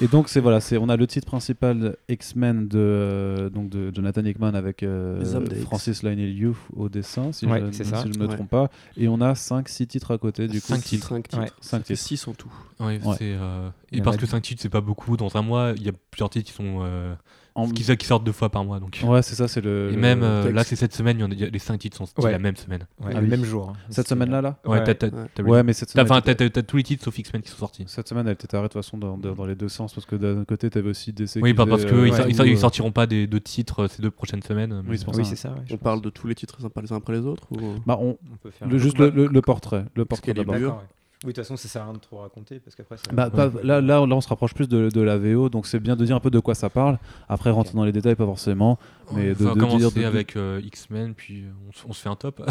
A: Et donc c'est voilà, c'est on a le titre principal X-Men de euh, donc de Jonathan Hickman avec euh,
C: Les hommes des X.
A: Francis Lionel Yu au dessin si,
B: Ouais,
A: je,
B: c'est
A: si
B: ça.
A: je me
C: Ouais.
A: trompe pas et on a 5 6 titres à côté du coup.
D: Cinq titres.
C: 5
B: Ouais.
C: titres.
A: Cinq
C: C'est
A: titres.
C: 6 en tout.
D: Ouais,
A: Ouais.
D: c'est, euh,
B: Il y
D: Et
B: en
D: parce
B: a
D: que 5 titres, c'est pas beaucoup. Dans un mois, il y a plusieurs titres qui, sont, euh,
A: En-
D: qui, qui sortent deux fois par mois. Donc.
A: Ouais, c'est ça, c'est le
D: Et
A: le-
D: même euh,
C: texte.
D: là, c'est cette semaine, il y en a- il y a- les 5 titres sont sortis
B: Ouais.
D: la même semaine.
B: Ouais,
A: Ah
B: le
A: oui.
B: même jour. hein.
A: cette
B: C'était-
A: semaine là là.
D: Ouais,
B: Ouais.
D: t'as- t'as-
C: Ouais.
D: t'as-
A: Ouais, mais cette
D: t'as-
A: semaine
D: enfin,
A: elle
D: t'as-
A: était-
D: t'as- t'as tous les titres sauf X-Men qui sont sortis.
A: cette semaine, elle était tarée de toute façon dans, dans- dans les deux sens parce que d'un côté t'avais aussi DC
D: Oui,
A: qui
D: par- parce
A: faisait,
D: qu'ils
A: euh,
B: ouais,
A: tout, euh,
D: sortiront pas des deux titres euh, ces deux prochaines semaines. mais-
A: Oui, c'est pour
B: Oui,
A: ça.
B: c'est ça. ouais, je
C: On
B: pense.
C: parle de tous les titres les uns par- les uns après les autres ou... euh,
A: Bah, on-
B: On peut faire
A: le,
B: un-
A: juste le, le- le portrait, le portrait
C: qu'elle est
A: d'abord.
C: bleue.
B: D'accord, ouais. Oui, de toute façon, ça sert à rien de trop raconter parce qu'après. ça-
A: Bah, pas- là, là, on- là, on se rapproche plus de, de la VO, donc c'est bien de dire un peu de quoi ça parle. Après, rentrer dans les détails, pas forcément. Mais de-
D: on va
A: de
D: commencer
A: dire- de- de-
D: avec euh, X-Men, puis euh, on, se- on se fait un top.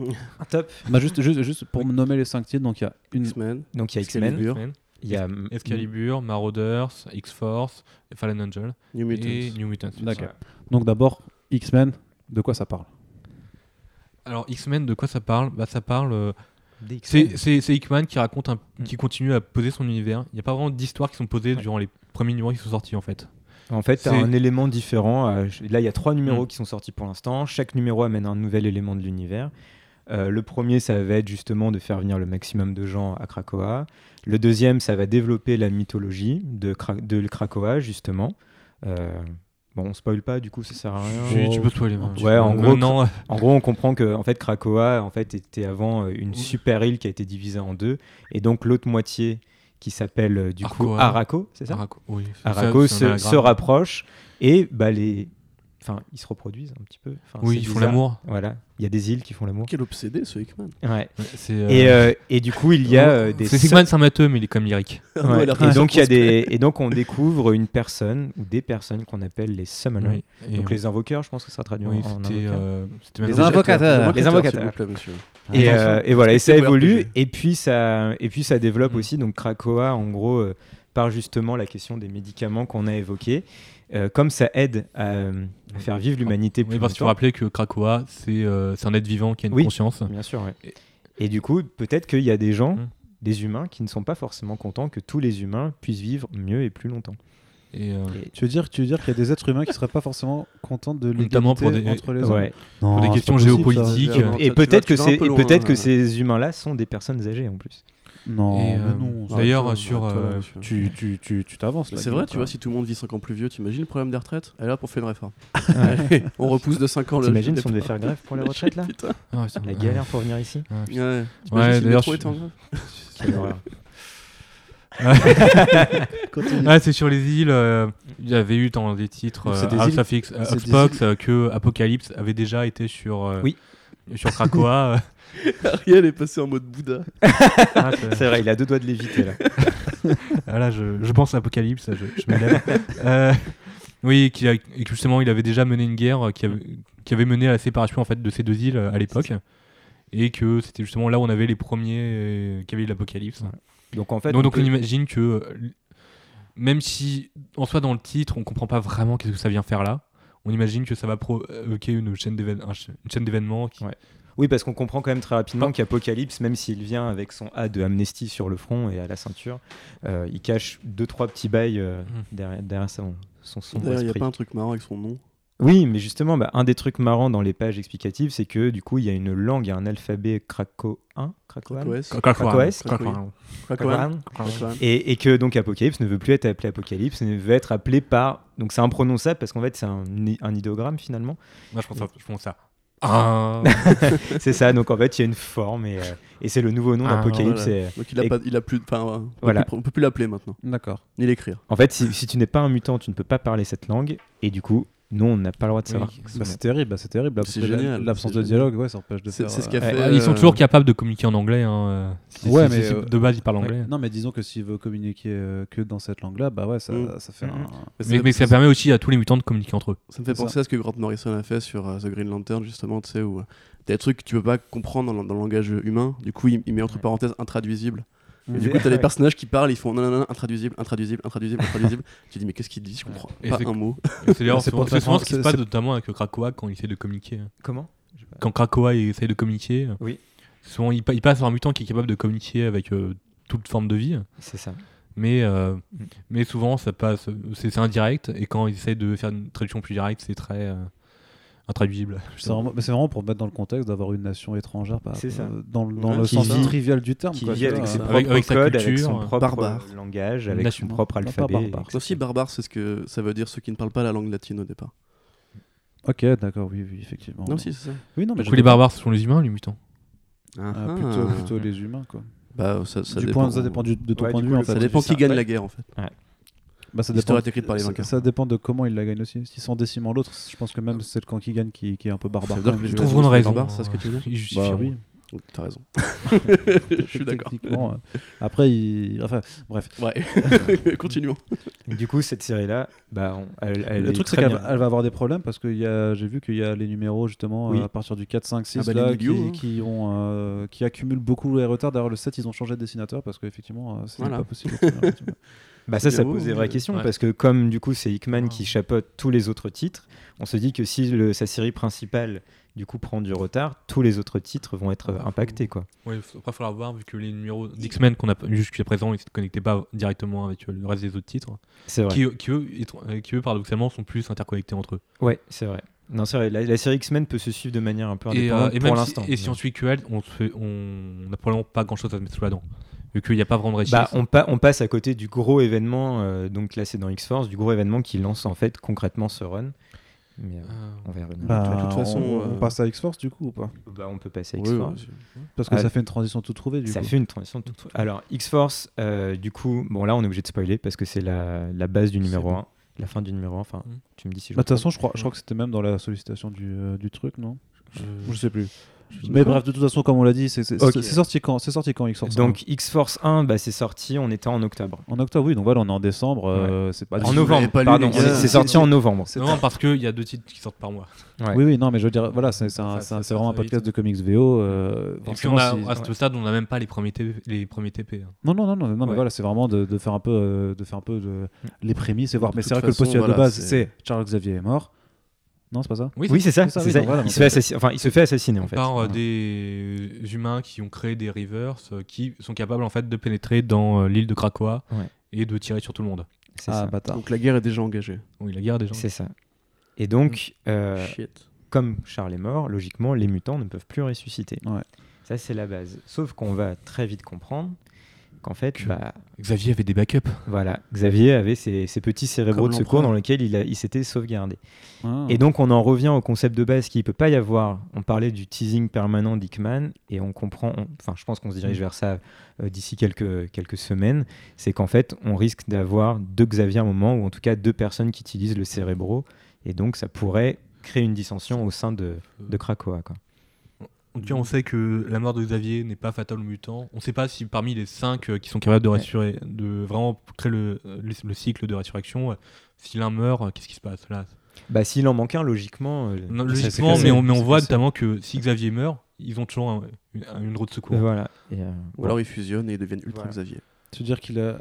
B: Un top.
A: Bah, juste, juste, juste pour me nommer les cinq titres, donc il y a une.
C: X-Men,
B: Donc il y a X-Men,
D: [LAUGHS]
C: Excalibur,
B: il y a euh,
D: Excalibur, Marauders, X-Force, Fallen Angel
C: New
D: et
C: Mutants.
D: New Mutants.
A: D'accord. Donc d'abord, X-Men, de quoi ça parle
D: Alors X-Men, de quoi ça parle Bah ça parle. euh,
B: des X-Men.
D: c'est c'est- c'est Hickman qui raconte, un-
B: Mm.
D: qui continue à poser son univers. Il n'y a pas vraiment d'histoires qui sont posées
B: Ouais.
D: durant les premiers numéros qui sont sortis en fait.
B: En fait, t'as
D: C'est-
B: un élément différent. à ch- Là, il y a trois numéros qui sont sortis pour l'instant. Chaque numéro amène un nouvel élément de l'univers. Euh, le premier, ça va être justement de faire venir le maximum de gens à Krakoa. Le deuxième, ça va développer la mythologie de, Kra- de Krakoa, justement. Euh, Bon, on spoil pas, du coup, ça sert à rien.
D: Tu, tu peux toi les
B: Ah, oh. Ouais, en gros,
D: non,
B: En gros, on comprend que en fait, Krakoa en fait, était avant euh, une super île qui a été divisée en deux. Et donc, l'autre moitié, qui s'appelle euh, du coup
D: Arcoa.
B: Arako, c'est ça
D: Araco, oui, ça-
B: Araco
D: c'est un
B: se,
D: anagramme.
B: se rapproche et bah les enfin ils se reproduisent un petit peu Enfin,
D: Oui,
B: c'est
D: ils font
B: bizarre.
D: l'amour.
B: voilà il y a des îles qui font l'amour
C: Quel obsédé ce Hickman.
B: Ouais.
D: C'est, euh,
B: et, euh, et du coup il y a euh, des
D: C'est
B: so-
D: Sigmund, c'est un matheux, mais il est comme lyrique.
C: [LAUGHS]
B: Ouais.
A: Ah,
B: et donc il y a des et donc on découvre une personne ou des personnes qu'on appelle les summoners
D: Oui. Et-
B: donc les invoqueurs je pense que ça traduit en-
D: oui,
B: en
D: c'était,
B: invoqueurs.
D: euh, c'était même
B: Les invocateurs.
C: Les
B: Les
C: invocateurs.
B: invocateurs.
C: s'il vous plaît, monsieur.
A: Ah.
B: Et,
C: Attention.
B: euh, et voilà, et ça
C: Respectez vos
B: évolue,
C: RPG.
B: et puis ça, et puis ça développe
D: Mm.
B: aussi. Donc Krakoa, en gros, euh, par justement la question des médicaments qu'on a évoqués, euh, comme ça aide à, euh, à faire vivre l'humanité
D: Oui,
B: plus
D: parce qu'il faut
B: longtemps.
D: rappeler que Krakoa, c'est euh, c'est un être vivant qui a une
B: Oui.
D: conscience.
B: Bien sûr, ouais.
D: Et-
B: Et du coup, peut-être qu'il y a des gens,
D: Mm.
B: des humains, qui ne sont pas forcément contents que tous les humains puissent vivre mieux et plus longtemps.
D: Et, euh,
A: Tu veux dire, tu veux dire qu'il y a des êtres humains qui seraient pas forcément contents de l'égalité
D: Notamment pour des-
A: entre les hommes
B: Ouais.
A: Non,
D: des
A: c'est
D: questions
A: pas possible,
D: géopolitiques,
A: ça.
D: euh,
C: Non,
B: Et
C: tu vas-
B: peut-être
C: tu
B: que,
C: vas un
B: c'est,
C: peu
B: et
C: loin, hein. euh.
B: peut-être
C: là,
B: que
C: là.
B: ces humains-là sont des personnes âgées en plus.
A: Non,
D: et,
A: mais
D: euh,
A: non. ça-
D: D'ailleurs,
C: arrête-toi,
D: sur.
C: arrête-toi,
D: euh,
C: monsieur.
A: Tu tu- tu- tu t'avances là.
C: C'est vrai,
A: Guillaume,
C: tu vois,
A: quoi.
C: si tout le monde vit 5 ans plus vieux, t'imagines le problème des retraites Elle est là pour faire une réforme. Allez, on repousse de 5 ans le.
B: T'imagines
C: [LAUGHS]
B: si on devait faire grève pour la retraite là
C: Putain.
D: ah, putain,
B: La
D: euh,
B: galère pour venir ici
D: ah, putain.
C: Ouais,
D: Ouais,
C: T'imagines si le
D: d'ailleurs,
C: métro
D: je-
C: était en grève
B: Quelle horreur.
D: Ah, c'est sur les îles. euh, Il y avait eu dans des titres
A: Donc, c'est
D: euh,
A: des
D: House
A: îles-
D: of X- euh,
A: c'est
D: of
A: des
D: Fox, euh, que Apocalypse avait déjà été sur. euh,
B: Oui.
D: Sur
A: [LAUGHS]
D: Krakoa.
C: Ariel est passé en mode Bouddha.
D: euh, ah, c'est-
B: C'est vrai, il a deux doigts de l'éviter là.
D: Ah là, je, je pense à Apocalypse, je, je
A: [LAUGHS]
D: me lève. Euh, oui, qui a- et que justement, il avait déjà mené une guerre euh, qui avait, qui avait mené à la séparation en fait, de ces deux îles euh, à l'époque. Et que c'était justement là où on avait les premiers euh, qui avaient eu l'Apocalypse.
B: Donc en fait,
D: donc,
B: on
D: donc,
B: peut-
D: on imagine que, euh, l- même si en soi dans le titre, on comprend pas vraiment qu'est-ce que ça vient faire là, on imagine que ça va provoquer une chaîne d'évén- un ch- une chaîne d'événements qui
B: Ouais. oui, parce qu'on comprend quand même très rapidement qu'Apocalypse, même s'il vient avec son A de Amnesty sur le front et à la ceinture, euh, il cache deux trois petits bails euh, derrière, derrière son, son sombre
C: D'ailleurs, il n'y a
B: esprit.
C: pas un truc marrant avec son nom.
B: Oui, mais justement, bah, un des trucs marrants dans les pages explicatives, c'est que du coup, il y a une langue, il y a un alphabet krakoan, krakoan,
C: Krakoas.
D: Krakoa.
B: Krakoas.
D: Krakoa.
C: Krakoan.
B: krakoan,
C: Krakoan.
B: Et, et que donc Apocalypse ne veut plus être appelé Apocalypse, ne veut être appelé par. Donc c'est imprononçable parce qu'en fait c'est un, un idéogramme finalement.
C: [LAUGHS]
D: Moi, je pense à- je pense à.
A: [LAUGHS]
D: Ah.
B: C'est ça, donc en fait, il y a une forme et, euh, et c'est le nouveau nom
D: Ah,
B: d'Apocalypse.
C: voilà.
B: et, euh,
C: Donc il a,
B: Et-
C: pas, il a plus. Enfin, ouais, on peut
B: Voilà.
C: plus- on peut plus l'appeler maintenant,
A: D'accord.
C: ni l'écrire.
B: En fait, si, si tu n'es pas un mutant, tu ne peux pas parler cette langue et du coup, nous, on n'a pas le droit de
D: Oui.
B: savoir.
A: Bah, c'est terrible, bah, c'est terrible.
C: C'est
A: l'absence de-
C: génial,
A: L'absence
C: c'est
A: de dialogue, ouais, ça empêche de
C: C'est
A: faire.
C: c'est ce
A: euh,
C: qu'a
B: euh,
C: fait.
D: Ah, ils sont
C: euh,
D: toujours capables de communiquer en anglais. hein, euh, si-
A: Ouais,
D: si-
A: mais,
D: si-
A: euh,
D: de base, ils parlent anglais.
A: ouais. Non, mais disons que s'il veut communiquer euh, que dans cette langue-là, bah ouais, ça,
C: Mm.
A: ça fait
B: Mm.
A: un.
D: Mais,
C: ça-
D: mais ça permet aussi à tous les mutants de communiquer entre eux.
C: Ça me fait
A: C'est
C: penser à ce que Grant Morrison a fait sur euh, The Green Lantern, justement, tu sais, où euh, t'as des trucs que tu peux pas comprendre dans, le- dans le langage humain. Du coup, il, il met entre parenthèses intraduisible. Et du coup, t'as les personnages qui parlent, ils font non, non, non, intraduisible, intraduisible, intraduisible, intraduisible. [LAUGHS] tu dis, mais qu'est-ce qu'il dit Je comprends
D: Et
C: pas
D: c'est-
B: [LAUGHS]
C: un mot.
D: Et C'est
A: [LAUGHS]
D: d'ailleurs
A: C'est
D: souvent
A: pour
D: c'est souvent
A: ça-
D: ce qui se
A: c'est-
D: passe
A: c'est-
D: notamment avec Krakoa quand il essaie de communiquer.
B: Comment
D: Quand Krakoa il essaie de communiquer,
B: Oui.
D: souvent il, pa- il passe par un mutant qui est capable de communiquer avec euh, toute forme de vie,
B: C'est ça.
D: mais, euh,
B: Mm.
D: mais souvent ça passe, c'est c'est indirect, et quand il essaie de faire une traduction plus directe, c'est très euh, intraduisible.
B: Ah,
A: C'est vraiment, mais c'est vraiment pour mettre dans le contexte d'avoir une nation étrangère, bah,
B: C'est ça.
A: euh, dans, le- dans
C: Ouais,
A: le
C: qui
A: sens
C: vit-
A: trivial du terme.
B: Qui
A: quoi,
B: vit
A: tu
B: avec
A: vois,
B: ses
A: euh,
B: propres
D: avec sa
B: codes, avec
D: culture,
B: son
D: euh,
B: propre
C: barbare.
B: langage, avec son
D: National.
B: propre
A: Pas
B: alphabet.
A: barbare.
C: Aussi, barbare, c'est ce que ça veut dire ceux qui ne parlent pas la langue latine au départ.
A: euh. Ok, d'accord, oui, oui, effectivement.
C: Non, si, c'est ça.
A: Oui, non, mais
B: bah,
D: Du
A: je-
D: coup, les barbares ce sont les humains, les mutants.
A: Ah,
C: Ah,
A: plutôt,
C: ah.
A: plutôt les humains, quoi.
C: Bah, ça, ça
A: du
C: dépend.
A: point, ça dépend du- de ton
B: Ouais,
A: point de
B: du
A: vue,
B: coup,
A: en
C: Ça
A: fait.
C: dépend
B: c'est ça.
C: qui gagne
B: Ouais.
C: la guerre, en fait.
A: Bah, ça
C: L'histoire
A: dépend.
C: est écrite par les
A: Ça,
C: vainqueurs.
A: ça dépend de comment il la gagne aussi. S'ils sont décimant l'autre, je pense que même c'est le camp qui gagne qui, qui est un peu barbare.
C: Ça veut dire
A: quand
C: que
A: même,
C: tu
A: tu
C: trouves
A: vois.
D: Trouveront une raison.
C: Barbares, c'est ce que tu veux dire
A: [LAUGHS]
D: Ils
A: Bah
D: justifieront.
A: oui,
C: Donc, T'as raison.
A: je
C: suis d'accord.
A: Après, il... enfin, bref.
C: [LAUGHS] Ouais, continuons.
B: Du coup, cette série-là, bah, on- elle, elle
A: le
B: est
A: truc, c'est
B: très
A: qu'elle
B: bien.
A: va elle va avoir des problèmes parce que il y a- j'ai vu qu'il y a les numéros, justement,
B: Oui.
A: euh, à partir du 4, 5, 6,
C: Ah bah, les
A: là,
C: milieux,
A: qui,
C: hein.
A: qui ont, euh, qui accumulent beaucoup les retards. D'ailleurs, le 7, ils ont changé de dessinateur parce qu'effectivement, euh, c'est
C: Voilà.
A: pas possible. Tu vois.
B: Bah ça, ça
C: Bien,
B: pose
C: ouais,
B: des
C: ouais.
B: vraies questions
D: Ouais.
B: parce que comme du coup c'est Hickman
D: Ouais.
B: qui chapeaute tous les autres titres, on se dit que si le- sa série principale du coup prend du retard, tous les autres titres vont être euh,
D: faut-
B: impactés quoi.
D: Ouais, il va falloir voir, vu que les numéros d'X-Men qu'on a jusqu'à présent, ils ne se connectaient pas directement avec euh, le reste des autres titres,
B: C'est vrai.
D: qui, qui, eux, étr- euh, qui eux, paradoxalement, sont plus interconnectés entre eux.
B: Ouais, c'est vrai. Non, c'est vrai. La, la série X-Men peut se suivre de manière un peu
D: Et,
B: indépendante
D: euh, et même
B: pour
D: si-
B: l'instant.
D: et si on suit QL, on se fait- on n'a probablement pas grand-chose à se mettre sous la dent, vu qu'il n'y a pas vraiment de richesse.
B: Bah, on, pa- on passe à côté du gros événement, euh, donc classé dans X-Force, du gros événement qui lance en fait concrètement ce run. Mais euh,
D: Euh,
B: on verra. bien.
A: Bah,
C: de toute façon,
A: on, on
C: euh,
A: passe à X-Force du coup ou pas
B: Bah, on peut passer à
C: Ouais,
B: X-Force.
C: ouais, c'est-
A: Parce que
B: Ah,
A: ça fait une transition tout trouvée du
B: ça
A: coup.
B: fait une transition tout trou- Alors, X-Force, euh, du coup, bon là on est obligé de spoiler parce que c'est la, la base du numéro 1, la fin du numéro 1. Enfin,
D: Mm.
B: tu me dis si je.
A: Bah, De toute
B: me
A: façon, je crois, je crois que c'était même dans la sollicitation du, euh, du truc, non Je sais plus.
C: dis
A: Mais
C: quoi
A: bref, de toute façon, comme on l'a dit, c'est c'est-
B: Ok.
A: c'est- c'est sorti quand C'est sorti quand X-Force hein
B: trompe. Donc, X-Force 1, bah, c'est sorti, on était en octobre.
A: En octobre, oui, donc voilà, on est en décembre. euh, c'est pas
B: En
C: vous l'avez
B: novembre,
C: pas lu,
B: pardon,
C: les gars.
B: c'est- c'est sorti en novembre.
A: C'est
D: Non, parce qu'il y a deux titres qui sortent par mois.
B: Ouais.
A: Oui, oui, non, mais je veux dire, voilà, c'est c'est un-
D: Ça-
A: c'est un-
D: ça-
A: c'est vraiment un
D: ça va
A: podcast
D: vite.
A: de comics VO. euh,
D: Et puis
A: forcément,
D: on a,
A: si-
D: à ce stade, on n'a même pas les premiers, T- les premiers TP. hein.
A: Non, non, non, non, non, mais
B: Ouais.
A: voilà, c'est vraiment de, de faire un peu, euh, de faire un peu de, les prémices et voir.
C: De
A: Mais
C: toute
A: c'est vrai que le
C: façon,
A: postulat de
C: voilà,
A: base,
C: c'est-
A: c'est Charles Xavier est mort. Non, c'est pas ça
B: Oui, c'est ça.
A: c'est ça,
B: c'est
A: oui,
B: ça.
A: donc voilà,
B: il,
A: donc
B: se fait assassiner, enfin, il se fait assassiner en fait.
D: par euh,
A: voilà.
D: des humains qui ont créé des rivers euh, qui sont capables en fait de pénétrer dans euh, l'île de Krakoa
B: Ouais.
D: et de tirer sur tout le monde.
B: C'est
A: Ah,
B: ça.
A: bâtard.
C: Donc la guerre est déjà engagée.
D: Oui, la guerre des gens.
B: C'est ça. Et donc, euh,
C: Shit.
B: comme Charles est mort, logiquement, les mutants ne peuvent plus ressusciter.
A: Ouais.
B: Ça, c'est la base. Sauf qu'on va très vite comprendre qu'en fait,
D: Que-
B: bah,
D: Xavier avait des backups.
B: voilà, Xavier avait ses, ses petits cérébraux
C: Comme
B: de secours
C: l'empereur.
B: dans lesquels il, a- il s'était sauvegardé.
A: Ah.
B: Et donc, on en revient au concept de base qu'il ne peut pas y avoir. On parlait du teasing permanent d'Hickman et on comprend, on- enfin, je pense qu'on se dirige vers ça euh, d'ici quelques, quelques semaines. C'est qu'en fait, on risque d'avoir deux Xavier à un moment, ou en tout cas deux personnes qui utilisent le cérébro. Et donc, ça pourrait créer une dissension au sein de, de Krakoa. Quoi.
D: En tout cas, on sait que la mort de Xavier n'est pas fatale aux mutants. On ne sait pas si parmi les cinq euh, qui sont capables de
B: Ouais.
D: rassurer, de vraiment créer le, le- le cycle de résurrection, euh, si l'un meurt, euh, qu'est-ce qui se passe là
B: Bah, s'il en manque un, logiquement. euh,
D: Non,
B: ça, c'est
D: Logiquement,
B: cassé.
D: mais on, mais on
B: C'est
D: voit
B: cassé.
D: notamment que si Xavier meurt, ils ont toujours un- une, une roue de secours.
B: Voilà. Et, euh,
C: Ou alors ils fusionnent et ils deviennent Ultra
B: Voilà.
C: Xavier.
A: Tu veux dire qu'il a.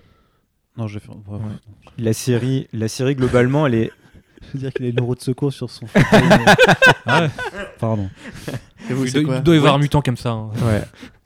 A: Non, je vais faire. bref.
B: Ouais. la, série, la série, globalement, elle est.
A: [LAUGHS] Je veux dire qu'il a une roue de secours sur [LAUGHS] son. fauteuil, euh,
D: Ah ouais.
A: Pardon.
C: Et vous,
D: il
C: c'est
D: doit,
C: quoi
D: il doit y avoir un mutant comme ça. hein.
B: [LAUGHS] Ouais.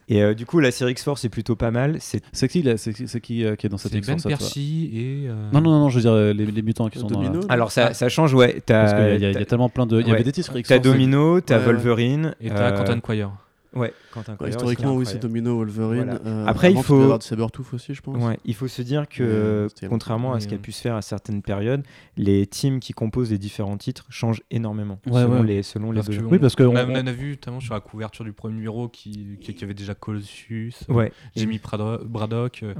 B: Et euh, du coup, la série X-Force est plutôt pas mal. C'est
A: C'est qui, là C'est qui- c'est qui, euh, qui est dans cette
D: C'est Ben
A: X-Force, à toi
D: Percy et. euh,
A: Non, non, non, je veux dire euh, les, les mutants qui sont dans la...
C: Domino là
B: [LAUGHS] Alors ça, ça change, ouais.
A: Parce qu'il y,
B: T'as
A: a- il y a- il y a
B: t'as-
A: tellement plein de. Il y
B: ouais.
A: avait des titres
B: t'as
A: X-Force.
B: Domino, t'as
C: Ouais, ouais.
B: Wolverine.
D: Et t'as
B: euh,
D: Quentin Quire.
B: Ouais, Quentin
C: Ouais,
B: Quire,
C: historiquement, oui,
B: incroyable.
C: c'est Domino, Wolverine.
B: Voilà.
C: euh,
B: Après, il
C: avant,
B: faut-
C: devait avoir de Sabertooth aussi, je pense.
B: Ouais, il faut se dire que,
C: Ouais, c'était longtemps.
B: contrairement à ce
D: Mais,
B: qui a
D: euh,
B: pu se faire à certaines périodes, les teams qui composent les différents titres changent énormément
A: Ouais,
B: selon
A: ouais.
B: les selon les
D: Parce
B: besoins.
D: que
A: Oui, parce que.
D: On,
A: on-
D: a- on en a vu notamment sur la couverture du premier numéro qui, qui, qui avait déjà Colossus, euh,
B: Ouais.
D: Jimmy Prado- Braddock. euh,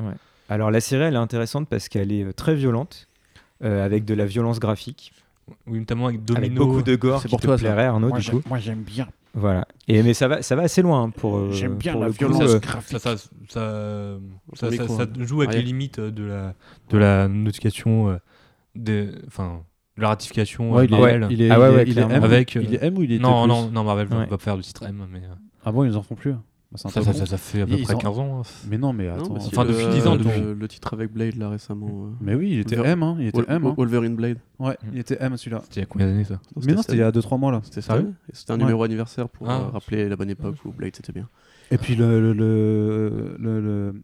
B: Alors la série, elle est intéressante parce qu'elle est euh, très violente, euh, avec de la violence graphique,
D: oui, notamment avec
B: avec
D: Domino.
B: beaucoup de gore
C: C'est
B: qui
C: pour
B: te
C: toi, ça.
B: plairait, Arnaud,
F: Moi,
B: du
F: j'aime-
B: coup.
F: moi, j'aime bien.
B: Voilà. Et mais ça va, ça va assez loin hein, pour. euh,
F: J'aime bien
B: pour
F: la
B: le coup,
D: Ça,
F: violence.
B: euh,
D: ça, ça, ça, euh, ça-
C: Au
D: ça-
C: micro,
D: ça
C: hein.
D: joue avec les
C: Rien.
D: limites euh, de la, de la notification, euh, des- enfin, de la ratification
A: Ouais,
D: euh,
A: il est,
D: Marvel.
A: il est,
B: Ah ouais, ouais,
A: il est M,
B: clairement.
D: Avec, euh,
A: il est M ou il est
D: non,
A: T+.
D: non, non, Marvel va-
B: Ouais.
D: va faire du titre M, mais euh,
A: Ah bon, ils en font plus. Bah, c'est un
D: ça,
A: peu
D: ça-
A: con.
D: ça- ça fait à peu
A: Ils
D: près
A: ont-
D: 15 ans. hein.
A: Mais non, mais attends.
C: Non, mais euh, si,
D: Enfin,
C: le-
D: depuis 10 ans,
C: le-
D: depuis.
C: Le titre avec Blade, là, récemment. euh,
A: Mais oui, il était
C: Wolver-
A: M, hein. Il était
C: Wol-
A: M, hein.
C: Wolverine Blade.
A: Ouais, il était M celui-là.
D: C'était il y a combien d'années ça
A: Mais non, c'était il y
C: ça.
A: a 2-3 mois là.
C: C'était
D: Sérieux
C: sérieux C'était un
A: Ouais.
C: numéro anniversaire pour euh,
D: Ah.
C: rappeler la bonne époque où Blade c'était bien.
A: Et puis le, le, le, le, le-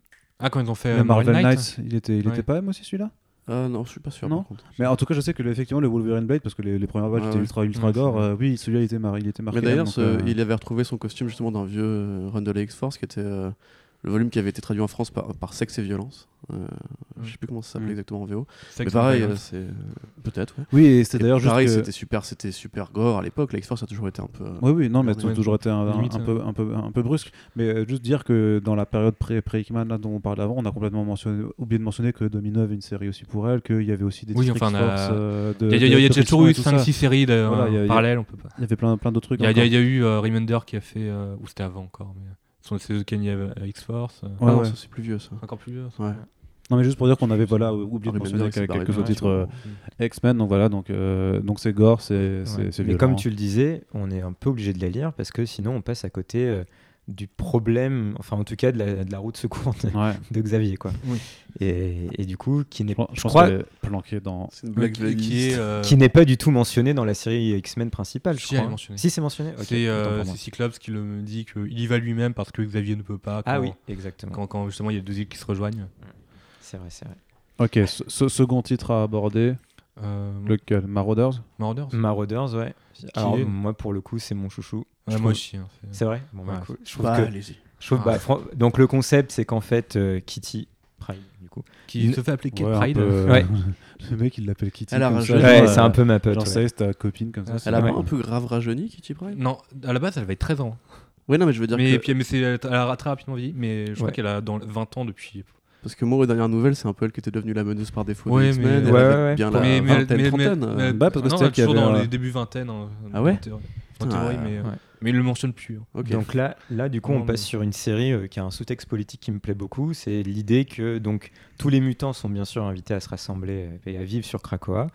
D: Ah, quand ils ont fait
A: le
D: euh,
A: Marvel
D: Marvel Knight
A: Knight, il, était, il
D: Ouais.
A: était pas M aussi celui-là
C: Ah non, je suis pas sûr.
A: Non.
C: par contre.
A: Mais en tout cas, je sais que le- effectivement, le Wolverine Blade, parce que les, les premières pages
C: Ouais,
A: étaient
C: ouais.
A: ultra, ultra
D: Ah Ouais,
A: gore,
D: c'est
A: euh, oui, celui-là il était, mar... il était marqué.
C: Mais d'ailleurs,
A: M, donc,
C: ce-
A: euh,
C: il avait retrouvé son costume justement d'un vieux euh, run de la X-Force qui était euh, le volume qui avait été traduit en France par, par Sexe et Violence. Euh, Je sais plus comment ça s'appelait
D: Mm.
C: exactement en VO.
D: Sex
C: mais pareil,
D: and
C: euh, c'est. euh, Peut-être, ouais.
A: Oui, et c'était
C: Et
A: d'ailleurs juste.
C: Pareil,
A: que-
C: c'était super, c'était super gore à l'époque. La X-Force a toujours été un peu. euh,
A: Oui, oui, non, mais tout-
D: Ouais.
A: toujours été un, un-
D: Limite, euh.
A: un
D: ouais.
A: peu, un, peu, un peu brusque. Mais euh, juste dire que dans la période pré- pré-Hickman, là dont on parlait avant, on a complètement mentionné, oublié de mentionner que Domino avait une série aussi pour elle, qu'il y avait aussi des
D: Oui,
A: districts
D: enfin, on a-
A: Force, euh, de.
D: Il y a-
A: de-
D: il y a, il y a
A: de
D: déjà
A: Richmond
D: toujours eu
A: et tout ça.
D: 5-6 séries de-
A: Voilà, il y a- il y a-
D: parallèles, on peut pas.
A: Il y avait plein, plein d'autres trucs.
D: Il y a, il y
A: encore.
D: a- il y a eu euh, Remender qui a fait. euh, ou c'était avant encore, mais. Son c'est Kenny X-Force. euh,
A: Ouais,
C: ah non,
A: ouais.
C: ça, c'est plus vieux ça. Ah,
D: Encore plus vieux. ça.
C: Ouais.
A: Non, mais juste pour dire qu'on avait voilà, oublié de
C: Remender,
A: mentionner
C: il s'est
A: qu'il y avait
C: barré
A: quelques
C: de
A: autres
C: là,
A: titres euh,
D: Mm.
A: X-Men, donc voilà, donc euh, donc c'est gore, c'est c'est-
B: Ouais.
A: c'est
B: Mais
A: violent.
B: comme tu le disais, on est un peu obligé de la lire parce que sinon on passe à côté euh, du problème, enfin en tout cas de la, de la route secours de,
A: Ouais.
B: de Xavier quoi.
D: Oui. Euh,
B: Et, et du coup qui
A: Je,
B: n'est
A: pense- je
B: je
A: pense
B: crois-
A: qu'elle est planquée dans.
C: C'est une blague
D: qui, qui est, euh,
B: qui n'est pas du tout mentionné dans la série X-Men principale, je
D: Si, elle est
B: crois. hein.
D: mentionnée.
B: Si c'est mentionné, ok.
D: c'est
B: autant
D: euh,
B: pour moi.
D: c'est Cyclops qui le dit qu'il y va lui-même parce que Xavier ne peut pas.
B: Ah
D: quand-
B: oui, exactement.
D: Quand, quand justement il y a deux îles qui se rejoignent.
B: C'est vrai, c'est vrai.
A: Ok, ce- ce- second titre à aborder,
D: Euh,
A: lequel Marauders
D: Marauders
B: Marauders, ouais. Alors
D: est-
B: moi pour le coup c'est mon chouchou.
A: Mm.
D: Ouais,
B: Je
D: Moi
B: trouve-
D: aussi. hein, c'est-
B: C'est vrai. Bon, bah,
D: Ouais.
B: cool. Je trouve
C: Bah,
B: que
C: allez-y.
B: je trouve,
D: Ah.
B: bah, fran- donc le concept c'est qu'en fait euh, Kitty Pride du coup.
D: Qui
B: Une-
D: se fait appeler Kate
A: Ouais, un
D: Pride.
A: peu-
B: Ouais.
A: [LAUGHS] Le mec, il l'appelle Kitty.
C: Elle a
A: comme
C: rajouté-
A: ça,
B: Ouais,
A: genre,
B: c'est
A: euh,
B: un peu ma pote.
A: Genre,
B: ouais.
A: ça y est, c'est ta copine comme
D: Ah,
A: ça.
D: c'est
C: Elle a
B: Ouais.
C: pas un peu grave rajeuni, Kitty
A: Mm.
C: Pryde
D: [LAUGHS] Non, à la base elle avait 13 ans.
C: Ouais, non, mais je veux dire
D: Mais,
C: que...
D: puis, mais c'est, elle a très rapidement vieilli, mais je crois
B: Ouais.
D: qu'elle a dans le- 20 ans depuis.
C: Parce que moi, aux dernières nouvelles, c'est un peu elle qui était devenue la meneuse par défaut
D: Ouais,
C: des X-Men.
D: mais-
C: Elle
B: Ouais, ouais,
C: avait
B: ouais.
C: bien la
D: mais, mais elle-
C: vingtaine,
D: mais-
C: trentaine.
D: mais-
C: euh,
D: mais elle-
A: Bah, parce que
D: Ah
A: c'était
D: non, elle
A: elle
D: est
A: qui
D: toujours
A: avait,
D: dans
A: euh,
D: les débuts vingtaine. hein,
C: Ah ouais
D: en théorie- En
C: Putain,
D: théorie,
C: euh,
D: mais, euh,
B: ouais.
D: mais il le mentionne plus. hein.
C: ok.
B: Donc là, là, du coup,
D: Non,
B: on
D: mais-
B: passe sur une série euh, qui a un sous-texte politique qui me plaît beaucoup. C'est l'idée que donc tous les mutants sont bien sûr invités à se rassembler euh, et à vivre sur Krakoa,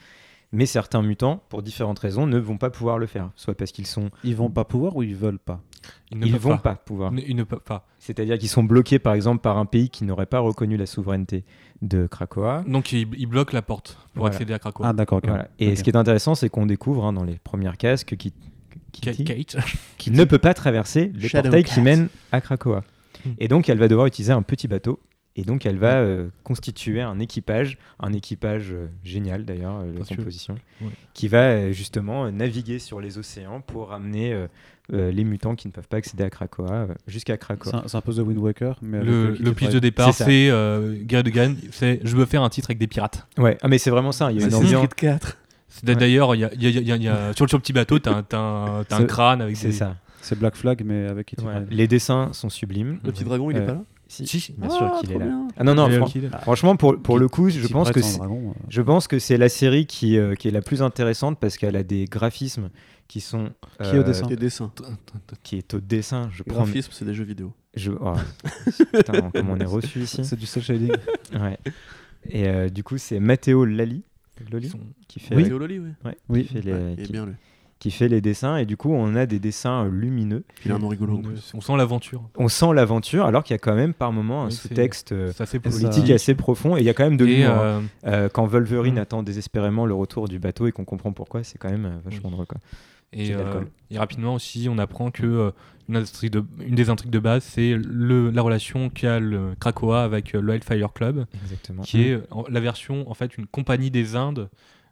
B: mais certains mutants, pour différentes raisons, ne vont pas pouvoir le faire, soit parce qu'ils sont,
A: Ils vont pas pouvoir ou ils veulent pas
D: Ils ne
B: ils
D: peuvent
B: vont
D: pas.
B: pas, pouvoir.
D: Ne- Ils ne peuvent pas.
B: C'est-à-dire qu'ils sont bloqués, par exemple, par un pays qui n'aurait pas reconnu la souveraineté de Krakoa.
D: Donc ils ils bloquent la porte pour
B: Voilà.
D: accéder à Krakow.
A: Ah, d'accord, ok.
B: Voilà. Et
A: Ok.
B: ce qui est intéressant, c'est qu'on découvre hein, dans les premières cases que Kit-
D: Ka-
B: Kitty,
D: Kate.
B: qui ne peut pas traverser les
C: Shadow
B: portails
C: Cat.
B: qui mènent à Krakoa.
D: Hmm.
B: Et donc, elle va devoir utiliser un petit bateau. Et donc, elle
C: Hmm.
B: va euh, constituer un équipage, un équipage euh, génial d'ailleurs, euh, la
D: Parce que-
B: composition,
D: Ouais.
B: qui va euh, justement euh, naviguer sur les océans pour ramener euh, euh, les mutants qui ne peuvent pas accéder à Krakoa euh, jusqu'à
A: C'est
B: Krakoa.
A: un, c'est un peu The Wind Waker, mais avec,
D: Le,
A: euh, Kitty
D: le pitch
A: Pryde.
D: de départ,
B: C'est ça.
D: c'est euh, Gary DeGan, c'est je veux faire un titre avec des pirates.
B: Ouais, ah, mais c'est vraiment ça. Il y a
C: C'est
B: une
C: Street
B: ambiance.
C: 4.
D: C'est- D'ailleurs, il y a- il y a- il y a- il y a- sur le sur le petit bateau, t'as un, t'as un, t'as un
A: C'est-
D: crâne avec
B: C'est
D: des.
B: ça.
A: C'est Black Flag, mais avec Kitty
B: Voilà.
A: Pryde.
B: Les dessins sont sublimes.
C: Le petit dragon, il
A: Ouais.
C: est pas là
B: Si,
D: Si.
B: bien
C: Ah,
B: sûr qu'il est
C: trop
B: là.
C: bien.
B: Ah non non, fran- franchement pour, pour le coup, je
A: Kitty
B: pense
A: Pryde,
B: que
A: c'est un
B: c'est-
A: dragon, euh.
B: Je pense que c'est la série qui, euh, qui est la plus intéressante parce qu'elle a des graphismes qui sont. euh,
A: Qui est au dessin
C: Tes dessins.
B: Qui est au dessin. Je prends.
C: Graphisme, c'est des jeux vidéo.
B: Je, oh, putain, comment on est reçu ici.
A: C'est du cel shading.
B: Ouais. Et euh, du coup, c'est Matteo Lali Loli,
D: Ils sont-
B: qui fait, euh,
C: Oui. Loli, ouais.
B: ouais,
A: Oui.
B: qui, fait les,
C: Ouais, Il est
B: qui,
C: bien, lui.
B: qui fait les dessins. Et du coup, on a des dessins euh, lumineux.
C: Il a un nom rigolo, en plus.
D: On sent l'aventure.
B: On sent l'aventure, alors qu'il y a quand même par moments un
D: Oui, c'est-
B: sous-texte euh,
D: Ça fait
B: politique assez profond. Et il y a quand même de
D: Et,
B: l'humour. hein.
D: euh,
B: Euh, quand Wolverine
D: Mm.
B: attend désespérément le retour du bateau et qu'on comprend pourquoi, c'est quand même euh, vachement drôle. Quoi.
D: Et,
B: C'est de l'alcool.
D: euh, et rapidement aussi, on apprend que euh, une, intrigue de- une des intrigues de base, c'est le, la relation qu'a le Krakoa avec euh, le Hellfire Club,
B: Exactement.
D: qui est euh, en- la version, en fait, une compagnie des Indes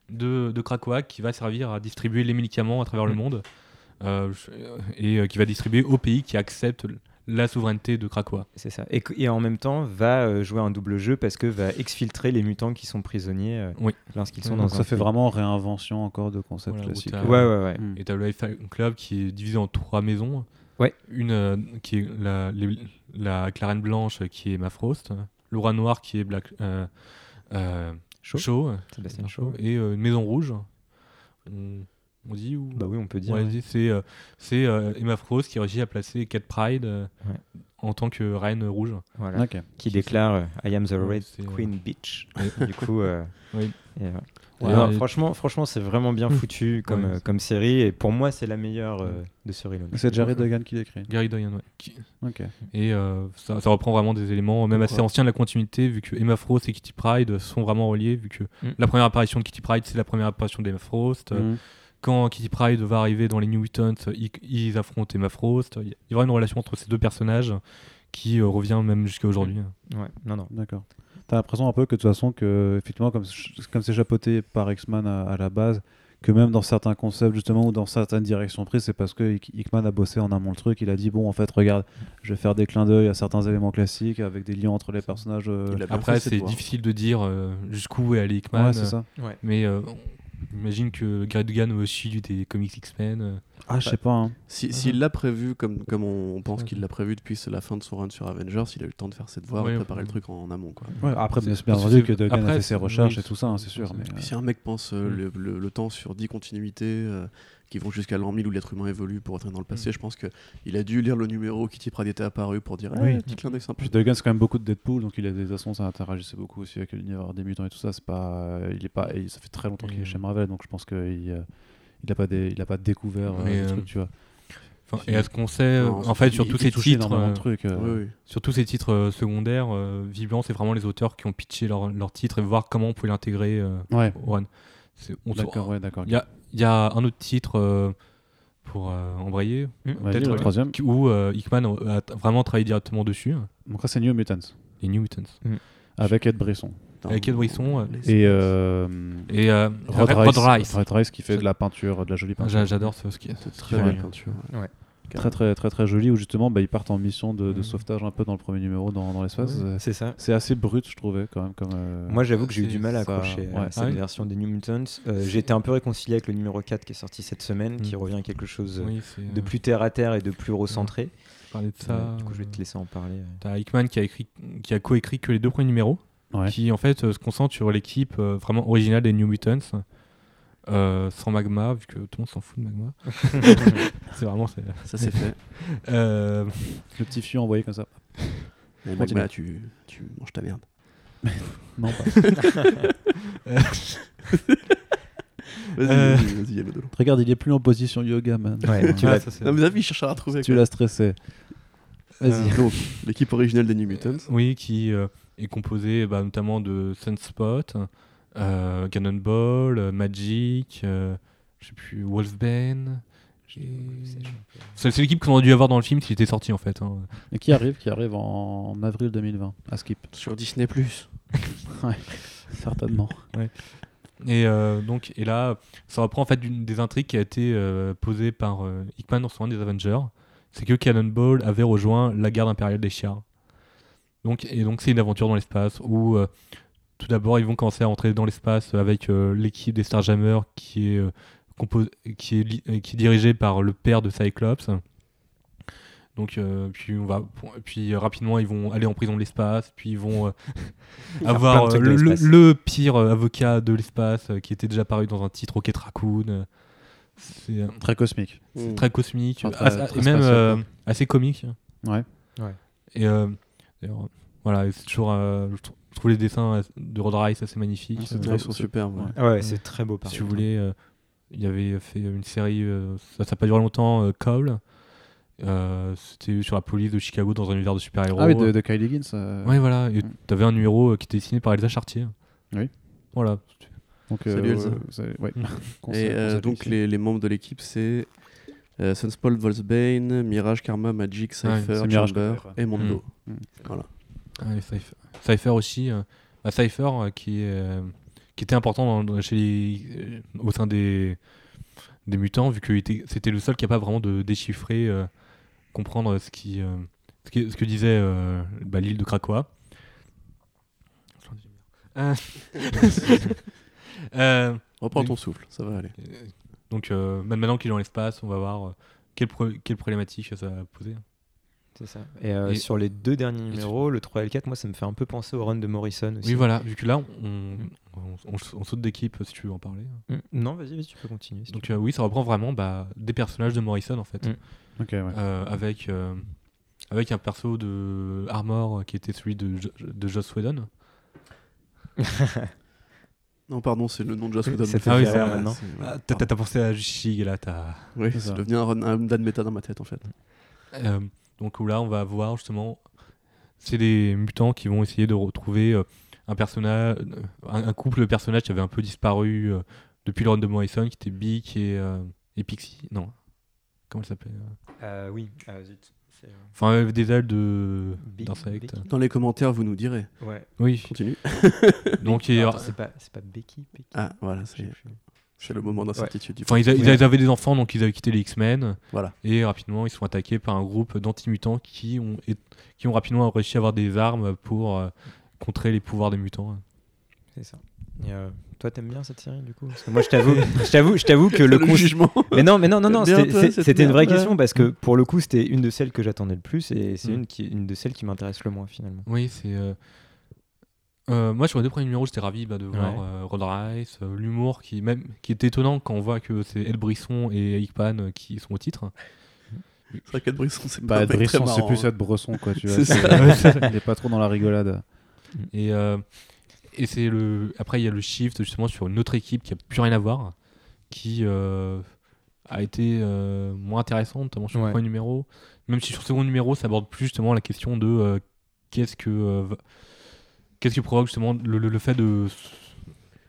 D: de, de Krakoa qui va servir à distribuer les médicaments à travers le
B: Mm.
D: monde euh, et euh, qui va distribuer aux pays qui acceptent la souveraineté de Krakoa.
B: C'est ça. Et, que- et en même temps, va euh, jouer un double jeu parce que va exfiltrer les mutants qui sont prisonniers euh,
D: Oui.
B: lorsqu'ils sont
A: Donc
B: dans un
A: ça fait
B: pays.
A: vraiment réinvention encore de concept
D: Voilà, où
A: classique.
D: t'as-
B: Ouais, ouais, ouais.
A: Mm.
D: Et t'as le Hellfire Club qui est divisé en trois maisons.
B: Ouais.
D: Une euh, qui est la, les- la Clarenne Blanche euh, qui est Ma Frost, euh, Laura Noire qui est Black. euh, euh,
B: Shaw.
D: Shaw, euh,
B: Sébastien
D: Shaw,
B: Shaw.
D: et euh, une Maison Rouge. On, on dit ou
B: Bah oui, on peut dire.
D: On l'a
B: ouais.
D: dit, c'est euh, c'est, euh, Emma Frost qui réussit à placer Kate Pride euh,
B: Ouais.
D: en tant que reine
B: [LAUGHS]
D: rouge.
B: Voilà.
A: Ok.
B: Qui déclare euh, I am the
D: Ouais,
B: Red
D: c'est-
B: Queen Bitch. du coup. euh,
D: Oui.
B: et, euh,
D: Ouais,
B: non,
D: et-
B: franchement, franchement, c'est vraiment bien foutu comme,
D: Ouais.
B: euh, comme série et pour moi, c'est la meilleure euh, de ce reload.
A: C'est Jared Duggan qui l'écrit.
D: Gary Doyen, ouais. Qui-
A: Ok.
D: Et euh, ça, ça reprend vraiment des éléments, même assez
C: Ouais.
D: anciens de la continuité, vu que Emma Frost et Kitty Pride sont vraiment reliés, vu que
B: Mm.
D: la première apparition de Kitty Pride, c'est la première apparition d'Emma Frost.
A: Mhm.
D: Quand Kitty Pride va arriver dans les New Mutants, ils, ils affrontent Emma Frost. Il y a vraiment une relation entre ces deux personnages qui euh, revient même jusqu'à aujourd'hui.
B: Ouais, non, non.
A: D'accord. T'as l'impression un peu que de toute façon, que, effectivement, comme ch- comme c'est chapeauté par X-Man à, à la base, que même dans certains concepts, justement, ou dans certaines directions prises, c'est parce que Hick- Hickman a bossé en amont le truc. Il a dit, bon, en fait, regarde, je vais faire des clins d'œil à certains éléments classiques, avec des liens entre les personnages. euh,
C: Il a bien
D: Après,
C: fait ses
D: c'est
C: devoirs.
D: difficile de dire euh, jusqu'où est allé Hickman,
A: Ouais, c'est ça.
D: mais euh, on imagine que Gary Dugan a aussi lu des comics X-Men. euh,
A: Ah, je sais pas. hein.
C: Si-
D: Ah.
C: S'il l'a prévu, comme, comme on, on pense
D: Ouais.
C: qu'il l'a prévu depuis la fin de son run sur Avengers, il a eu le temps de faire ses devoirs
D: Ouais,
C: et préparer
D: ouais.
C: le truc en, en amont. Quoi.
A: Ouais, après, bien
D: C'est-
A: bien
D: parce
A: entendu que
D: que-
A: Duggan a
D: après,
A: fait ses
D: c'est-
A: recherches
D: oui,
A: et tout ça, hein, c'est sûr.
D: c'est-
A: Mais,
C: Puis
A: euh,
C: si un mec pense euh,
D: Mm.
C: le, le- le temps sur 10 continuités euh, qui vont jusqu'à l'an 1000 où l'être humain évolue pour
D: Mhm.
C: rentrer dans le passé, je pense qu'il a dû lire le numéro où Kitty Pryde était apparu pour dire
A: Oui.
C: eh, petit clin d'œil sympa.
A: Puis Duggan, c'est quand même beaucoup de Deadpool, donc il a des façons, ça interagissait beaucoup aussi avec l'univers des mutants et tout ça. C'est pas, euh, il est pas, et ça fait très longtemps qu'il est
D: Mm.
A: chez Marvel, donc je pense qu'il euh, il a pas, des, il a pas découvert euh,
D: Mais,
A: des
D: euh,
A: trucs, tu vois.
D: Enfin, et à ce qu'on sait, euh,
C: Non,
D: en fait, sur
A: Il-
D: tous
A: il
D: ces
A: touchait
D: titres,
A: énormément
D: euh,
A: de trucs. euh,
C: Oui, oui.
D: sur tous ces titres euh, secondaires, euh, Vigilant, c'est vraiment les auteurs qui ont pitché leur, leur titre et voir comment on pouvait l'intégrer euh,
A: Ouais,
D: au run. C'est- on se-
A: d'accord, ouais, d'accord.
D: Il y a, il y a un autre titre euh, pour euh, embrayer
B: Hmm.
A: Vas-y,
D: peut-être,
A: le
D: euh,
A: troisième.
D: qui- où euh, Hickman a a t- vraiment travaillé directement dessus, hein,
A: Donc ça, c'est New Mutants,
D: les New Mutants.
A: avec Ed Brisson.
D: Avec Ed Brisson, euh,
C: Laisse-
A: Et euh,
D: Et euh,
A: Rod,
D: Red-
A: Rice,
D: Rod Rice.
A: Rod Rice qui fait de la peinture, de la jolie peinture.
D: J'a- J'adore ce, ce qui
C: C'est
D: ce qui
C: très
D: fait.
A: Ouais.
C: belle peinture. ouais.
A: Très, très, très, très jolie, où justement, bah, ils partent en mission de,
D: Mm.
A: de
B: Mhm.
A: sauvetage un peu dans le premier numéro, dans, dans l'espace. Euh,
B: C'est ça.
A: C'est assez brut, je trouvais, quand même. Comme, euh,
B: Moi, j'avoue que j'ai eu
D: c'est
B: du mal à
A: ça,
B: accrocher à
A: ouais.
B: cette
D: Ah oui
B: version des New Mutants. Euh, j'ai été un peu réconcilié avec le numéro 4 qui est sorti cette semaine, qui
D: Mm.
B: revient à quelque chose
D: Oui, c'est,
B: de
D: euh,
B: plus terre à terre et de plus recentré.
D: parler de ça.
B: Euh, du coup, je vais te laisser en parler.
D: T'as Hickman qui a écrit, qui a coécrit que les deux premiers numéros,
A: Ouais.
D: qui en fait euh, se concentre sur l'équipe euh, vraiment originale des New Mutants, euh, sans Magma, vu que tout le monde s'en fout de [LAUGHS] Magma. c'est vraiment. c'est-
C: Ça, c'est
D: [LAUGHS]
C: fait.
D: Euh,
A: Le petit fiu envoyé comme ça.
C: Et
A: Continue.
C: Magma, bah, tu, tu manges ta merde.
A: Non, pas.
C: Vas-y,
D: Euh.
C: vas-y, vas-y, y a le
D: [LAUGHS]
C: de l'eau.
A: Regarde, il est plus en position yoga, man.
B: Ouais, tu
D: ah,
B: vas-
D: ça, c'est-
C: Non, mais la vie, il cherche à la trouver.
A: tu l'as stressé. Vas-y.
C: Donc, [LAUGHS] l'équipe originale des New Mutants.
D: Oui, qui euh, est composée bah, notamment de Sunspot, euh, Cannonball, euh, Magic, euh, je sais plus, Wolfbane. C'est c'est l'équipe qu'on aurait dû avoir dans le film s'il était sorti en fait. hein.
A: Et qui arrive, qui arrive en avril 2020, à Skip.
C: Sur Disney.
A: Certainement.
D: Et euh, donc, et là, ça reprend en fait d'une des intrigues qui a été euh, posée par euh, Hickman dans son des Avengers. C'est que Cannonball avait rejoint la garde impériale des chiens. Donc, et donc, c'est une aventure dans l'espace où euh, tout d'abord, ils vont commencer à entrer dans l'espace avec euh, l'équipe des Starjammers qui est, euh, compos- qui, est li- euh, qui est dirigée par le père de Cyclops. Donc, euh, puis, on va, puis euh, rapidement, ils vont aller en prison de l'espace, puis ils
B: [LAUGHS]
D: vont euh,
B: plein de
D: avoir euh,
B: trucs
D: le,
B: de
D: le-
B: l'espace.
D: le pire euh, avocat de l'espace euh, qui était déjà paru dans un titre Rocket Raccoon. euh, C'est euh,
A: Très cosmique.
C: C'est
D: très cosmique,
A: Enfin,
D: assez-
A: très- très
D: et même
A: spatial,
D: euh, assez comique.
A: Ouais.
B: Ouais.
D: Et euh, d'ailleurs, voilà, et c'est toujours. euh, je trou- je trouve les dessins euh, de Rod Rice assez magnifiques. Euh,
C: Ils sont superbes. ouais.
A: ouais.
B: Ah ouais, c'est très beau. par
D: si vous
B: contre.
D: voulez, euh, il avait fait une série, euh, ça n'a pas duré longtemps, euh, Cole. Euh, C'était sur la police de Chicago dans un univers de super-héros.
A: Ah oui, de, de Kyle Higgins. euh,
D: Ouais, voilà. Et
A: Mm.
D: t'avais un numéro euh, qui était dessiné par Elsa Chartier.
A: Oui.
D: Voilà.
A: Donc, euh,
C: Salut, Elsa.
A: ouais, c'est- ouais.
D: Mm.
A: Conseil-
C: Et euh,
A: conseil
C: donc,
A: cliché.
C: les, les membres de l'équipe, c'est euh, Sunspot, Volsbane, Mirage, Karma, Magic,
D: Ouais,
C: Cypher,
A: c'est Mirage
C: Chamber
A: qu'on avait,
C: et Mondo.
A: Mm. Mm.
C: Voilà.
D: Ah, et Cypher. Cypher aussi. euh, bah, Cypher euh, qui, est, euh, qui était important dans- dans- chez les- euh, au sein des, des mutants, vu que était- c'était le seul capable vraiment de déchiffrer, euh, comprendre ce, qui, euh, ce, que, ce que disait euh, bah, l'île de Krakoa. Ah. Euh,
C: Reprends
D: Oui.
C: Oh, ton souffle, ça va aller.
D: Euh, Donc euh, ma- maintenant qu'il est dans l'espace, on va voir euh, quelle, pro- quelle problématique ça va poser.
B: C'est ça. Et, euh,
D: Et-
B: sur les deux derniers numéros, le 3 et le 4, moi, ça me fait un peu penser au run de Morrison aussi.
D: Oui, voilà, vu que là, on, on- on- on saute d'équipe si tu veux en parler.
B: Mm. Non, vas-y, vas-y, tu peux continuer. si tu
D: Donc euh, oui, ça reprend vraiment bah, des personnages de Morrison en fait.
B: Mm.
A: Ok, ouais.
C: Ah,
D: Euh, avec, euh, avec un perso de Armor euh, qui était celui de, Jo- de Joss Whedon.
C: Non, pardon, c'est le nom de Joss Whedon.
B: Ça te
D: Ah oui,
B: fait
D: c'est-
B: rire maintenant.
C: c'est-
D: Ah,
C: voilà.
D: t'as- T'as t'as pensé à Justice là, t'as...
C: Ah, Oui,
A: C'est
C: c'est
A: ça.
C: devenu un, run- un Dan Meta dans ma tête en fait.
D: Euh, donc où là, on va voir justement, c'est des mutants qui vont essayer de retrouver euh, un personnage, euh, un, un couple de personnages qui avait un peu disparu euh, depuis le run de Morrison, qui était Bic et, euh, et Pixie. Non, comment elle s'appelait euh
B: veux. Euh, oui, Ah, zut. C'est, euh,
D: Enfin, elle avait des ailes de
B: Bic-
D: d'insectes.
B: Bic-
C: Dans les commentaires, vous nous direz.
B: Ouais.
D: Oui.
C: Continue.
D: Donc il y a-
B: Attends, c'est pas, c'est pas Becky, Becky
C: Ah, voilà,
B: je sais
C: c'est
B: plus.
C: c'est le moment d'incertitude. du
D: Enfin, ils, a- ils
B: Ouais.
D: avaient des enfants, donc ils avaient quitté les X-Men.
C: Voilà.
D: Et rapidement, ils sont attaqués par un groupe d'anti-mutants qui ont, et- qui ont rapidement réussi à avoir des armes pour euh, contrer les pouvoirs des mutants.
B: C'est ça. Et, euh, toi, t'aimes bien cette série du coup Parce que Moi, je
D: [LAUGHS]
B: t'avoue, je t'avoue, je t'avoue que le
C: le
B: con-
C: jugement.
B: Mais non, mais non, non, non.
C: T'aimes bien,
B: c'était-
C: toi,
B: c'est-
C: cette
B: C'était une vraie
C: merde,
B: question parce que pour le coup, c'était une de celles que j'attendais le plus et c'est
D: Mm.
B: une qui, une de celles qui m'intéresse le moins finalement.
D: Oui, c'est. euh, euh, moi, sur les deux premiers numéros, j'étais ravi bah, de voir
B: Ouais.
D: euh, Rod Rice, euh, l'humour qui, même, qui est étonnant quand on voit que c'est El Brisson et Hickman euh, qui sont au titre.
C: C'est vrai qu'Ed Brisson, c'est pas
A: Bah,
C: un mec très
A: Brisson, c'est
C: marrant,
A: plus
C: hein.
A: être Bresson, quoi. Tu vois,
C: C'est ça.
A: [LAUGHS] Il est pas trop dans la rigolade.
D: Et, euh, et c'est le. Après, il y a le shift justement sur une autre équipe qui a plus rien à voir, qui euh, a été euh, moins intéressante, notamment sur
B: Ouais.
D: le premier numéro. Même si sur le second numéro, ça aborde plus justement la question de euh, qu'est-ce que euh, va- qu'est-ce que provoque justement le, le- le fait de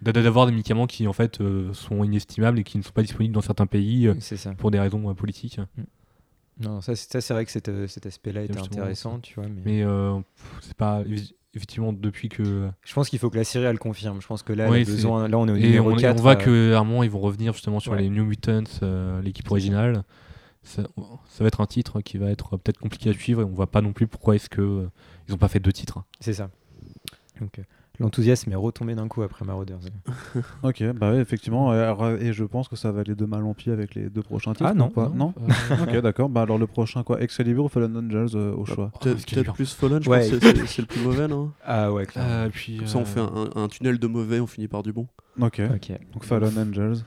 D: d'a- d'avoir des médicaments qui en fait euh, sont inestimables et qui ne sont pas disponibles dans certains pays euh,
B: C'est ça.
D: pour des raisons euh, politiques.
B: Non, ça, c'est ça, c'est vrai que cet, euh, cet aspect-là était
D: Justement,
B: intéressant, tu vois. Mais...
D: Mais euh, pff, c'est pas évi- effectivement depuis que
B: je pense qu'il faut que la série elle confirme. Je pense que là,
D: Oui,
B: elle a
D: c'est-
B: besoin- là on est au
D: Et
B: numéro
D: on, et on
B: 4.
D: voit
B: euh,
D: que à un moment, ils vont revenir justement sur
B: ouais.
D: les New Mutants, euh, l'équipe originale. Ça, ça va être un titre qui va être euh, peut-être compliqué à suivre et on voit pas non plus pourquoi est-ce que euh, ils ont pas fait deux titres. hein.
B: C'est ça. Donc, euh, l'enthousiasme est retombé d'un coup après Marauders.
A: Ok, bah ouais, effectivement. euh, alors, euh, et je pense que ça va aller de mal en pis avec les deux prochains titres.
B: Ah, non,
A: ou pas non.
D: [LAUGHS] Euh,
A: Ok, d'accord. Bah alors le prochain quoi, Excalibur ou Fallen Angels euh, au choix.
D: oh, parce
C: Peut-être
D: qu'il est
C: peut-être plus Fallen, je
B: Ouais.
C: pense que c'est- c'est c'est le plus mauvais, non
B: Ah ouais, clairement.
D: Euh, puis,
C: Comme ça, on
D: euh,
C: fait un, un tunnel de mauvais, on finit par du bon.
A: Ok.
B: Ok.
A: Donc Fallen Angels.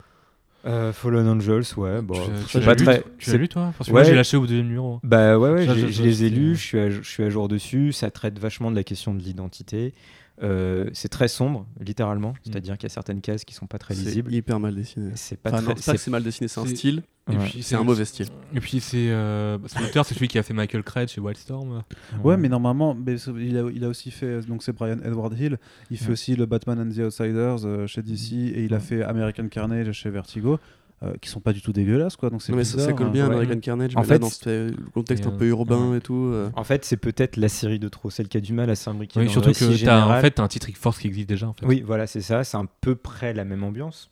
B: Euh, Fallen Angels, ouais. Bon,
D: tu- tu
B: c'est
D: l'as
B: pas
D: lu,
B: très.
D: Tu l'as
B: c'est-
D: lu toi Parce que moi
B: Ouais.
D: j'ai lâché au deuxième numéro.
B: Bah ouais, ouais
D: Ça,
B: j'ai-
D: je-
B: je les ai
D: c'est-
B: lus, je suis, à, je suis à jour dessus, ça traite vachement de la question de l'identité. Euh, c'est très sombre, littéralement,
D: Mm.
B: c'est-à-dire qu'il y a certaines cases qui sont pas très
C: C'est
B: lisibles.
C: hyper mal dessiné.
B: C'est pas
C: Enfin, non,
B: très...
C: c'est pas que
B: c'est-
C: c'est mal dessiné, c'est un
D: c'est-
C: style,
D: Et
B: ouais.
D: puis,
C: c'est un mauvais style.
D: Et puis c'est euh, son auteur, c'est celui qui a fait Michael Craig chez Wildstorm.
A: Ouais, mais normalement, mais ce- il, a, il a aussi fait euh, donc c'est Brian Edward Hill. Il fait
D: Ouais.
A: aussi le Batman and the Outsiders euh, chez DC et il a fait American Carnage chez Vertigo, euh, qui sont pas du tout dégueulasses quoi. Donc c'est
C: Non, mais ça,
A: bizarre,
C: ça colle
A: hein.
C: bien
B: ouais.
C: American Carnage,
B: En
C: mais là,
B: fait,
C: dans ce- le contexte
D: et,
C: un peu
D: euh,
C: urbain
D: ouais.
C: et tout. euh,
B: En fait, c'est peut-être la série de trop, celle qui a du mal à s'imbriquer.
D: Oui,
B: dans
D: surtout
B: le récit
D: que t'as en
B: général.
D: fait t'as un titre force qui existe déjà en fait.
B: Oui, voilà, c'est ça, c'est à peu près la même ambiance.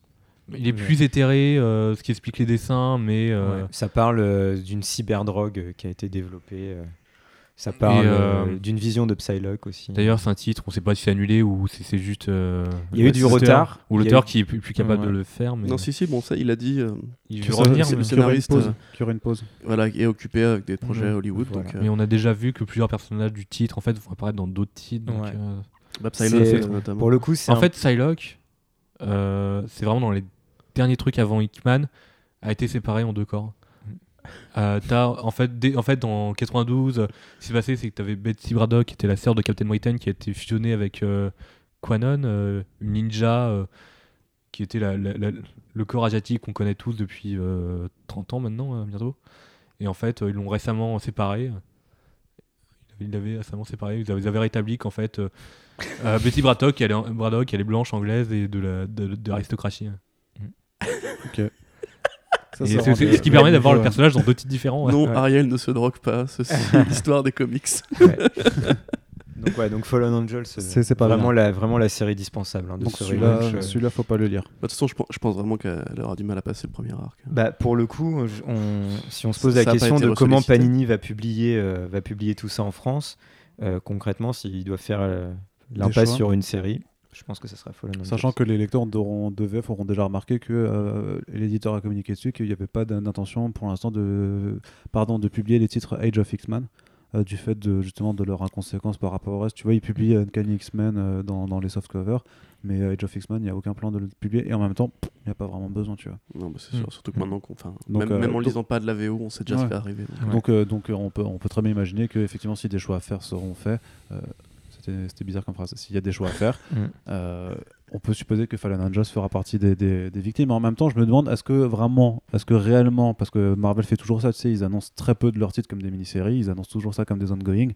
D: Il est plus éthéré, euh, ce qui explique les dessins, mais euh,
B: Ouais. Ça parle euh, d'une cyberdrogue euh, qui a été développée. euh, Ça parle
D: Et, euh,
B: euh, d'une vision de Psylocke aussi.
D: D'ailleurs, c'est un titre, on sait pas si c'est annulé ou si c'est juste. euh,
B: il y a eu du
D: l'assisteur
B: retard.
D: Ou
B: il y a eu-
D: l'auteur qui est plus, plus capable
B: Ouais.
D: de le faire. Mais
C: Non, si, si, bon, ça, il a dit, euh,
D: il
A: Que
D: veut
A: ça-
D: revenir.
A: c'est-
D: Mais,
A: qu'il y aurait une
C: scénariste,
A: pause.
C: euh,
A: Qu'il y aurait une pause.
C: voilà, est occupé avec des projets à Hollywood.
B: Voilà.
C: Donc, euh,
D: mais on a déjà vu que plusieurs personnages du titre en fait vont apparaître dans d'autres titres. donc,
B: Ouais.
D: euh,
C: Bob
B: c'est-
C: Silas, euh, notamment.
B: Pour le coup, c'est
D: En
B: un-
D: fait, Psylocke, euh, c'est vraiment dans les derniers trucs avant Hickman, a été séparé en deux corps.
B: Mm.
D: Euh, t'as, en, fait, dès- en fait, dans 92, euh, ce qui s'est passé, c'est que tu avais Betsy Braddock, qui était la sœur de Captain Britain, qui a été fusionnée avec euh, Quanon, euh, une ninja euh, qui était la- la- la- le corps asiatique qu'on connaît tous depuis euh, 30 ans maintenant, euh, bientôt. Et en fait, euh, ils l'ont récemment séparé. Ils l'avaient récemment séparé. Ils avaient, ils avaient rétabli qu'en fait, euh, euh, Betty Braddock, elle est, en- Braddock, elle est blanche anglaise et de la- de- de l'aristocratie.
A: Ça,
D: Et
A: ça
D: c'est-
A: rend
D: c'est
A: des-
D: ce qui permet d'avoir le
A: Ouais.
D: personnage dans deux titres différents. ouais.
C: Non,
B: Ouais.
C: Ariel ne se drogue pas, ceci est l'histoire des comics. Bah,
B: donc, ouais, donc Fallen
D: [LAUGHS]
B: Angels, euh,
A: C'est c'est pas vraiment.
B: vraiment, la, vraiment la série dispensable hein, de
A: Donc
B: ce relaunch,
A: celui-là,
B: euh.
A: celui-là, faut pas le lire.
C: Bah, De toute façon, je pense, je pense vraiment qu'elle aura du mal à passer le premier arc. hein.
B: Bah, pour le coup, je- on- si on se pose
C: Ça
B: la
C: a pas
B: question
C: été
B: de comment
C: ressollicité.
B: Panini va publier, euh, va publier tout ça en France, euh, concrètement, s'il doit faire euh, l'impasse
A: choix.
B: sur une série, je pense que ça sera Fallen Angels.
A: Sachant que les lecteurs auront- de VF auront déjà remarqué que euh, l'éditeur a communiqué dessus qu'il n'y avait pas d'in- d'intention pour l'instant de, pardon, de publier les titres Age of X-Men euh, du fait de, justement de leur inconséquence par rapport au reste. Tu vois, ils publient Uncanny X-Men euh, dans, dans les soft covers, mais euh, Age of X-Men, il n'y a aucun plan de le publier et en même temps, pff, il n'y a pas vraiment besoin, tu vois.
C: Non, bah, c'est
D: Mm.
C: sûr, surtout que maintenant, qu'on, enfin,
A: Donc,
C: même,
A: euh,
C: même en
A: donc-
C: lisant pas de la VO, on sait déjà
A: Ouais.
C: ce qui va arriver. donc.
B: Ouais.
A: Donc, euh, donc euh, on, peut, on peut très bien imaginer que effectivement, si des choix à faire seront faits, euh, c'était c'était bizarre comme phrase, s'il y a des choix à
D: [LAUGHS]
A: faire,
B: Mm.
A: euh, on peut supposer que Fallen Angels fera partie des, des- des victimes. Mais en même temps, je me demande, est-ce que vraiment, est-ce que réellement, parce que Marvel fait toujours ça, tu sais, ils annoncent très peu de leurs titres comme des mini-séries, ils annoncent toujours ça comme des ongoing,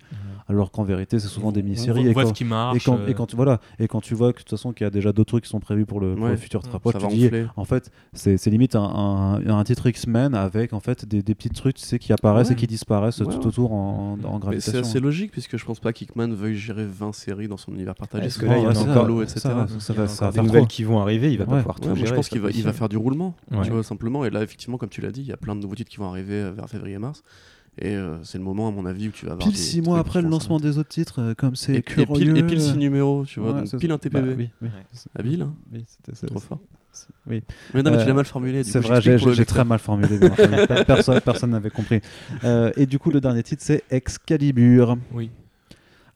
A: alors qu'en vérité, c'est souvent des
D: On-
A: mini-séries.
D: On
A: et
D: voit
A: quand-
D: ce qui marche.
A: et quand,
D: euh,
A: et quand tu voilà et quand tu vois que de toute façon qu'il y a déjà d'autres trucs qui sont prévus pour le, pour le
C: Ouais.
A: futur
D: Ça
A: rapport
C: ça
A: tu
C: va
A: dis
C: enfler.
A: en fait, c'est c'est limite un, un- un titre X-Men avec en fait des, des petits trucs tu sais, qui apparaissent
C: Ouais.
A: et qui disparaissent
C: Ouais,
A: tout
C: ouais.
A: autour en, en- en
C: Mais c'est
A: gravitation.
C: assez logique, puisque je pense pas qu'Hickman veuille gérer 20 séries dans son univers partagé.
B: Est-ce
C: c'est
B: que là, il y
C: vraiment
B: en a
C: un
B: encore-
C: solo,
A: ça,
C: etc.
A: ça, ça, va- ça va
B: des
A: faire
B: nouvelles
A: trop.
B: qui vont arriver, il va
A: Ouais.
B: pas pouvoir tout
C: Ouais, moi, je
B: gérer,
C: pense
B: c'est
C: qu'il
B: pas
C: va, il va
B: possible.
C: faire du roulement,
B: Ouais.
C: tu vois, simplement. Et là, effectivement, comme tu l'as dit, il y a plein de nouveaux titres qui vont arriver euh, vers février et mars. Et euh, c'est le moment, à mon avis, où tu vas avoir.
A: Pile
C: des
A: 6 mois
C: trucs qui
A: après le
C: vont
A: lancement des autres titres, euh, comme
C: s'arrêter.
A: c'est
C: Et, puis- et
A: curieux.
C: pile, et pile 6 numéros, tu vois,
A: Ouais,
C: donc
A: c'est-
C: pile un TPV.
A: Bah oui, oui.
C: Habile, hein
A: Oui, c'était-
C: C'est
A: c'est-
C: trop fort.
A: oui.
C: Mais non, mais tu
A: Euh,
C: l'as mal formulé. du
A: C'est
C: coup,
A: vrai, j'ai
C: j'explique pour le
A: j'ai
C: lecteur.
A: très
C: [LAUGHS]
A: mal formulé. bien entendu. Pe- Personne personne n'avait compris. Euh, et du coup, le dernier titre, c'est Excalibur.
D: Oui.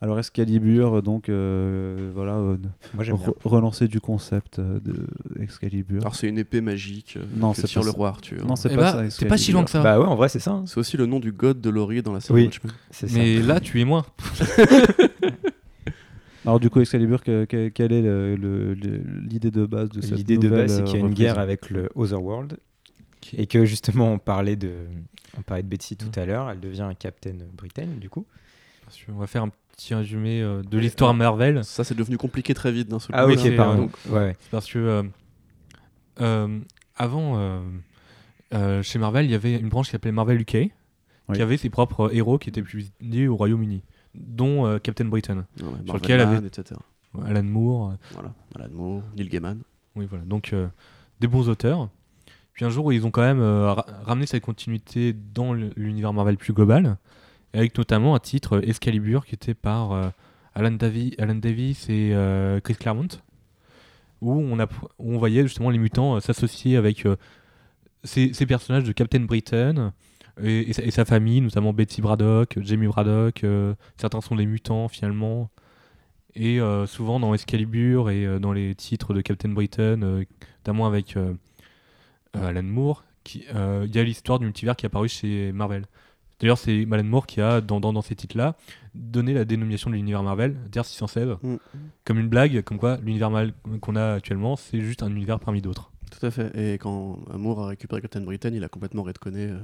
A: Alors, Excalibur, donc, euh, voilà, euh,
B: Moi, j'aime bien. Ah.
A: re- relancer du concept euh, de Excalibur.
C: Alors, c'est une épée magique.
A: Non,
C: Non,
A: c'est
C: c'est tire
A: pas
C: le
A: ça.
C: roi Arthur.
A: Non, c'est
D: eh
A: pas
D: bah,
A: ça.
D: t'es pas si
A: Excalibur.
D: loin que ça.
B: Bah ouais, en vrai, c'est ça. hein.
C: C'est aussi le nom du god de Laurie dans la série
B: Oui.
C: Watchmen.
B: C'est ça.
D: mais là, tu es moi.
A: Alors du coup, Excalibur, que- que- quelle est le- le- le- l'idée de base de cette
B: L'idée de
A: nouvelle,
B: base, c'est qu'il y a
A: euh,
B: une
A: reprise
B: guerre avec le Otherworld Et que justement, on parlait de, on parlait de Betsy tout à l'heure, elle devient Captain Britain, du coup.
D: Parce qu'on va faire un petit résumé euh, de l'histoire Marvel.
C: Ça, c'est devenu compliqué très vite d'un seul
B: Ah,
C: coup.
D: oui,
B: ok,
D: c'est-
B: pardon.
C: donc-
B: Ouais, ouais.
D: C'est Parce que euh, euh, avant, euh, euh, chez Marvel, il y avait une branche qui s'appelait Marvel UK,
A: Oui.
D: qui avait ses propres héros qui étaient publiés au Royaume-Uni, dont euh, Captain Britain,
C: Ouais,
D: Sur
C: Marvel
D: lequel
C: Man,
D: avait-
C: etc.
D: Alan Moore. euh,
C: Voilà, Alan Moore, Neil Gaiman.
D: oui, voilà. Donc euh, des bons auteurs. Puis un jour, ils ont quand même euh, ra- ramené cette continuité dans l- l'univers Marvel plus global, avec notamment un titre euh, Excalibur qui était par euh, Alan, Davi- Alan Davis et euh, Chris Claremont, où on, app- où on voyait justement les mutants euh, s'associer avec euh, ces, ces personnages de Captain Britain et, et sa, et sa famille, notamment Betty Braddock, euh, Jamie Braddock. euh, certains sont des mutants finalement. Et euh, souvent dans Excalibur et euh, dans les titres de Captain Britain, euh, notamment avec euh, euh, Alan Moore, qui- euh, il y a l'histoire du multivers qui est apparue chez Marvel. D'ailleurs, c'est Alan Moore qui a, dans, dans, dans ces titres-là, donné la dénomination de l'univers Marvel, dire 616,
C: Mm.
D: comme une blague, comme quoi l'univers Marvel qu'on a actuellement, c'est juste un univers parmi d'autres.
C: Tout à fait. Et quand Moore a récupéré Captain Britain, il a complètement redconné euh,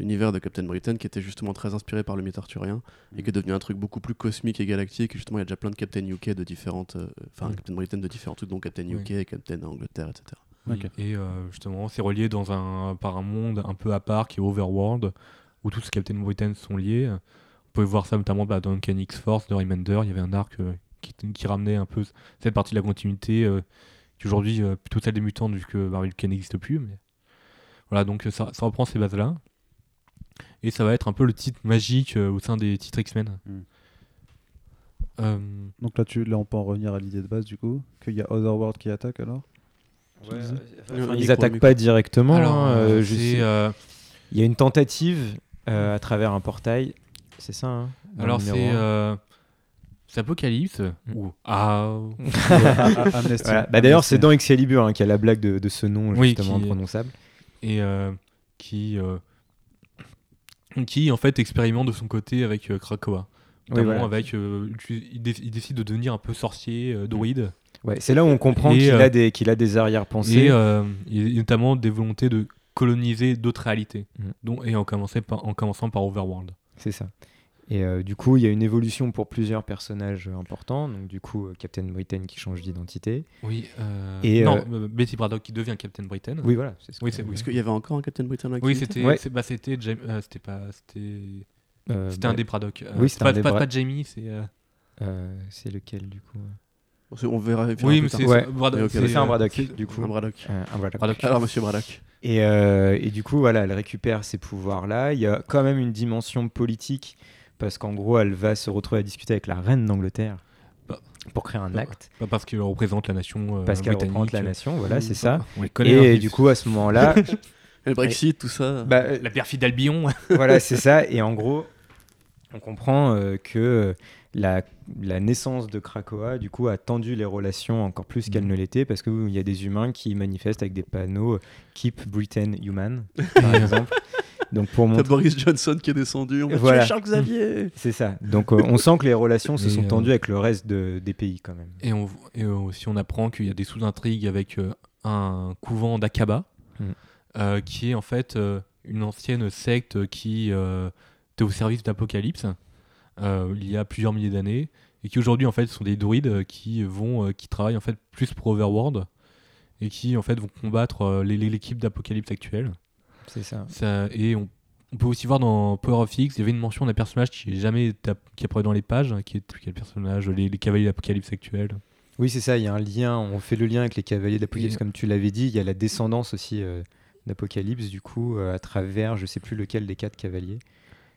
C: l'univers de Captain Britain qui était justement très inspiré par le mythe arthurien et qui est devenu un truc beaucoup plus cosmique et galactique. Et justement, il y a déjà plein de Captain UK de différentes. euh, Enfin,
D: Mm.
C: Captain Britain de différents trucs, dont Captain
D: Oui.
C: UK et Captain Angleterre, etc.
D: Oui,
A: Ok.
D: Et euh, justement, c'est relié dans un, par un monde un peu à part qui est Overworld, où tous ces Captain Britain sont liés. On pouvait voir ça notamment bah, dans Uncanny X-Force de Remender. Il y avait un arc euh, qui, qui ramenait un peu cette partie de la continuité, euh, qui aujourd'hui euh, plutôt celle des mutants, vu que Marvel UK n'existe plus. Mais... Voilà, donc euh, ça, ça reprend ces bases-là. Et ça va être un peu le titre magique euh, au sein des titres X-Men.
A: Mm.
D: Euh,
G: Donc là, tu, là, on peut en revenir à l'idée de base du coup, qu'il y a Otherworld qui attaque alors
C: Enfin,
B: Ils
C: micro,
B: attaquent
C: micro.
B: pas directement.
D: alors,
B: hein,
D: euh,
B: euh, je
D: c'est,
B: sais-
D: euh,
B: Il y a une tentative euh, à travers un portail. C'est ça. hein, dans le
D: Alors
B: numéro
D: c'est
B: un. Mm.
D: euh, c'est Apocalypse ou ah
B: [LAUGHS]
A: ah,
G: Amnesty.
B: Voilà. Bah, D'ailleurs, c'est dans Excalibur hein, qu'il y a la blague de, de ce nom
D: Oui,
B: justement
D: qui-
B: imprononçable.
D: et euh, qui euh, qui en fait expérimente de son côté avec euh, Krakoa.
B: Oui, voilà.
D: Notamment avec euh, tu- il, dé- il décide de devenir un peu sorcier euh,
B: Mm.
D: druide
B: Ouais, c'est là où on comprend
D: Et,
B: qu'il
D: euh,
B: a des qu'il a des arrière-pensées.
D: et, euh, et notamment des volontés de coloniser d'autres réalités
B: Mm.
D: dont et en commençant par en commençant par Overworld.
B: C'est ça. Et euh, du coup, il y a une évolution pour plusieurs personnages euh, importants. Donc du coup, euh, Captain Britain qui change d'identité.
D: Oui.
B: Et,
D: non,
B: euh,
D: euh, Betty Braddock qui devient Captain Britain.
B: Oui, voilà. c'est ce
D: Oui,
B: que-
D: c'est- oui.
C: Est-ce qu'il y avait encore un Captain Britain avec
D: Oui,
C: lui
D: c'était
B: Ouais.
D: c'est- bah, c'était Jam- euh, c'était pas c'était
B: Euh,
D: C'était
B: bah,
D: un des Braddock. Euh,
B: Oui,
D: c'est
B: c'était
D: pas,
B: un des
D: pas,
B: Bra-
D: pas Jamie, c'est. euh,
B: euh, c'est lequel du coup
C: Parce qu'on verra.
D: Oui, mais c'est
B: Ouais.
D: c'est Braddock.
C: Mais ok,
B: C'est
C: c'est
B: un
D: euh,
B: Braddock.
D: c'est-
B: Du coup,
C: Un Braddock.
B: Euh, un Braddock.
D: Braddock.
C: Alors, monsieur Braddock.
B: Et, euh, et du coup, voilà, elle récupère ces pouvoirs-là. Il y a quand même une dimension politique, parce qu'en gros, elle va se retrouver à discuter avec la reine d'Angleterre
D: Bah.
B: pour créer un
D: Bah.
B: acte,
D: Pas parce qu'il représente la nation. euh,
B: parce qu'elle
D: britannique.
B: représente la nation, voilà, c'est ça.
D: On les connaît, hein,
B: Et
D: les-
B: du coup, à ce
D: [LAUGHS]
B: moment-là,
C: Et le Brexit, tout ça.
B: bah, euh,
D: La perfide Albion.
B: voilà, c'est ça. Et en gros, on comprend euh, que euh, la, la naissance de Krakoa, du coup, a tendu les relations encore plus
D: Mm.
B: qu'elles ne l'étaient, parce qu'il y a des humains qui manifestent avec des panneaux euh, Keep Britain Human,
D: [LAUGHS]
B: par exemple. Donc pour
C: T'as
B: montrer
C: Boris Johnson qui est descendu. On va
B: Voilà.
C: tuer Charles Xavier.
B: C'est ça. Donc euh, on sent que les relations se
D: Mais,
B: sont
D: euh,
B: tendues avec le reste de- des pays quand même.
D: Et, on, et euh, aussi, on apprend qu'il y a des sous-intrigues avec euh, un couvent d'Akaba,
B: Mm.
D: euh, qui est en fait euh, une ancienne secte qui euh, était au service d'Apocalypse euh, il y a plusieurs milliers d'années, et qui aujourd'hui en fait sont des druides euh, qui vont, euh, qui travaillent en fait plus pour Overworld et qui en fait vont combattre euh, les- les- l'équipe d'Apocalypse actuelle.
B: C'est ça.
D: Ça- et on, on peut aussi voir dans Power of X, il y avait une mention d'un personnage qui est jamais tap- qui apparaît dans les pages, hein, qui est quel personnage les, les cavaliers d'Apocalypse actuels.
B: Oui, c'est ça. Il y a un lien. On fait le lien avec les cavaliers d'Apocalypse,
D: Et-
B: comme tu l'avais dit. Il y a la descendance aussi euh, d'Apocalypse, du coup, euh, à travers, je sais plus lequel des quatre cavaliers,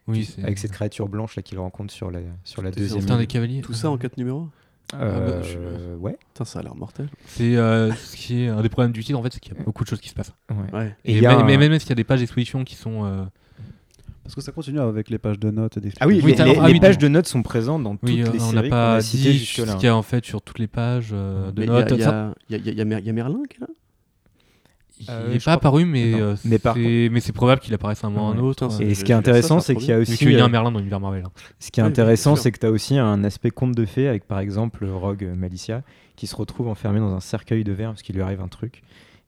D: Oui, c'est
B: avec cette créature blanche là qu'il rencontre sur la sur la
C: C'est
B: deuxième.
D: c'est un des
B: île.
D: cavaliers.
C: Tout ça en 4 numéros.
B: Euh,
D: Ah bah, je-
B: ouais.
C: Putain, ça a l'air mortel.
D: C'est euh, ce qui est un des problèmes du titre en fait, c'est qu'il y a beaucoup de choses qui se passent.
B: ouais.
C: Ouais.
B: Et
D: Et,
B: il y a
D: même,
B: un-
D: mais même s'il y a des pages d'exposition qui sont euh,
G: Parce que ça continue avec les pages de notes et
B: Ah oui,
D: Oui,
B: les,
D: t'as-
B: les-
D: ah
B: les
D: oui,
B: pages
D: tu-
B: de notes sont présentes dans toutes
D: oui, euh,
B: les
D: on
B: séries
D: n'a
B: qu'on
D: pas
B: a citées
D: dit
B: jusque-là.
D: ce qu'il y a en fait sur toutes les pages euh, de
C: Mais il y a-
D: notes.
C: Il y
D: Ça,
C: a- il y a- il y a Mer- il y a Merlin qui est là
D: il
C: Ah,
B: Euh, je
D: n'est pas
B: crois pas.
D: apparu, mais
B: Non.
D: euh,
B: Mais par
D: c'est- mais c'est probable qu'il apparaisse à un moment ou à un
B: Ouais.
C: Putain,
D: autre. euh,
C: c'est-
B: Et
C: J'ai-
B: ce qui
C: j'ai
B: est
C: vu ça,
B: intéressant,
C: ça
B: c'est qu'il y a
D: Vu
B: aussi.
D: qu'il y a
B: euh,
D: un Merlin dans l'univers Marvel. hein.
B: Ce qui est
C: Ouais,
B: intéressant,
C: bien sûr.
B: c'est que tu as aussi un aspect conte de fées avec par exemple Rogue Malicia qui se retrouve enfermé dans un cercueil de verre parce qu'il lui arrive un truc.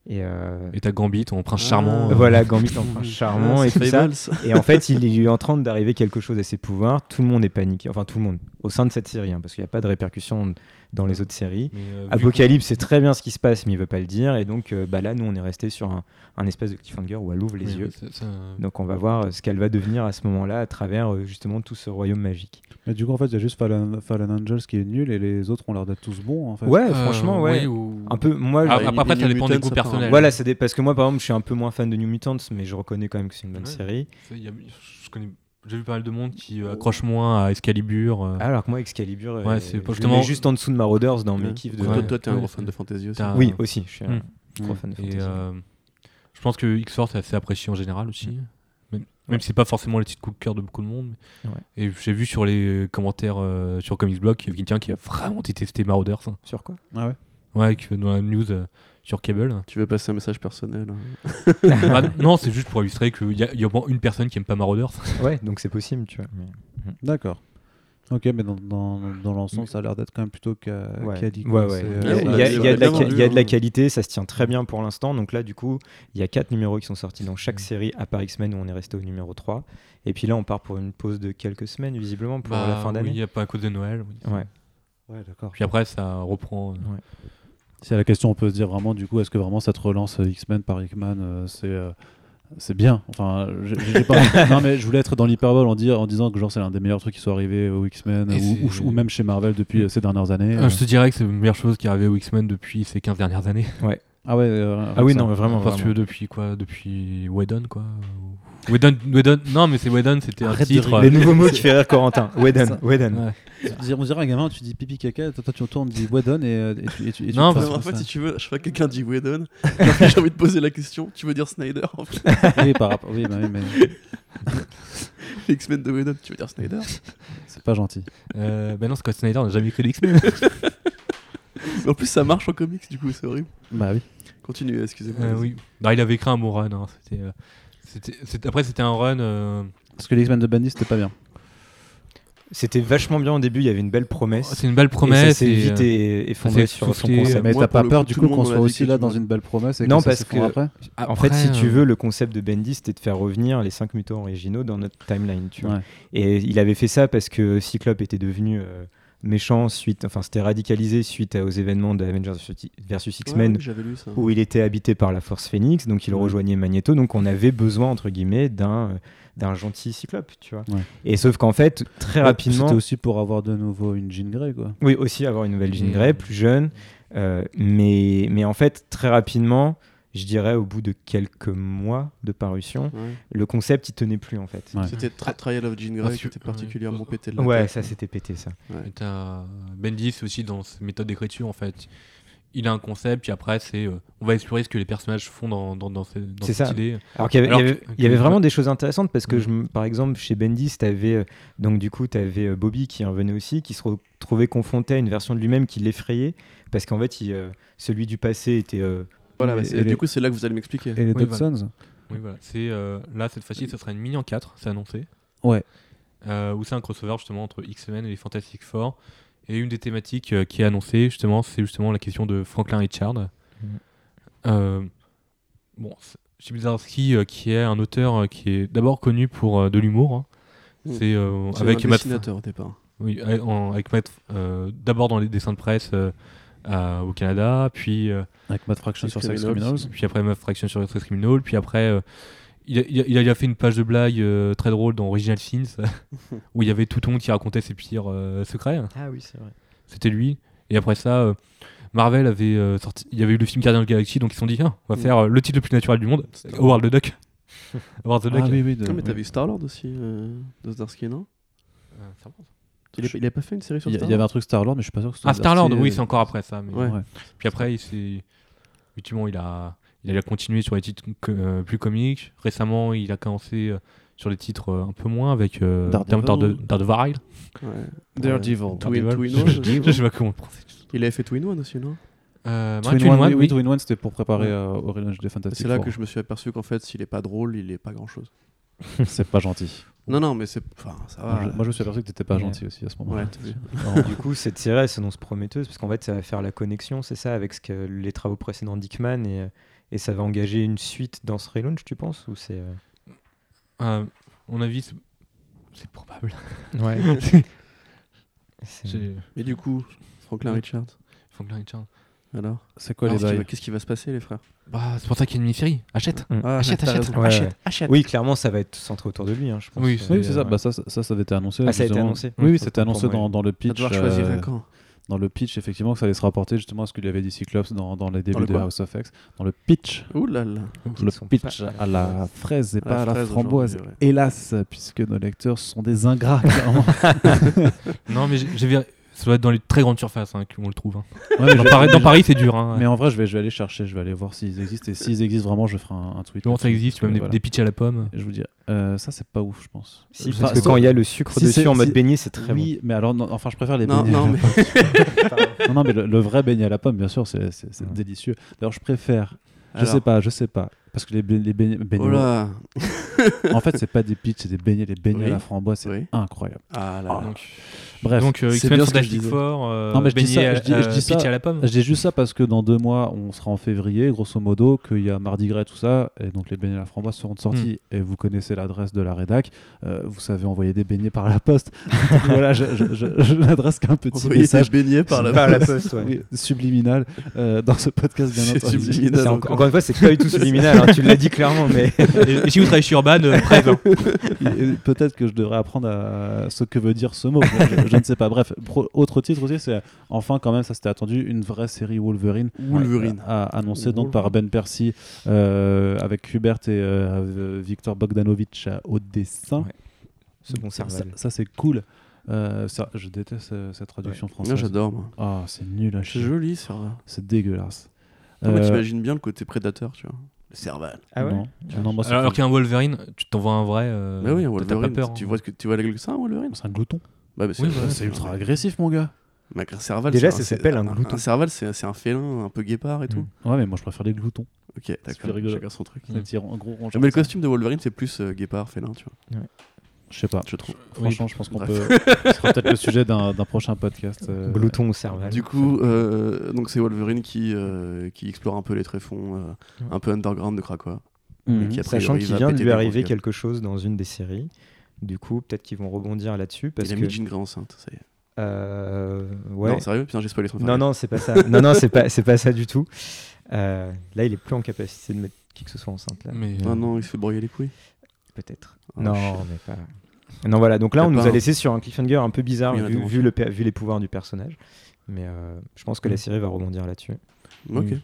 B: Et, euh,
D: Et t'as Gambit, en prince charmant.
C: Ah.
D: euh,
B: [LAUGHS] voilà, Gambit en prince charmant
C: Ah,
B: et
C: c'est
B: tout ça.
C: Fables.
B: Et en fait, il est en train d'arriver quelque chose à ses pouvoirs. Tout le monde est paniqué. Enfin, tout le monde. Au sein de cette série, hein, parce qu'il n'y a pas de répercussions dans les autres séries.
D: mais, euh, vu-
B: Apocalypse sait très bien ce qui se passe, mais il veut pas le dire. Et donc, euh, bah là, nous, on est resté sur un, un espèce de cliffhanger où elle ouvre les
D: oui,
B: yeux.
D: c'est- c'est un-
B: Donc, on va voir euh, ce qu'elle va devenir à ce moment-là à travers euh, justement tout ce royaume magique.
A: Mais du coup, en fait, il y a juste Fallen, Fallen Angels qui est nul et les autres ont l'air d'être tous bons. En fait.
B: Ouais,
D: Euh,
B: franchement, ouais.
D: oui, ou-
B: Un peu, moi,
D: Ah,
B: je-
C: ouais,
D: après, après,
C: les
D: ça
C: New
D: dépend des
C: Mutants,
D: goûts
C: ça part en-
D: personnels.
B: voilà, ça dé- parce que moi, par exemple, je suis un peu moins fan de New Mutants, mais je reconnais quand même que c'est une bonne
D: Ouais.
B: série.
D: C'est- il y a- je connais- J'ai vu pas mal de monde qui euh, accroche moins à Excalibur. euh,
B: Alors que moi, Excalibur, euh,
D: Ouais,
B: je
D: c'est
B: le
D: justement-
B: mets juste en dessous de Marauders dans mes kiffs de.
C: Toi,
D: Ouais.
C: toi, t'es un
D: Ouais.
C: gros fan de fantasy aussi.
D: T'as-
B: Oui, aussi, je suis un
D: Mm.
B: gros
A: Mm.
B: fan de
D: et
B: fantasy.
D: euh, je pense que X-Force est assez apprécié en général aussi.
B: Mm.
D: Même, même si c'est pas forcément le titre coup de cœur de beaucoup de monde. mais-
B: Ouais.
D: Et j'ai vu sur les commentaires euh, sur Comics Blog qu'il y a quelqu'un qui a vraiment détesté Marauders. hein.
B: Sur quoi
A: Ah ouais.
D: Ouais, que dans la news euh, sur
B: [LAUGHS]
D: Cable.
C: Tu veux passer un message personnel hein.
D: Ah, non, c'est juste pour illustrer qu'il y, a- il y a au moins une personne qui aime pas Marauders.
B: [LAUGHS] Ouais, donc c'est possible, tu vois. mais-
A: D'accord. Ok, mais dans, dans, dans l'ensemble, ça a l'air d'être quand même plutôt ca-
B: Ouais.
A: quali, quoi.
B: Ouais, ouais.
A: C'est,
B: Il y
A: euh,
B: a-
C: Ouais,
D: bah,
B: il y a- il y a de la
C: ouais,
B: qua- il y a de
C: ouais.
B: la qualité, ça se tient
D: Mm.
B: très bien pour l'instant. Donc là, du coup, il y a quatre numéros qui sont sortis dans
D: Mm.
B: chaque série, à Paris X-Men, où on est resté au numéro 3. Et puis là, on part pour une pause de quelques semaines, visiblement, pour la fin
D: Bah Oui,
B: d'année.
D: y a pas à cause de Noël. oui.
B: Ouais.
A: Ouais, d'accord.
D: Puis après, ça reprend. euh,
A: C'est la question, on peut se dire vraiment, du coup, est-ce que vraiment ça te relance euh, X-Men par Hickman euh, C'est. euh, C'est bien. Enfin, j'ai- j'ai pas... non mais je voulais être dans l'hyperbole en, dire- en disant que genre c'est l'un des meilleurs trucs qui soit arrivé aux X-Men
D: Et
A: ou,
D: c'est-
A: ou- ou même chez Marvel depuis euh, ces dernières années.
D: Ah, je te dirais que c'est la meilleure chose qui est arrivée aux X-Men depuis ces 15 dernières années.
A: Ah ouais. euh,
B: Ah oui,
A: ça-
B: non, mais vraiment.
D: Parce que
B: vraiment.
D: depuis quoi Depuis Whedon, quoi Whedon, Whedon, non, mais c'est Whedon, c'était un
A: Arrête de
D: titre.
B: Les nouveaux
D: [LAUGHS]
B: mots qui fait rire Corentin. Whedon, Whedon.
D: Ouais.
A: Tu dis- On dirait un gamin, tu dis pipi caca, toi, toi, tu retournes, tu dis Wedon et, euh, et tu. Et tu- et tu
D: Non,
A: te
D: parce
A: fasses
C: Non, En
A: ça.
C: fait, si tu veux, je crois que quelqu'un dit [LAUGHS] Whedon. J'ai envie de poser la question. Tu veux dire Snyder en fait [LAUGHS]
A: [LAUGHS] oui, par rapport. Oui, bah oui, mais
C: Les X-Men de Whedon, tu veux dire Snyder
A: c'est pas gentil.
D: Euh, bah non, Scott Snyder n'a jamais écrit
B: [LAUGHS]
D: les X-Men.
C: Mais en plus, ça marche en comics, du coup, c'est horrible.
A: Bah oui.
C: Continue, excusez-moi.
D: Euh,
C: vas-y.
D: oui. Non, il avait écrit un bon run. hein. C'était, euh, c'était- c'est- après, c'était un run. euh,
A: Parce que les X-Men de Bandit, c'était pas bien.
B: C'était vachement bien au début, il y avait une belle promesse.
D: C'est une belle
B: Et ça
D: Oh, promesse.
B: s'est
D: et,
B: vite
D: euh,
B: é-
D: s'est
B: effondré sur son
D: soufflé.
B: concept.
A: mais
C: moi,
A: t'as
C: pour
A: pas
C: le
A: peur
C: coup,
A: du
C: tout
A: coup
C: le
A: qu'on
C: monde m'a
A: soit
C: dit
A: aussi
C: que
A: là
C: tu
A: dans
C: vois.
A: une belle promesse et
B: Non,
A: que ça
B: parce
A: s'effondre
B: que-
A: après
B: Ah, En fait,
D: après,
B: si tu
D: euh,
B: veux, le concept de Bendis, c'était de faire revenir les cinq mutants originaux dans notre timeline, tu vois.
A: Ouais.
B: Et il avait fait ça parce que Cyclope était devenu euh, méchant suite, enfin, c'était radicalisé suite à- aux événements d'Avengers versus
C: Ouais,
B: X-Men, Oh.
C: ouais, J'avais lu ça.
B: où il était habité par la Force Phoenix, donc il
A: Ouais.
B: rejoignait Magneto, donc on avait besoin entre guillemets d'un euh, d'un gentil Cyclope, tu vois.
A: Ouais.
B: Et sauf qu'en fait, très
A: Ouais,
B: rapidement,
A: C'était aussi pour avoir de nouveau une Jean Grey, quoi.
B: oui, aussi avoir une nouvelle Jean
D: Et-
B: Grey, plus jeune. euh, mais, mais en fait, très rapidement, je dirais au bout de quelques mois de parution,
C: Ouais.
B: le concept, il tenait plus en fait.
A: Ouais.
C: C'était Tra- Trial of Jean
D: Parce
C: Grey
D: que-
C: qui était particulièrement
D: ouais.
C: pété de la
B: Ouais,
C: tête.
B: ça c'était pété ça.
D: et t'as Bendis aussi dans ses méthodes d'écriture, en fait. Il a un concept, puis après, c'est. euh, on va explorer ce que les personnages font dans, dans, dans, ces- dans
B: C'est
D: cette
B: ça.
D: idée.
B: Alors qu'il y avait,
D: Alors
B: il y avait-
D: que-
B: il y avait
D: que-
B: vraiment des choses intéressantes parce que,
D: Ouais.
B: je, me- par exemple, chez Bendis, t'avais, euh, donc du coup, t'avais euh, Bobby qui en venait aussi, qui se retrouvait confronté à une version de lui-même qui l'effrayait parce qu'en fait, il, euh, celui du passé était. euh,
C: Voilà,
A: Et-
C: bah,
A: et
C: c'est-
A: les-
C: du coup, c'est là que vous allez m'expliquer.
A: Et les
D: Oui,
A: Dodsons
D: Oui, voilà. C'est, euh, là, cette fois-ci, ce sera une mini en 4, c'est annoncé.
A: Ouais.
D: Euh, où c'est un crossover justement entre X-Men et les Fantastic Four. Et une des thématiques euh, qui est annoncée, justement, c'est justement la question de Franklin Richard.
C: Mm.
D: Euh, bon, c'est- Jim Zarski, euh, qui est un auteur euh, qui est d'abord connu pour euh, de l'humour. hein.
C: Mm.
D: C'est euh,
C: C'est
D: avec
C: un
D: Matt,
C: dessinateur au départ.
D: oui, a- en- avec Matt, euh, d'abord dans les dessins de presse euh, à- au Canada, puis euh,
A: avec Mad Fraction
C: Les
A: sur Sex
C: Criminals.
A: Criminals.
D: puis après ma fraction sur Express Criminal, puis après euh, il, a, il a- il a fait une page de blague euh, très drôle dans
C: [LAUGHS]
D: Original Sins où il y avait tout le monde qui racontait ses pires euh, secrets.
B: Ah oui, c'est vrai.
D: C'était lui. Et après ça, euh, Marvel avait euh, sorti, il y avait eu le film Guardian de la Galaxie, donc ils se sont dit ah, on va
C: Mm.
D: faire euh, le titre le plus naturel du
C: [LAUGHS]
D: monde, Howard the Duck. [LAUGHS] Howard the Duck.
A: Ah oui, oui. de-
C: Non, mais t'as
A: oui.
C: vu Star-Lord aussi, euh, de Zdarsky, non
D: Euh,
C: Ah,
D: ça va.
C: il, est- il a pas fait une série sur
A: Il y, il
C: Star-Lord
A: y avait un truc Star-Lord, mais je suis pas sûr que ce
D: Ah
A: soit
D: Star-Lord,
A: sorti,
D: oui
A: euh,
D: c'est encore après ça. Mais...
C: Ouais.
A: Ouais.
D: Puis après il s'est, effectivement il a, il a continué sur les titres que- euh, plus comiques. Récemment il a commencé euh, sur les titres euh, un peu moins avec euh,
A: Daredevil.
D: Darede- Daredevil.
C: Ouais.
A: Daredevil.
C: Twin-
D: Daredevil.
C: Twin One.
D: Je sais pas comment on prononce.
C: Il avait fait Twin One aussi, non
D: Euh,
A: Twin,
D: Twin
A: One,
D: One,
A: oui,
D: oui.
A: Twin One, c'était pour préparer euh, au relaunch des Fantastic
C: C'est là
A: Four.
C: que je me suis aperçu qu'en fait, s'il est pas drôle, il est pas grand-chose.
A: C'est pas gentil.
C: Non, non, mais c'est. Enfin, ça va.
A: Moi, je- Moi, je me suis aperçu que t'étais pas
B: Ouais.
A: gentil aussi à ce moment-là.
C: Ah. Ouais, t'as vu.
A: Non.
B: Du coup, cette série elle s'annonce prometteuse parce qu'en fait, ça va faire la connexion, c'est ça, avec ce que les travaux précédents d'Hickman et, euh, Et ça va engager une suite dans ce relaunch, tu penses ou c'est euh,
D: Euh, À mon avis, c'est- c'est probable. [LAUGHS]
B: [LAUGHS] c'est-
D: J'ai-
C: Mais du coup, Franklin Richard,
D: Franklin Richard.
C: alors,
A: C'est quoi
C: Alors,
A: les
C: qu'est-ce qui
A: bails
C: va- qu'est-ce qui va se passer, les frères
D: Bah, c'est pour ça qu'il y a une mini-série. Achète.
C: Ah,
D: Achète,
C: t'as
D: achète,
C: raison.
B: Ouais,
D: achète,
B: ouais.
D: achète.
B: Oui, clairement, ça va être centré autour de lui, hein, je pense.
D: Oui,
B: Euh,
A: Oui, c'est ça.
B: ouais.
A: Bah, ça, ça, ça avait été annoncé.
B: Ah, ça a été
A: justement.
B: annoncé
A: Oui, oui,
B: Autant
A: c'était
B: pour
A: annoncé
B: moi,
A: dans,
B: oui.
A: dans le
C: Tu vas
A: pitch.
C: devoir choisir
A: euh,
C: un camp.
A: dans le pitch, effectivement, que ça allait se rapporter justement à ce qu'il avait dit Cyclops dans, dans les débuts
C: le
A: de
C: quoi
A: House of X. Dans le pitch.
C: Ouh là là.
B: Qui
A: Le
B: ne sont
A: pitch
B: pas-
A: à la fraise et pas à la
C: fraise
A: framboise.
C: aujourd'hui, ouais.
A: Hélas, puisque nos lecteurs sont des ingrats,
D: [LAUGHS]
A: clairement.
D: Non, mais j'ai j'ai ver- Ça doit être dans les très grandes surfaces hein, qu'on le trouve. hein.
A: Ouais, mais
D: Dans,
A: je-
D: Paris,
A: mais
D: dans
A: je-
D: Paris, c'est dur. Hein.
A: Mais en vrai, je vais, je vais aller chercher, je vais aller voir s'ils existent. Et s'ils existent vraiment, je ferai un, un tweet.
D: Bon, ça existe, tu
A: Mais
D: même des,
A: voilà.
D: des pitchs à la pomme.
A: Je vous dis, euh, ça c'est pas ouf, je pense.
B: Si,
A: Enfin,
B: parce que
A: sauf-
B: quand il y a le sucre
A: si c'est-
B: dessus en mode
A: si-
B: beignet, c'est très
A: oui, mais alors, non, enfin, je préfère les
C: Non,
A: beignets.
C: non, mais
A: Non, non, mais le, le vrai beignet à la pomme, bien sûr, c'est c'est- c'est
B: Ouais.
A: délicieux. D'ailleurs, je préfère. [LAUGHS] Je
C: Alors,
A: sais pas, je sais pas. Parce que les, be- les beignets. beignets-
C: Oh là.
A: en fait, c'est pas des pitchs, c'est des beignets. Les beignets
C: Oui.
A: à la framboise, c'est
C: Oui.
A: incroyable.
C: Ah là
A: Oh,
C: là.
D: Donc,
A: Bref,
D: donc euh,
C: c'est
D: X-Men
C: bien ce que je
D: Fantastic
C: disais.
D: Four, euh,
A: Non, mais je dis
D: beignet
A: ça,
D: à-
A: je dis- je dis
D: euh,
A: ça-
D: pitch à la pomme.
A: je dis juste ça parce que dans deux mois, on sera en février, grosso modo, qu'il y a Mardi Gras et tout ça. Et donc, les beignets à la framboise seront de sortie.
C: Mm.
A: Et vous connaissez l'adresse de la rédac. euh, vous savez envoyer des beignets par la poste. [LAUGHS] voilà, je, je, je- je n'adresse qu'un petit
C: Envoyez des
A: message.
C: beignets par
B: Par
C: la
B: la poste, ouais.
A: oui, subliminal euh, dans ce podcast, bien
C: C'est
A: entendu.
C: subliminal.
B: C'est en-
C: encore.
B: Encore une fois, c'est pas du tout subliminal, hein, tu l'as dit clairement, mais
D: Et, et si vous travaillez sur Urban, euh, bref, hein.
A: Et Peut-être que je devrais apprendre à ce que veut dire ce mot. Je, je ne sais pas. Bref, pro- autre titre aussi, c'est enfin quand même, ça c'était attendu, une vraie série Wolverine.
C: Wolverine.
A: euh, a- annoncée donc par Ben Percy euh, avec Hubert et euh, Victor Bogdanovich à- au dessin.
B: Ouais, ce bon
A: ça,
B: cerveau.
A: ça, c'est cool. Euh, ça, je déteste euh, cette traduction
C: Moi,
A: française.
C: j'adore, moi.
A: Ah, c'est nul à
C: C'est
A: chier.
C: joli, Serval.
A: C'est dégueulasse.
C: Non, mais
A: Euh,
C: t'imagines bien le côté prédateur, tu vois. Serval.
B: Ah ouais
A: non. Non, moi, c'est
D: Alors,
A: pas-
D: qu'un Wolverine, tu t'en vois un vrai. euh,
C: Mais oui, un
D: t'as- T'as
C: Wolverine.
D: pas peur.
C: Tu
D: hein.
C: vois ce que tu vois la gueule que ça, un Wolverine
A: c'est un glouton.
C: Bah, bah,
D: Oui, voilà,
A: C'est ultra agressif, mon gars.
C: Mais un Serval,
B: Déjà,
C: c'est
B: ça
C: un- c'est-
B: s'appelle un
C: un-
B: glouton.
C: Un Serval, c'est c'est un félin, un peu guépard et tout.
B: Mm.
A: Ouais, mais moi, je préfère les gloutons.
C: Ok, d'accord.
A: plus rigolo.
C: Chacun son truc.
A: Des petits ron- gros rongeurs.
C: Mais le costume de Wolverine, c'est plus euh, guépard, félin, tu vois,
A: Je sais pas.
C: je trouve.
A: Franchement, je pense qu'on
C: bref.
A: peut. Ce sera peut-être le sujet d'un d'un prochain podcast. euh,
B: Glouton au cerveau.
C: Du coup, euh, donc c'est Wolverine qui, euh, qui explore un peu les tréfonds, euh,
B: Ouais.
C: un peu underground de Krakow.
A: mhm.
C: et qui, a
B: Sachant
C: priori,
B: qu'il
C: va
B: vient de
C: péter
B: lui
C: des
B: arriver
C: grosses gueules.
B: quelque chose dans une des séries. Du coup, peut-être qu'ils vont rebondir là-dessus parce
C: Il a
B: que.
C: mis Jean Grey enceinte, ça y est.
B: euh, ouais.
C: Non, sérieux Putain, j'ai spoilé son
B: Non, non, c'est pas ça. non, non, c'est pas, c'est pas ça du tout. Euh, là, il est plus en capacité de mettre qui que ce soit enceinte. Là,
D: Mais, euh,
C: Non, non, il se fait broyer les couilles.
B: peut-être.
C: Oh,
B: non,
C: shit.
B: mais pas. Non, voilà. Donc là,
C: T'as
B: on nous
C: pas
B: a
C: un-
B: laissé sur un cliffhanger un peu bizarre
C: Oui, on a
B: vu,
C: demandé.
B: vu le, pe- vu les pouvoirs du personnage. Mais euh, je pense que
C: Mm.
B: la série va rebondir là-dessus.
C: Euh, Ok.
B: Oui.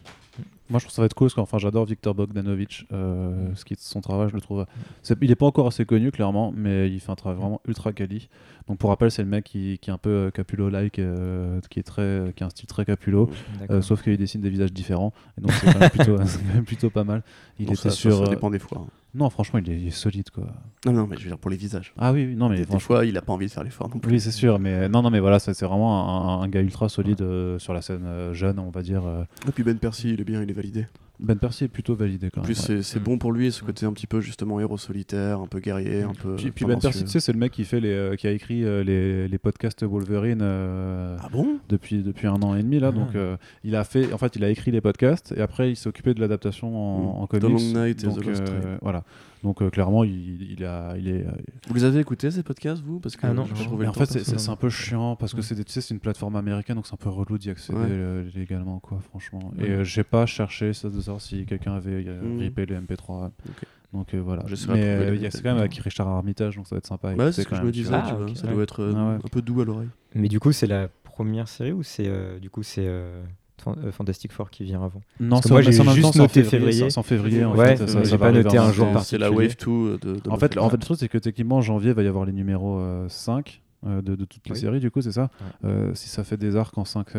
A: Moi, je trouve ça va être cool parce que enfin, j'adore Victor Bogdanovich.
C: Mhm.
A: euh, ce qui est son travail, je le trouve. c'est- Il n'est pas encore assez connu, clairement, mais il fait un travail vraiment ultra quali. Donc, pour rappel, c'est le mec qui, qui est un peu euh, Capullo-like, euh, qui, est très- qui a un style très Capullo.
B: D'accord.
A: euh, sauf qu'il dessine des visages différents, et donc c'est quand, même plutôt- [LAUGHS] c'est quand même plutôt pas mal. Il
C: Bon,
A: était
C: ça, ça,
A: sur.
C: Ça,
A: euh,
C: dépend des fois. hein.
A: Non, franchement, il est, il est solide quoi.
C: Non, non, mais je veux dire pour les visages.
A: Ah oui, oui, non, mais
C: des, des
A: franchement.
C: fois, il a pas envie de faire l'effort non plus.
A: Oui, c'est sûr, mais euh, non, non, mais voilà, ça, c'est vraiment un, un- un gars ultra solide euh, sur la scène euh, jeune, on va dire. euh.
C: Et puis Ben Percy, il est bien, il est validé.
A: Ben Percy est plutôt validé quand
C: En
A: même.
C: plus,
A: ouais.
C: c'est- c'est
D: Mm.
C: bon pour lui, ce côté un petit peu justement héros solitaire, un peu guerrier, un peu.
A: Puis, puis Ben Percy,
C: euh, tendancieux.
A: tu sais, c'est le mec qui fait les, euh, qui a écrit euh, les, les podcasts Wolverine euh,
C: Ah bon
A: depuis depuis un an et demi là.
B: Ah.
A: Donc, euh, il a fait, en fait, il a écrit les podcasts et après, il s'est occupé de l'adaptation en,
C: Mm.
A: en
C: The
A: comics.
C: Long Night et
A: donc,
C: The Lost
A: euh,
C: Tribe.
A: voilà. Donc, euh, clairement, il, il a, il est. euh,
C: Vous les avez écoutés ces podcasts, vous Parce que
B: Ah non,
C: j'ai
B: non.
C: trouvé
A: et
C: le
A: en
C: temps hein.
A: fait,
C: passer.
A: c'est- c'est c'est un peu chiant parce que
B: Mm.
A: c'est des- tu sais, c'est une plateforme américaine, donc c'est un peu relou d'y accéder
C: Ouais.
A: euh, légalement, quoi, franchement. Et
B: Ouais.
A: euh, j'ai pas cherché ça de savoir si quelqu'un avait euh,
C: Mm.
A: ripé les MP3.
C: Ok.
A: Donc euh, voilà.
C: Je saurais
A: Mais
C: trouver
A: euh,
C: les
A: il y a- c'est
C: MP3.
A: quand même avec Richard Armitage, donc ça va être sympa. à
C: Ouais,
A: écouter
C: Bah, c'est ce que
A: quand
C: je
A: même,
C: me
A: tu
C: disais,
A: vois.
B: Ah,
C: tu vois,
B: ok,
C: ça
B: ouais.
C: doit être euh,
A: Ah ouais.
C: un peu doux à l'oreille.
B: Mais du coup, c'est la première série ou c'est euh, du coup c'est euh, Fan- euh, Fantastic Four qui vient avant
A: Non,
B: Parce que
A: c'est-
B: moi,
A: mais
B: j'ai
A: c'est en même
B: juste
A: temps, c'est en
B: noté
A: février.
B: février.
A: c'est en février, en
B: Ouais,
A: fait,
B: mais
A: ça-
B: j'ai
A: ça va
B: pas
A: arriver
B: noté
A: en
B: un
A: mars.
B: jour
C: C'est- C'est la
B: particulier.
C: Wave 2 de. de
A: En fait,
C: Buffett.
A: en fait, le truc, c'est que techniquement, en janvier, il va y avoir les numéros euh, 5 euh, de, de toutes les
B: Oui.
A: séries, du coup, c'est ça.
B: Ouais.
A: Euh, si ça fait des arcs en 5,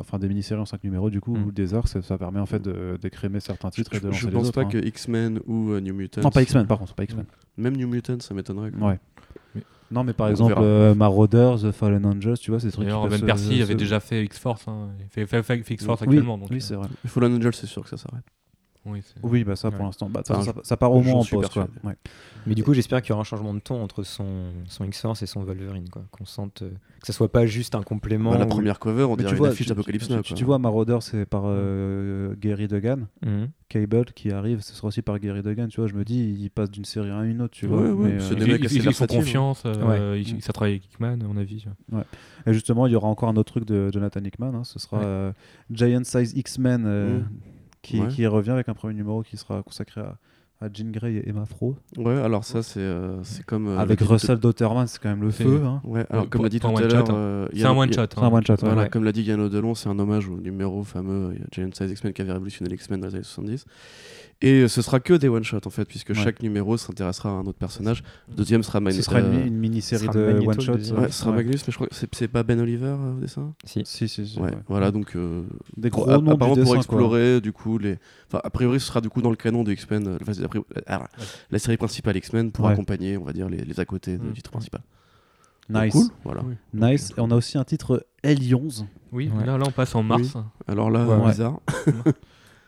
A: enfin des mini-séries en 5 numéros, du coup,
B: Mm.
A: ou des arcs, ça, ça permet en fait de- d'écrémer certains
C: Je,
A: titres et de
C: je- je
A: lancer les
C: pense
A: autres.
C: pas
A: hein.
C: que X-Men ou euh, New Mutants.
A: Non, pas X-Men, par contre, pas X-Men.
C: Même New Mutants, ça m'étonnerait. quoi.
A: Ouais.
D: Mais-
A: Non, mais par
C: On
A: exemple,
C: verra.
A: euh, Marauder, The Fallen Angels, tu vois, c'est des trucs qui
D: D'ailleurs,
A: peuvent
D: Ben
A: se-
D: Percy avait
A: se-
D: déjà fait X-Force. hein. Il fait, fait- fait- fait X-Force
A: Oui,
D: actuellement. donc,
A: oui,
D: euh,
A: c'est vrai.
C: Fallen Angel, c'est sûr que ça s'arrête.
D: Oui, c'est-
A: Oui, bah ça pour
B: Ouais.
A: l'instant, bah, de toute
C: Enfin,
A: façon, ça, ça part au
C: j'en
A: moins en
C: suis
A: pause. Quoi.
C: persuadé.
A: Ouais.
B: Mais du coup, j'espère qu'il y aura un changement de ton entre son, son X-Force et son Wolverine, quoi. Qu'on sente euh, que ça soit pas juste un complément.
C: Bah, la
B: ou-
C: première cover, on
A: Mais
C: dirait
A: tu
C: une
A: vois,
C: affiche
A: tu-
C: d'Apocalypse
A: tu-
C: Now.
A: tu-
C: quoi.
A: tu vois, Marauder, c'est par euh, Gary Duggan.
B: Mhm.
A: Cable qui arrive, ce sera aussi par Gary Duggan, tu vois. Je me dis, il passe d'une série à une autre, tu
C: Ouais,
A: vois.
C: ouais,
A: mais,
C: c'est
A: euh,
C: des
D: Ils-
C: mecs
D: ils-
C: assez
D: ils font
C: versatiles,
D: confiance, euh,
B: Ouais.
D: ils- ça travaille avec Hickman, à mon avis.
A: Et justement, il y aura encore un autre truc de Jonathan Hickman. hein, ce sera
B: Ouais.
A: euh, Giant Size X-Men euh,
C: Mm.
A: qui,
C: Ouais.
A: qui revient avec un premier numéro qui sera consacré à, à Jean Grey et Emma Fro.
C: Ouais, alors ça, c'est euh, c'est comme. euh,
A: avec
C: le-
A: Russell Dotterman, c'est quand même le
D: C'est-
A: feu. hein.
C: Ouais, alors
D: Ouais,
C: comme
D: pour-
C: l'a dit tout
D: pour un
C: à
D: one-shot,
C: l'heure.
D: hein.
C: euh,
D: C'est un
C: Yano-
D: one shot.
A: C'est un one shot. ouais.
C: Voilà,
B: Ouais.
C: comme l'a dit Yann Delon, c'est un hommage au numéro fameux euh, Giant Size X-Men qui avait révolutionné les X-Men dans les années 70. Et euh, ce sera que des one-shots en fait, puisque
A: Ouais.
C: chaque numéro s'intéressera à un autre personnage. Le deuxième sera
A: Ce
C: Magneto.
A: sera une, une mini-série
B: ce sera
A: de
B: Magneto, le
A: one-shot.
B: deuxième.
A: euh,
C: Ouais, ce sera
A: ouais.
C: Magnus, mais je crois que c'est- c'est pas Ben Oliver euh, au dessin
B: Si.
A: Si, si, si,
C: Ouais,
A: ouais.
C: voilà, donc. euh,
A: Des
C: pour-
A: gros
C: a-
A: noms du
C: apparemment pour
A: dessin, quoi.
C: explorer, du coup, les. Enfin, a priori, ce sera du coup dans le canon de X-Men, euh, enfin, c'est la pri- la, ah, la série principale X-Men pour
A: Ouais.
C: accompagner, on va dire, les, les à côté du
D: Mm.
C: titre principal. Donc,
A: Nice.
C: Cool, voilà.
D: Oui.
A: Nice. Et on a aussi un titre L11,
D: Oui,
B: Ouais.
D: là, là, on passe en mars.
C: Alors là,
A: Ouais.
C: bizarre.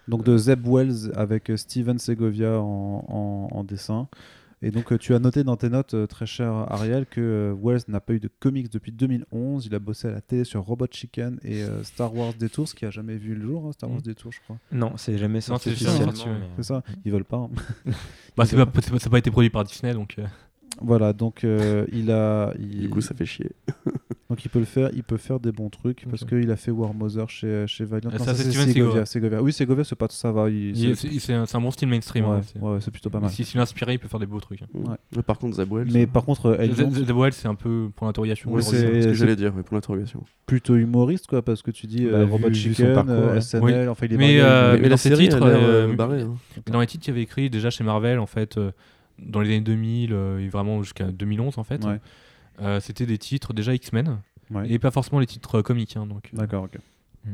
A: donc de Zeb Wells avec euh, Steven Segovia en, en- en dessin. Et donc euh, tu as noté dans tes notes, euh, très cher Ariel, que euh, Wells n'a pas eu de comics depuis 2011. Il a bossé à la télé sur Robot Chicken et euh, Star Wars Détour, ce qui a jamais vu le jour, hein, Star Wars
D: Mm.
A: Détour, je crois.
B: Non, c'est jamais sorti
D: c'est jamais
B: officiellement,
D: sorti, ouais.
B: mais-
A: C'est ça Ils veulent pas. hein. [LAUGHS]
D: Bah, c'est pas, c'est pas- ça a pas été produit par Disney, donc. euh,
A: voilà, donc euh, il a... il-
C: Du coup, ça fait chier.
A: Donc il peut le faire, il peut faire des bons trucs parce
D: Ok.
A: qu'il a fait War Mother chez, chez Valiant.
D: Ah,
A: Non,
D: ça, c'est Steven Segovia.
A: Segovia. Oui, Segovia, c'est pas ça va. Il,
D: il- C'est c'est un c'est un bon style mainstream.
A: ouais,
D: hein, c'est-
A: ouais, c'est plutôt pas mal.
D: Si s'il est inspiré, il peut faire des beaux trucs.
A: Ouais.
C: Mais Par contre, Zabuel,
A: Mais par contre, euh,
D: The-
A: elle
D: The- The Wild, c'est un peu pour l'interrogation.
A: Ouais,
D: le
A: c'est-
D: revient.
C: c'est ce que
A: c'est-
C: j'allais dire, oui, pour l'interrogation.
A: plutôt humoriste quoi parce que tu dis
B: Bah,
A: euh,
B: vu-
A: Robot
B: vu son
A: Chicken,
B: parcours,
A: euh,
B: ouais.
A: SNL,
D: Oui.
A: enfin il est
D: Mais,
A: marié,
D: euh,
A: il est-
C: mais la
D: dans ces
C: série,
D: titres,
C: elle a l'air
D: euh,
C: euh, barrée. hein.
D: Dans les titres, il y avait écrit déjà chez Marvel, en fait, euh, dans les années 2000, euh, et vraiment jusqu'à 2011, en fait.
A: Ouais.
D: euh, C'était des titres déjà X-Men,
A: Ouais.
D: et pas forcément les titres euh, comiques. hein, donc, euh,
A: D'accord, ok.
B: Mm.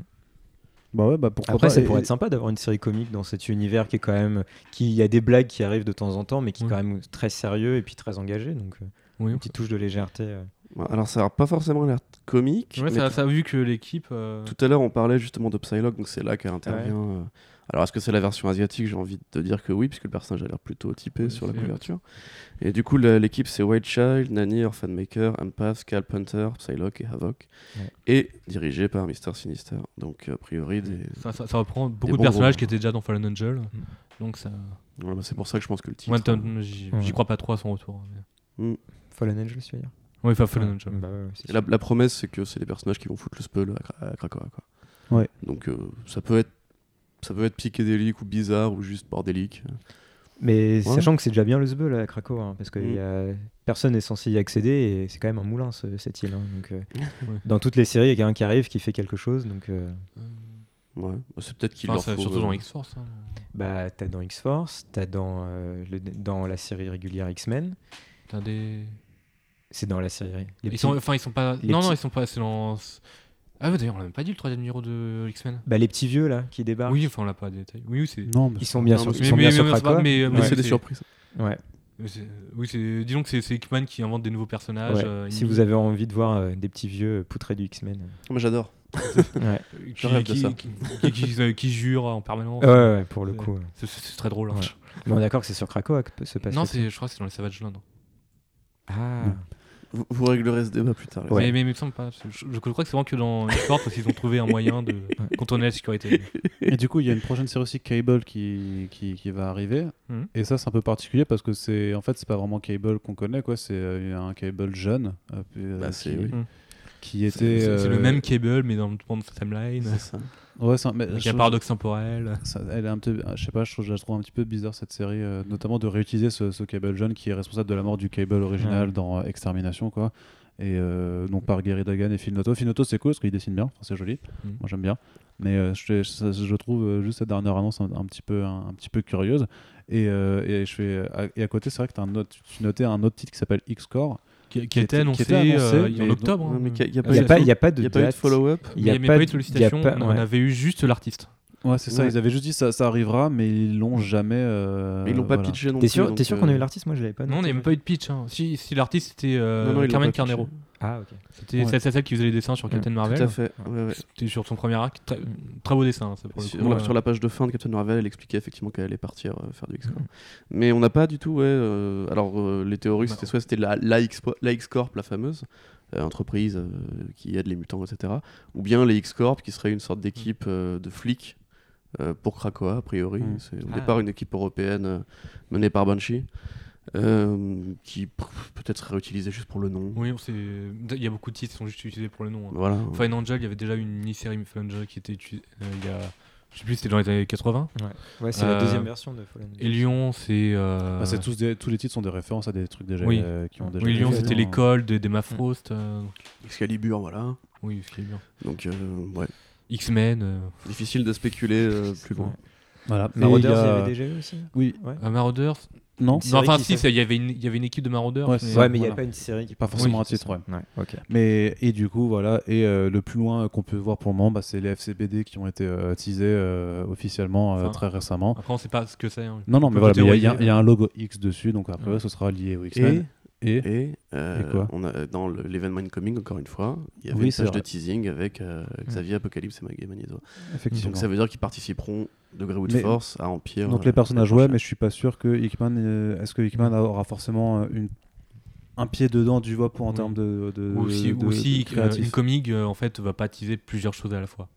A: Bah ouais, bah pourquoi
B: Après,
A: pas.
B: ça
A: Et-
B: pourrait être sympa d'avoir une série comique dans cet univers qui est quand même. qui il y a des blagues qui arrivent de temps en temps, mais qui est
D: Oui.
B: quand même très sérieux et puis très engagé. Donc, euh,
D: oui,
B: une petite touche de légèreté. euh.
C: Ouais, Alors, ça n'a pas forcément l'air comique.
D: Ouais,
C: mais
D: ça, ça a vu que l'équipe. euh,
C: Tout à l'heure, on parlait justement de Psylocke, donc c'est là qu'elle intervient. euh. Alors, est-ce que c'est la version asiatique J'ai envie de dire que oui, puisque le personnage a l'air plutôt typé
D: Ouais,
C: sur la
D: c'est-
C: couverture. Et du coup, la- l'équipe, c'est White Child, Nani, Orphan Maker, Empath, Scalp Hunter, Psylocke et Havoc.
B: Ouais.
C: Et dirigé par Mister Sinister. Donc, a priori, des...
D: Ça, ça- ça reprend beaucoup de
C: bons
D: personnages
C: gros.
D: qui étaient déjà dans Fallen Angel. Donc ça.
C: Ouais, bah, c'est pour ça que je pense que le titre.
D: Moi, Tom, j'y
B: Ouais.
D: j'y crois pas trop à son retour. hein, mais-
B: Fallen Angel, je veux dire.
D: Oui, enfin, Fallen Angel.
B: Bah ouais, ouais, c'est
C: Et la,
B: sûr.
C: la promesse, c'est que c'est des personnages qui vont foutre le spell à, Kra- à Krakoa. Quoi.
A: Ouais.
C: Donc, euh, ça peut être. Ça peut être psychédélique ou bizarre ou juste bordélique.
B: Mais
C: Ouais. Mm.
B: sachant que c'est déjà bien le sbe là, à Krakow, hein, parce que il y a- personne n'est censé y accéder et c'est quand même un moulin ce- cette île. hein, donc, euh,
C: [LAUGHS]
D: Ouais.
B: Dans toutes les séries, il y a quelqu'un qui arrive qui fait quelque chose. Donc, euh,
C: Ouais. C'est peut-être qu'il
D: Enfin,
C: leur
D: ça-
C: faut,
D: surtout
C: euh,
D: dans X-Force. hein.
B: bah, t'as dans X-Force, t'as dans, euh, le- dans la série régulière X-Men,
D: T'as des.
B: c'est dans la série. les
D: Ils
B: petits-
D: sont, enfin, ils sont pas.
B: les
D: non,
B: petits-
D: non, ils sont pas. C'est dans. Ah, ouais, d'ailleurs, on l'a même pas dit le troisième numéro de X-Men.
B: bah, les petits vieux là qui
C: Ah.
B: débarquent.
D: Oui, enfin, on l'a pas détaillé. Oui, oui, c'est.
A: Non, mais
B: Ils sont bien
C: Non,
B: sur,
C: mais-
B: ils sont bien sur
D: c'est pas-
B: Krakow.
D: mais- mais
B: Ouais.
C: c'est des
D: c'est-
C: surprises.
B: Ouais.
D: mais c'est- Oui, c'est. Disons que c'est- c'est Hickman qui invente des nouveaux personnages.
B: Ouais.
D: euh,
B: si
D: il-
B: vous avez envie de voir euh, des petits vieux poutrés du X-Men.
C: Moi, j'adore.
B: [LAUGHS] Ouais.
D: qui,
C: je rêve de
D: qui-
C: ça.
D: qui- qui- qui- euh, qui jure en permanence.
B: ouais, ouais, pour le coup. ouais.
D: C'est- C'est c'est très drôle. hein.
B: Ouais. Mais on est d'accord que c'est sur Krakow que se passe.
D: Non,
B: le-
D: c'est- je crois que c'est dans les Savage Land.
B: Ah.
C: Vous, vous réglerez ce débat plus tard. les
B: Ouais.
D: Mais, mais il me semble pas. Je, je crois que c'est vraiment que dans X-Force parce qu'ils ont trouvé un moyen de contourner la sécurité.
A: [LAUGHS] Et du coup, il y a une prochaine série aussi Cable qui, qui, qui va arriver.
D: Mhm.
A: Et ça, c'est un peu particulier parce que c'est en fait, c'est pas vraiment Cable qu'on connaît, quoi. C'est euh, un Cable jeune euh, euh,
C: Bah, c'est-
A: qui,
C: oui.
D: Mm.
A: qui
D: C'est
A: était.
D: c'est- c'est le
A: euh,
D: même cable, mais dans le monde timeline.
C: C'est ça.
A: Ouais, c'est un- mais
D: Avec
A: je-
D: un paradoxe temporel.
A: ça- elle est un peu, je sais pas, je trouve, je la trouve un petit peu bizarre cette série, euh, notamment de réutiliser ce, ce Cable jeune qui est responsable de la mort du Cable original
B: Ouais.
A: dans euh, Extermination, quoi. Et euh, donc par Gary Dagan et Phil Noto. Phil Noto, c'est cool parce qu'il dessine bien, enfin, c'est joli.
C: Mm.
D: Mhm.
A: Moi, j'aime bien. Mais euh, je, je- je trouve euh, juste cette dernière annonce un, un petit peu un, un petit peu curieuse. Et, euh, et je fais à, et à côté, c'est vrai que t'as un autre, tu notais un autre titre qui s'appelle X Core.
D: Qui,
A: qui
D: qui
A: était
D: était annoncé,
A: annoncé,
D: euh,
A: mais
D: en
A: dont-
D: octobre.
C: Ouais,
D: hein.
C: mais qu'il y a- il y a
D: Ah,
C: pas
B: Il n'y
D: c'est
B: a, pas-
D: tout.
B: il y a pas de
C: Il n'y a pas eu de
B: date.
C: follow-up
D: Il n'y avait pas eu de sollicitation.
B: il y a pas-
D: On
B: ouais.
D: avait eu juste l'artiste.
A: Ouais, c'est ça.
C: Ouais.
A: Ils avaient juste dit ça, ça arrivera, mais ils l'ont jamais. euh,
C: Mais ils l'ont pas
A: voilà.
C: pitché non
B: T'es
C: plus.
B: sûr,
C: donc,
B: t'es sûr
C: euh,
B: qu'on a eu l'artiste Moi, je l'avais pas.
D: Non, on
B: noté.
D: n'a même pas eu de pitch. hein. Si, si l'artiste c'était euh,
C: Non, non, ils l'ont
D: Carmen
C: pas pitché.
D: Carnero.
B: Ah, ok.
D: C'était
A: Ouais.
D: c'est- c'est celle qui faisait les dessins sur Captain Marvel. hein.
C: Tout à fait.
D: Ouais.
C: ouais, ouais.
D: C'était sur son premier arc. Très, très beau dessin. hein, ça, pour le
C: Sur,
D: coup.
C: la,
D: Ouais.
C: sur la page de fin de Captain Marvel, elle expliquait effectivement qu'elle allait partir euh, faire du X-Corp. Mais on n'a pas du tout, ouais. euh, alors, euh, les théories,
D: Bah.
C: c'était soit c'était la, la, X, la X-Corp, la fameuse euh, entreprise euh, qui aide les mutants, etc. Ou bien les X-Corp, qui serait une sorte d'équipe euh, de flics euh, pour Krakoa, a priori.
A: Mm.
C: C'est au
B: Ah.
C: départ une équipe européenne euh, menée par Banshee, euh, qui pr- peut-être serait réutilisée juste pour le nom.
D: Oui, on sait- il y a beaucoup de titres qui sont juste utilisés pour le nom. hein.
C: Voilà.
D: Fine Angel, il y avait déjà une mini-série Fine Angel qui était utilisée euh, il y a. Je sais plus, c'était dans les années 80.
B: Ouais, c'est
D: Euh,
B: la deuxième version de Fallen.
D: Et Lyon, c'est. euh,
A: Bah, c'est tous, des- tous les titres sont des références à des trucs déjà
D: Oui.
A: euh, qui ont déjà.
D: oui,
A: été
D: Lyon,
A: faits,
D: c'était
A: hein.
D: l'école des- d'Emma Frost. euh,
C: Excalibur, voilà.
D: Oui, ce qui est bien.
C: Donc, euh, ouais.
D: X-Men. euh,
C: Difficile de spéculer euh, plus loin.
A: Voilà. Mais
B: Mais
A: il y
B: Marauders, il y
A: a-
B: avait déjà eu aussi.
A: Oui.
D: euh, Marauders.
A: Non.
B: C'est
D: Non,
B: vrai
D: enfin,
B: qu'il
D: si,
B: s'est-
D: ça- il y avait une il y avait une équipe de Marauders.
A: Ouais,
D: mais-
A: c'est-
B: Ouais, mais il n'y
A: Voilà.
B: a pas une série qui.
A: Pas forcément
D: Oui,
A: un titre. ouais.
B: Ouais, ok.
A: Mais et du coup voilà et euh, le plus loin qu'on peut voir pour le moment bah, c'est les FCBD qui ont été euh, teasés euh, officiellement euh,
D: Enfin,
A: très récemment.
D: Après, on sait pas ce que c'est. hein.
A: Non non
D: on
A: mais
D: peut
A: voilà mais il y a- il y, a-
D: théoriser.
A: il y a un logo X dessus donc après
D: euh. Ouais.
A: ce sera lié au X-Men. Et,
C: Et, euh,
A: Et quoi
C: on a, dans le- l'événement Incoming, encore une fois, il y avait
A: Oui,
C: une
A: c'est
C: page de
A: vrai. Mmh.
C: teasing avec euh, Xavier, Apocalypse et Mag- Magneto.
A: effectivement.
C: Donc ça veut dire qu'ils participeront de Grey ou de
A: Mais-
C: Force à Empire.
A: Donc
C: euh,
A: les personnages,
C: l'année
A: ouais,
C: prochaine.
A: mais je suis pas sûr que Hickman. euh, Est-ce que Hickman aura forcément euh, une, un pied dedans du voix pour en
D: Oui.
A: termes de, de,
D: Ou si,
A: de- de-
D: ou si euh,
A: de créatif.
D: une comic en fait va pas teaser plusieurs choses à la fois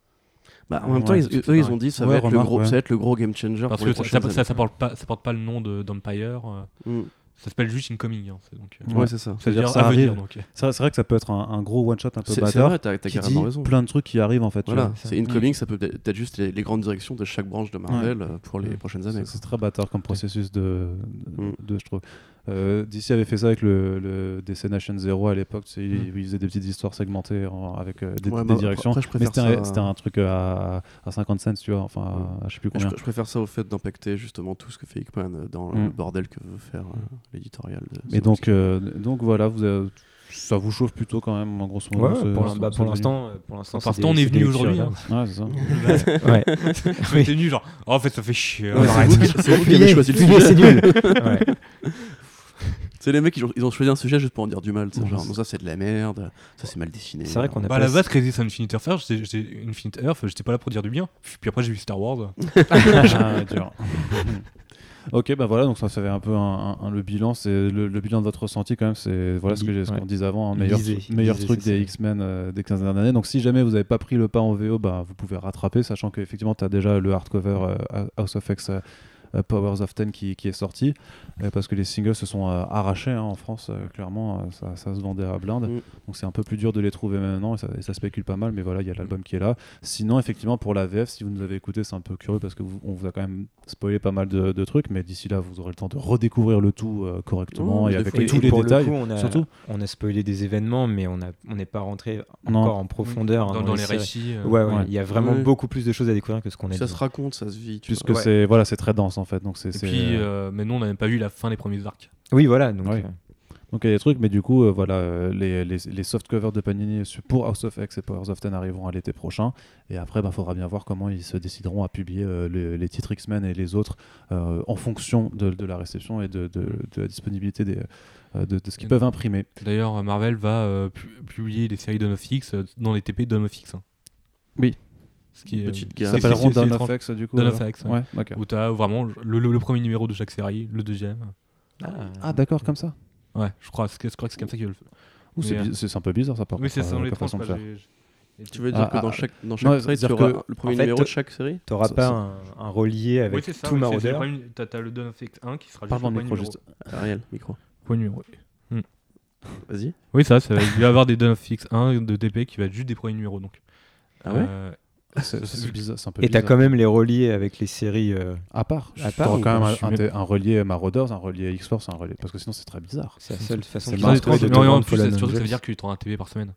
C: Bah, en même temps,
A: Ouais,
C: ils,
A: c'est
C: eux,
A: pareil.
C: ils ont dit ça
A: Ouais,
C: va être le
A: remarque,
C: gros,
A: ouais.
C: ça va être le gros game changer
D: parce
C: pour les
D: que ça,
C: prochaines
D: ça, ça,
C: années.
D: porte pas ça porte pas le nom de d'Empire euh,
C: Mm.
D: ça s'appelle juste une comic hein, c'est donc euh,
C: Ouais,
A: Ouais.
C: c'est ça.
D: ça veut
A: C'est-à-dire
D: dire
A: ça
D: à venir,
A: arrive.
D: donc
A: C'est vrai- c'est vrai que ça peut être un, un gros one shot un peu
C: C'est c'est
A: bâtard
C: vrai, t'as t'as
A: qui
C: carrément
A: dit
C: raison.
A: plein de Mm. trucs qui arrivent en fait. tu
C: Voilà,
A: vois.
C: c'est Incoming, ça peut peut-être peut-être juste les, les grandes directions de chaque branche de Marvel euh, pour les
D: Ouais.
C: prochaines années.
A: C'est c'est très bâtard comme processus de, de,
C: Mm.
A: de- je trouve. Euh, DC avait fait ça avec le, le DC Nation Zero à l'époque, tu sais, ils ils faisaient des petites histoires segmentées en- avec euh, des,
C: Mm. Ouais,
A: des
C: bah,
A: directions.
C: après, je
A: mais
C: préfère
A: c'était un,
C: ça- Mm.
A: c'était un truc euh, à, à 50 cents, tu vois, enfin, à je sais plus
C: Je,
A: combien.
C: je préfère ça au fait d'impacter justement tout ce que fait Hickman euh, dans
A: Mm.
C: le bordel que veut faire euh, l'éditorial. de
A: Mais
C: ce
A: donc,
C: box.
A: euh, donc voilà, vous avez- ça vous chauffe plutôt quand même, en grosso modo.
B: Ouais,
A: ce-
B: pour l'in-
A: ce-
B: bah,
A: ce
B: pour
A: menu.
B: l'instant, euh, pour l'instant,
D: Pour
B: c'est des-
D: l'instant, on est
B: c'est des
D: venu aujourd'hui,
B: lectures,
A: Ouais, c'est ça.
C: [LAUGHS]
B: là.
D: Bah,
B: Ouais.
D: [LAUGHS] on était nus genre oh, en fait ça fait chier
C: Ouais,
D: on
C: c'est
D: arrête.
C: vous qui- c'est vous qui avez
B: Fuyez,
C: choisi le
B: fuyez,
C: sujet.
B: c'est nul. Ouais.
C: C'est les mecs qui ont, ils ont choisi un sujet juste pour en dire du mal. tu sais,
A: Ouais,
C: genre,
A: c'est-
C: Non, ça c'est de la merde, ça c'est mal dessiné.
B: C'est vrai qu'on a
D: Bah, à la
B: pas-
D: base, Crisis sur Infinite Earth, j'étais- j'étais- Infinite Earth, j'étais pas là pour dire du bien. Puis après, j'ai vu Star Wars.
B: [LAUGHS]
A: Ah, dur. ok, bah voilà, donc ça, ça fait un peu un, un- un- le bilan. C'est le, le bilan de votre ressenti quand même. C'est voilà ce que j'ai- ce qu'on
B: Ouais.
A: disait avant, un meilleur,
B: Lisez,
A: tru- meilleur
B: lisez,
A: truc
B: c'est
A: des
B: ça.
A: X-Men euh, des 15 dernières années. Donc si jamais vous n'avez pas pris le pas en VO, bah vous pouvez rattraper, sachant qu'effectivement tu as déjà le hardcover euh, House of X. euh, euh, Powers of Ten qui, qui est sorti euh, parce que les singles se sont euh, arrachés hein, en France euh, clairement euh, ça, ça se vendait à blinde
C: Mm.
A: donc c'est un peu plus dur de les trouver maintenant et ça, et ça spécule pas mal mais voilà il y a l'album qui est là Sinon, effectivement, pour la VF, si vous nous avez écouté, c'est un peu curieux parce que vous- on vous a quand même spoilé pas mal de, de trucs, mais d'ici là, vous aurez le temps de redécouvrir le tout euh, correctement
C: Oh,
A: et
C: des
A: avec
C: fois,
A: tous
B: et
A: les
B: pour le
A: détails.
B: coup, on a,
A: surtout.
B: on a spoilé des événements, mais on a- on n'est pas rentré
A: Non.
B: encore en profondeur. hein,
D: dans, dans les
B: séries.
D: récits. euh,
B: Ouais, ouais,
A: Ouais.
B: il y a vraiment
C: Ouais.
B: beaucoup plus de choses à découvrir que ce qu'on a
C: Ça
B: dit.
C: se raconte, ça se vit. tu
A: Puisque
B: Ouais.
A: c'est voilà, c'est très dense en fait, donc c'est
D: Et
A: c'est-
D: puis, euh, mais nous, on n'avait pas vu la fin des premiers arcs.
B: Oui, voilà. Donc,
A: Ouais.
B: euh,
A: donc il y a des trucs, mais du coup euh, voilà, euh, les, les, les soft covers de Panini sur- pour House of X et Powers of Ten arriveront à l'été prochain, et après il faudra bien voir comment ils se décideront à publier euh, les, les titres X-Men et les autres euh, en fonction de, de la réception et de, de, de la disponibilité des, euh, de, de ce qu'ils
D: Et-
A: peuvent imprimer.
D: D'ailleurs, euh, Marvel va euh, pu- publier les séries Dawn of X euh, dans les TP Dawn of X. hein.
A: Oui.
D: Ce qui est,
C: Petite
D: c'est-
A: Ça
C: gamme.
D: c'est-
A: s'appelleront
D: c'est- c'est
A: Dawn
D: étrange.
A: of X du coup.
D: Dawn
A: alors.
D: of X, ouais.
A: Ouais, ok.
D: Où t'as vraiment le, le- le premier numéro de chaque série, le deuxième.
A: Ah, d'accord, comme ça.
D: Ouais, je crois, c'est- je crois que c'est comme ça qu'ils veulent le faire.
A: Ouh, c'est
D: Mais,
A: bi- C'est c'est un peu bizarre ça par
D: Oui,
A: contre.
D: c'est ça
A: euh,
D: dans les
A: comme façon de faire.
C: Tu veux
A: Ah,
C: dire que
A: ah,
C: dans
A: ah.
C: chaque, dans chaque
A: Non,
C: série, tu
A: c'est-à-dire
C: auras
A: que-
C: le premier
B: en fait,
C: numéro de
B: t-
C: chaque série
B: T'auras
A: Ça-
B: pas
A: ça-
B: un, un relié avec
D: Oui, c'est ça.
B: tout
D: oui, c'est- c'est le
B: maraudeur.
D: premier- T'as t'as le Dawn of X 1 qui sera
A: Parle
D: juste
A: dans
D: le
A: le
D: premier
A: micro
D: numéro.
A: juste.
C: Ariel, micro.
D: Premier numéro.
C: Vas-y.
D: Oui, ça, ça va- il va y avoir des Dawn of X 1 de TP qui va être juste des premiers numéros. Donc.
C: Ah ouais
D: Euh,
A: C'est c'est bizarre, c'est un peu
B: Et t'as
A: bizarre.
B: quand même les reliés avec les séries. euh,
A: À part, t'auras
B: À part, ou
A: quand même
B: pas,
A: un,
B: je suis
A: un
B: même-
A: t- un relié Marauders, un relié X-Force, un relié. Parce que sinon c'est très bizarre.
B: c'est la seule façon
A: C'est
B: qu'ils
D: Non,
A: marrant,
B: ont
D: mais
B: trouvé
A: parce
B: de
A: que-
D: non,
B: te
D: mais en
B: vendre
D: plus,
B: Fallen
D: surtout que ça veut
B: Angels.
D: dire que tu auras un TP par semaine.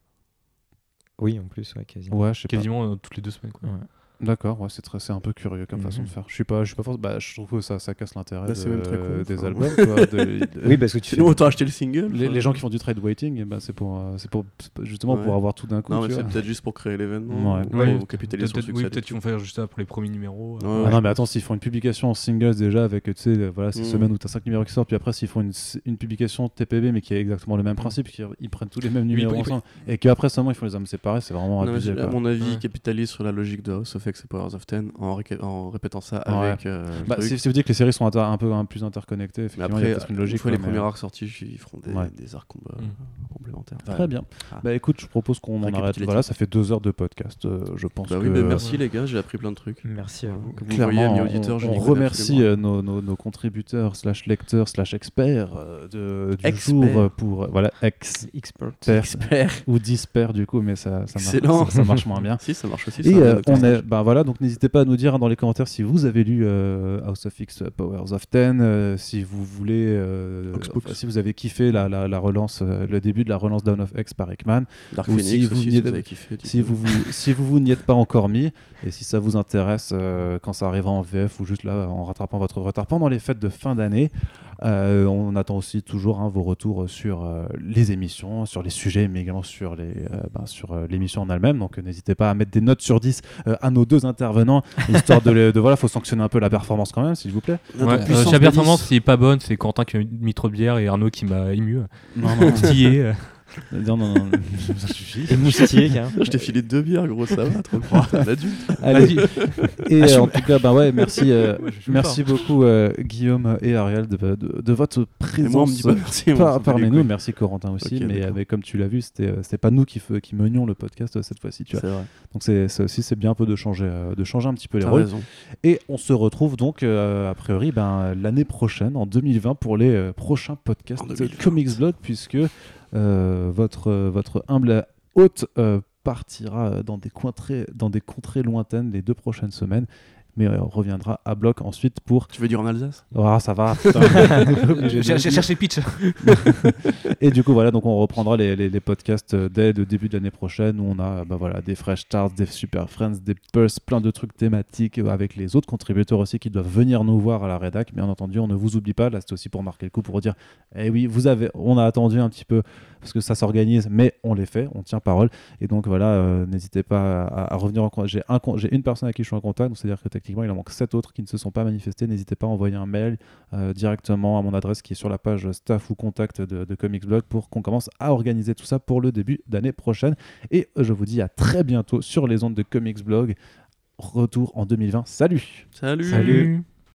B: Oui, en plus, ouais, quasiment.
A: Ouais, je sais pas.
D: Quasiment euh, toutes les deux semaines. Quoi.
B: Ouais.
A: D'accord, ouais, c'est très- c'est un peu curieux comme
B: Mhm.
A: façon de faire. Je suis pas, je suis pas force- bah, je trouve que ça, ça casse l'intérêt
C: Bah, c'est
A: de-
C: même très con,
A: des
C: enfin.
A: albums.
C: [LAUGHS]
A: quoi, de- de-
B: Oui, parce que tu fais.
C: Sinon, autant acheter le single.
A: les,
C: enfin.
A: les gens qui font du trade waiting, eh ben, c'est pour, euh, c'est pour, c'est pour- justement
C: Ouais.
A: pour avoir tout d'un coup.
C: Non, mais
A: tu
C: c'est
A: vois.
C: peut-être juste pour créer l'événement.
A: Ouais.
C: ou
D: Ouais,
C: pour capitaliser
D: Peut-être
C: sur le
D: peut-être-
C: succès.
D: oui, peut-être qu'ils vont faire juste ça pour les premiers numéros.
C: Ouais,
D: euh.
A: Ah
C: ouais.
A: non, mais attends, s'ils font une publication en singles déjà, avec euh, tu sais, euh, voilà, ces
C: Mm.
A: semaines où t'as 5 numéros qui sortent, puis après s'ils font une, s- une publication TPB, mais qui a exactement le même
C: Mhm.
A: principe, qu'ils ils prennent tous les mêmes
D: Oui,
A: numéros
D: ils- ils-
A: ensemble, et qu'après seulement ils font les hommes séparés, c'est vraiment
C: Non, mais
A: abusé.
C: c'est- à
A: quoi.
C: mon avis,
D: Ouais.
C: capitalise sur la logique de House of X et Powers of Ten en, réca- en répétant ça
A: Ouais.
C: avec. euh, le
A: Bah,
C: truc.
A: si, si vous dites que les séries sont inter- un peu hein, plus interconnectées,
C: mais
A: effectivement, il y
C: après,
A: a peut-être une
C: une
A: logique.
C: fois
A: quoi,
C: les
A: mais-
C: premiers arcs sortis, ils feront des,
A: Ouais.
C: des arcs com-
D: Mm.
C: euh, complémentaires.
A: Très bien.
C: Ah.
A: Bah écoute, je propose qu'on en arrête.
C: Récapitulatif.
A: Voilà, ça fait deux heures de podcast. euh, je pense
C: Bah
A: que.
C: oui, mais merci les gars, j'ai appris plein de trucs.
B: Merci à vous.
C: Comme vous voyez,
A: Clairement,
C: amis
A: on-
C: auditeurs, je
A: on,
C: n'y connais
A: remercie
C: absolument
A: euh, nos, nos- nos contributeurs, slash lecteurs, slash experts euh, de, du
C: Experts.
A: jour euh, pour euh, voilà ex
B: Expert.
A: experts ou disperts du coup, mais ça ça
C: Excellent.
A: marche, ça, ça marche moins bien.
C: [LAUGHS] rien. Si, ça marche aussi.
A: Et
C: ça,
A: euh,
C: notre
A: on
C: stage.
A: est, bah voilà, donc n'hésitez pas à nous dire hein, dans les commentaires si vous avez lu euh, House of X, euh, Powers of Ten, euh, si vous voulez, euh,
C: Oxbox.
A: enfin, si vous avez kiffé la, la, la relance, euh, le début de la relance Down of X par Hickman,
C: Dark
A: ou
C: Phoenix
A: si vous
C: aussi, si
A: venez
C: vous
A: de-
C: avez kiffé. dites-le.
A: si vous, vous si vous vous n'y êtes pas encore mis et si ça vous intéresse euh, quand ça arrivera en VF ou juste là en rattrapant votre retard pendant les fêtes de fin d'année, euh, on attend aussi toujours hein, vos retours sur euh, les émissions, sur les sujets, mais également sur les euh, ben, sur euh, l'émission en elle-même. Donc euh, n'hésitez pas à mettre des notes sur 10 euh, à nos deux [LAUGHS] intervenants histoire de, les- de voilà, faut sanctionner un peu la performance quand même, s'il vous plaît.
D: Ouais, euh, si la performance c'est pas bonne, c'est Quentin qui a mis trop de bière et Arnaud qui m'a ému.
A: Non non
D: Titillé, euh.
A: [LAUGHS] non, non, non, [LAUGHS] ça suffit.
B: Et moustillé, hein.
C: [LAUGHS] Je t'ai filé deux bières, gros, ça va, trop prends un adulte.
A: Allez.
D: Vas-y.
A: Et euh, en tout cas, bah ouais, merci, euh,
D: Ouais, je joue
A: merci beaucoup euh, Guillaume et Ariel de, de- de votre
C: Et
A: présence
C: moi, on me dit pas merci. on
A: par-
C: s'en fait
A: parmi
C: les
A: nous.
C: couilles.
A: Merci Corentin aussi,
C: Ok,
A: mais, euh,
C: d'accord.
A: mais comme tu l'as vu, c'était euh, c'était pas nous qui, fe- qui menions le podcast euh, cette fois-ci, tu vois.
C: C'est vrai.
A: Donc c'est ça aussi, c'est bien un peu de changer, euh, de changer un petit peu les
C: T'as
A: rôles.
C: raison.
A: Et on se retrouve donc euh, a priori ben, l'année prochaine, en 2020, pour les euh, prochains podcasts
C: En 2020.
A: Comics Blog, puisque euh, votre, euh, votre humble hôte euh, partira euh, dans des, contrées, dans des contrées lointaines les deux prochaines semaines, mais euh, reviendra à bloc ensuite pour...
C: Tu veux dire en Alsace
A: Ah [LAUGHS] ça va putain, on est obligé
D: J'ai
A: de le
D: j'ai
A: dire.
D: cherché le pitch.
A: Et du coup, voilà, donc on reprendra les, les- les podcasts euh, dès le début de l'année prochaine où on a bah, voilà, des Fresh Starts, des Super Friends, des Pulse, plein de trucs thématiques euh, avec les autres contributeurs aussi qui doivent venir nous voir à la rédac. Bien entendu, on ne vous oublie pas. Là, c'est aussi pour marquer le coup, pour dire Eh oui, vous avez, on a attendu un petit peu parce que ça s'organise, mais on les fait, on tient parole. Et donc, voilà, euh, n'hésitez pas à, à revenir en contact. J'ai un con- j'ai une personne à qui je suis en contact, donc c'est-à-dire que techniquement, il en manque sept autres qui ne se sont pas manifestés. N'hésitez pas à envoyer un mail, euh, directement à mon adresse qui est sur la page staff ou contact de, de Comics Blog pour qu'on commence à organiser tout ça pour le début d'année prochaine. Et je vous dis à très bientôt sur les ondes de Comics Blog. Retour en 2020. Salut
C: Salut
B: Salut.